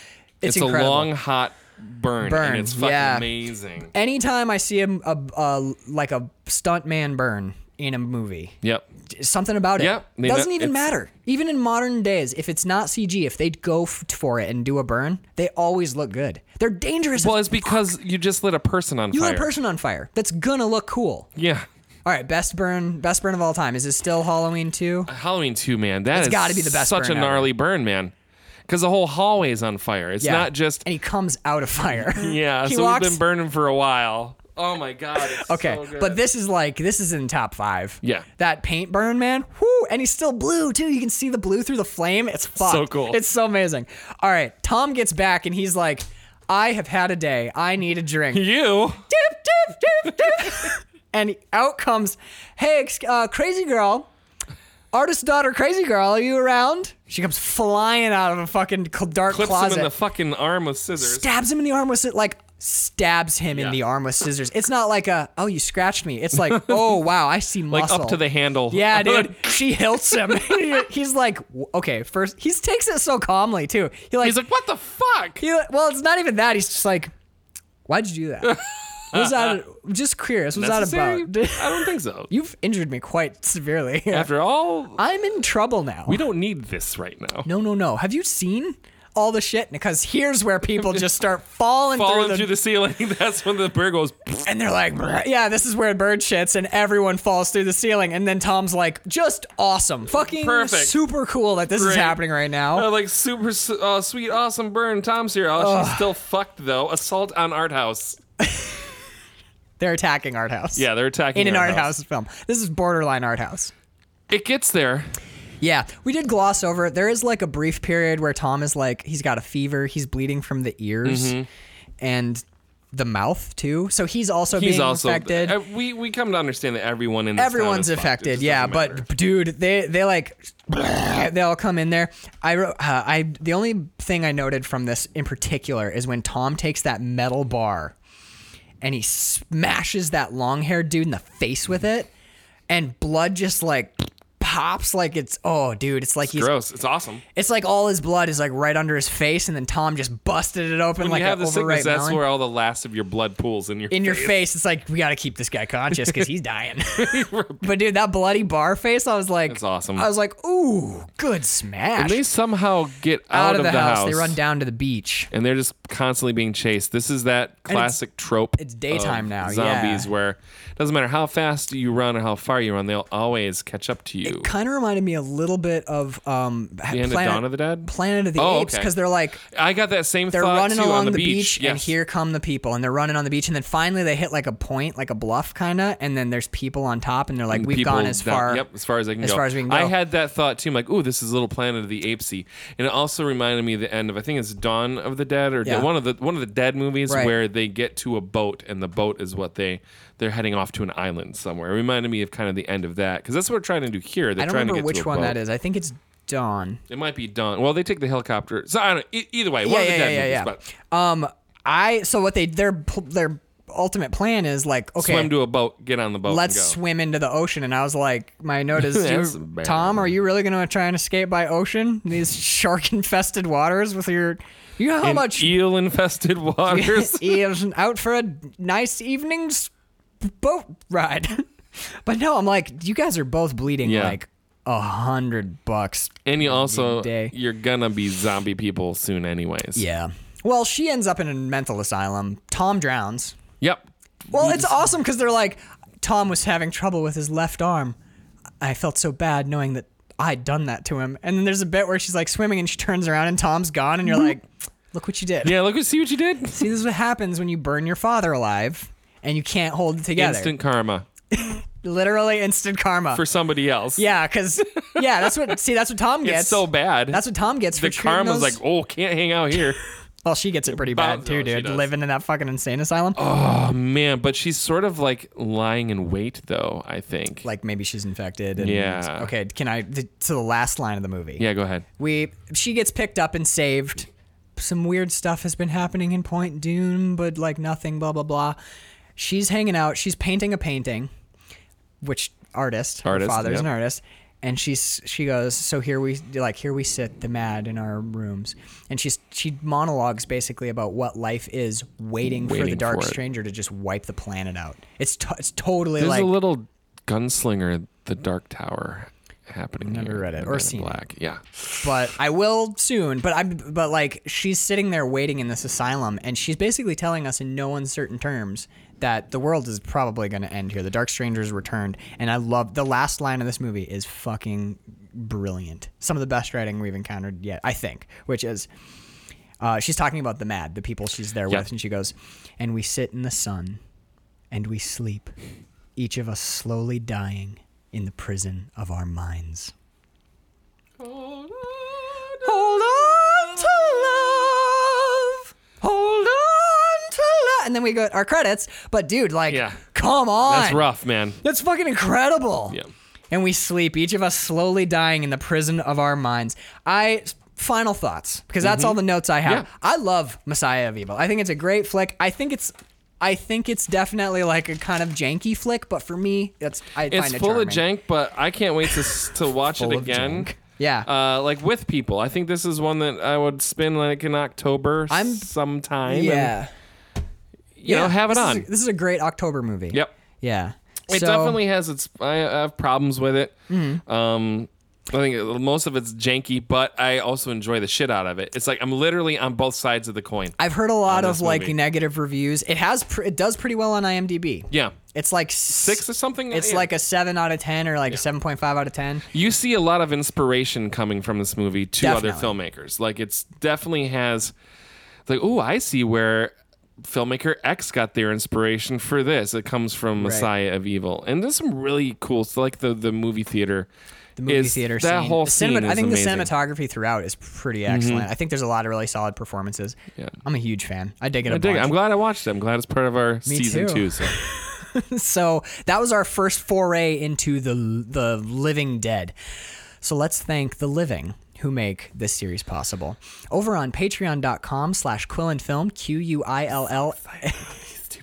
it's,
It's, incredible.
a long hot burn,
Burn,
and it's fucking
yeah.
amazing
anytime I see a, a, a like a stuntman burn in a movie,
yep
something about it
Yeah, I mean,
doesn't
that-
even
it's-
matter. Even in modern days, if it's not CG, if they go f- for it and do a burn, they always look good. They're dangerous.
well
as
it's because you just lit a person on
you
fire
lit a person on fire. That's gonna look cool.
yeah
All right, best burn, best burn of all time. Is this still Halloween too?
Halloween two, man. That
It's
has
gotta be the best
Such
burn
a
ever.
gnarly burn, man. Because the whole hallway's on fire. It's not just
And he comes out of fire.
yeah.
he
so
walks.
we've been burning for a while. Oh my god. It's
Okay,
so good.
but this is like this is in top five.
Yeah.
that paint burn, man. Whoo, and he's still blue too. You can see the blue through the flame. It's fucked.
cool.
It's so amazing. All right, Tom gets back and he's like, "I have had a day. I need a drink."
you.
Doop, doop, doop, doop. and out comes, "Hey, ex- uh, crazy girl." Artist daughter, crazy girl, are you around? She comes flying out of a fucking cl- dark
Clips
closet
him in the fucking arm with scissors.
stabs him in the arm with sci- like stabs him in
Yeah.
the arm with scissors. It's not like a oh you scratched me. It's like oh wow I see
like
muscle.
up to the handle.
Yeah, dude. She hilts him. he's like w- okay first he takes it so calmly too. He like
He's like, what the fuck?
he, well it's not even that. He's just like why'd you do that? What was that just curious? What was
Necessary?
that about?
I don't think so.
You've injured me quite severely.
After all,
I'm in trouble now.
we don't need this right now.
no no no. Have you seen? All the shit because here's where people just start falling,
Falling
through the
through the ceiling. That's when the bird goes.
And they're like, "Bruh, yeah, this is where a bird shits, and everyone falls through the ceiling. And then Tom's like, just awesome. Fucking
Perfect.
super cool that this is
Great.
happening right now.
Uh, like super s- uh, sweet, awesome burn. Tom's here. Oh, she's still fucked though. Assault on art house.
They're attacking Art House.
Yeah, they're attacking
In an
art
Art House film. This is borderline Art House.
It gets there.
Yeah, we did gloss over it. There is like a brief period where Tom is like, he's got a fever, he's bleeding from the ears
Mm-hmm.
and the mouth too. So he's also
He's
being
also
affected.
uh, we we come to understand that everyone in this
Everyone's
town is fucked. It
affected,
just
yeah.
doesn't matter.
But dude, they they like they all come in there. I wrote, uh, I the only thing I noted from this in particular is when Tom takes that metal bar and he smashes that long haired dude in the face with it, and blood just like pops like it's oh dude, it's like he's
gross. It's awesome.
it's like all his blood is like right under his face, and then Tom just busted it open
When
like
you have
an
the
overripe
sickness, that's
melon.
where all the last of your blood pools in your
in your
face.
face, it's like we got to keep this guy conscious because he's dying. but dude, that bloody bar face, I was like,
That's awesome.
I was like, ooh, good smash.
And they somehow get out,
out of the,
house,
house, they run down to the beach.
and they're just constantly being chased. This is that classic trope.
it's daytime
of
now, yeah.
Zombies, where it doesn't matter how fast you run or how far you run, they'll always catch up to you.
kind of reminded me a little bit of um,
The end
Planet,
of Dawn of the Dead.
Planet of the
Oh,
Apes
okay.
because they're like
I got that same
they're
thought
running
too
along
on the, beach,
and
Yes.
here come the people and they're running on the beach and then finally they hit like a point like a bluff kind of and then there's people on top and they're like we've
people
gone as
down-
far
Yep, as far as I can
as
go.
far as we can
I
go.
had that thought too. I'm like, ooh, this is Little Planet of the Apesy, and it also reminded me of the end of I think it's Dawn of the Dead or
Yeah.
one of the one of the Dead movies
Right.
where they get to a boat and the boat is what they they're heading off to an island somewhere. It reminded me of kind of the end of that because that's what we're trying to do here. They're
I don't
trying
remember
to get to
which
a
one
boat.
that is I think it's Dawn
It might be Dawn. Well, they take the helicopter. So I don't. e- Either way, one of the Dead movies. But
um I so what they their pl- their ultimate plan is like okay
swim to a boat, get on the boat.
let's
and go.
swim into the ocean. And I was like, my note is,
That's
"You-
bad.
Tom, are you really going to try and escape by ocean? These shark infested waters with your. You know how
In
much.
eel infested waters.
Eve's out for a nice evening's boat ride. but no, I'm like, you guys are both bleeding
Yeah.
like a hundred bucks.
And you also
day.
you're gonna be zombie people soon, anyways.
Yeah. Well, she ends up in a mental asylum. Tom drowns.
Yep.
Well, it's awesome because they're like, Tom was having trouble with his left arm. I felt so bad knowing that I'd done that to him. And then there's a bit where she's like swimming and she turns around and Tom's gone, and you're like, look what you did.
Mm-hmm. Yeah. Look, at- see what you did.
See, this is what happens when you burn your father alive and you can't hold it together.
Instant karma
Literally instant karma.
for somebody else.
yeah, because, yeah, that's what, see, that's what Tom
It's
gets.
so bad.
That's what Tom gets for
the
treating
karma's
those-
like, oh, can't hang out here.
well, she gets it pretty bad
Bounce-
too,
oh, she
dude.
does.
Living in that fucking insane asylum.
oh man, but she's sort of like lying in wait, though. I think.
Like maybe she's infected. And,
Yeah.
Okay, can I to the last line of the movie?
yeah. Go ahead.
We she gets picked up and saved. Some weird stuff has been happening in Point Doom, but like nothing, blah blah blah. She's hanging out. She's painting a painting, which artist, her
Artist,
father's
yep.
an artist, and she's she goes. So here we like here we sit, the mad in our rooms, and she's she monologues basically about what life is, waiting, for the
Waiting
dark
for it.
stranger to just wipe the planet out. It's to it's totally
There's
like
a little gunslinger, the Dark Tower, happening
Never
here.
read it
The
or
Man in
seen it.
Black. Yeah.
but I will soon. But I'm but like she's sitting there waiting in this asylum, and she's basically telling us in no uncertain terms that the world is probably going to end here. The Dark Stranger's returned, and I love the last line of this movie is fucking brilliant. Some of the best writing we've encountered yet, I think. Which is. Uh, she's talking about the mad, the people she's there
Yeah.
with, and she goes, and we sit in the sun, and we sleep, each of us slowly dying in the prison of our minds. Hold on to love. Hold on to love. And then we go our credits. But dude, like,
Yeah.
come on.
That's rough, man.
That's fucking incredible.
Yeah.
And we sleep, each of us slowly dying in the prison of our minds. I final thoughts because that's all the notes I have.
Mm-hmm. Yeah.
I love Messiah of Evil. I think it's a great flick. I think it's. I think it's definitely like a kind of janky flick, but for me, it's I
It's
find it
full
charming.
of jank, but I can't wait to s- to watch it
Full of
again.
jank. Yeah.
uh, like with people. I think this is one that I would spin like in October
I'm-
sometime. and,
yeah,
you know, have it
this
on.
Is a, this is a great October movie.
yep,
Yeah.
it
So- Mm-hmm.
definitely has its. I I have problems with it. Um, I think it- most of it's janky, but I also enjoy the shit out of it. It's like I'm literally on both sides of the coin.
I've heard a lot
on
of
this
like
movie.
negative reviews. It has pr- it does pretty well on IMDb.
yeah,
It's like
six or something.
It's
Yeah.
like a 7 out of 10 or like a 7.5 out of 10.
you see a lot of inspiration coming from this movie to other
Definitely.
filmmakers. Like it's definitely has like oh, I see where filmmaker X got their inspiration for this. It comes from Messiah of Evil. And there's some really cool stuff like the the movie theater.
The movie
is-
theater
that
scene.
whole
the
scene
cinema- I
is
think
amazing. Mm-hmm.
the cinematography throughout is pretty excellent. I think there's a lot of really solid performances.
Yeah.
I'm a huge fan. I dig it a
I dig it.
bunch.
I'm glad I watched it. I'm glad it's part of our season two.
too.
So
So that was our first foray into the the living dead. So let's thank the living who make this series possible. Over on patreon.com slash quillandfilm, Q-U-I-L-L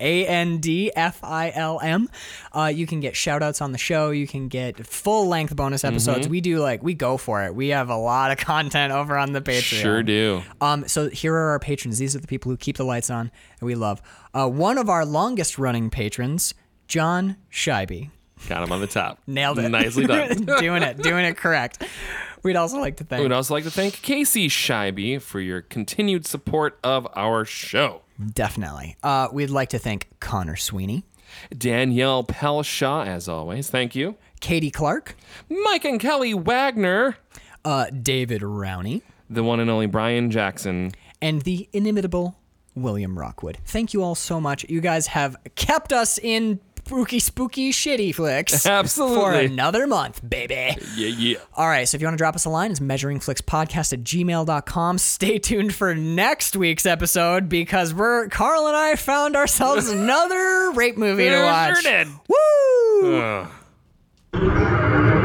A N D F I L M. Uh, you can get shout outs on the show. You can get full length bonus episodes. We do like, we go for it. We have a lot of content over on the Patreon.
sure do.
Um, so here are our patrons. These are the people who keep the lights on and we love. Uh, one of our longest running patrons, John Scheibe.
Got him on the top.
Nailed it.
Nicely done.
doing it, doing it correct. We'd also like to thank
We'd also like to thank Casey Scheibe for your continued support of our show.
definitely. Uh, we'd like to thank Connor Sweeney.
Danielle Pelshaw, as always, thank you.
Katie Clark,
Mike and Kelly Wagner,
uh, David Rowney,
the one and only Brian Jackson.
and the inimitable William Rockwood. Thank you all so much. You guys have kept us in spooky, spooky, shitty flicks for
Absolutely.
another month, baby.
Yeah, yeah.
All right, so if you want to drop us a line, it's measuringflickspodcast at gmail.com. Stay tuned for next week's episode because we're Carl and I found ourselves another rape movie to
Sure
watch.
did.
Woo!
Ugh.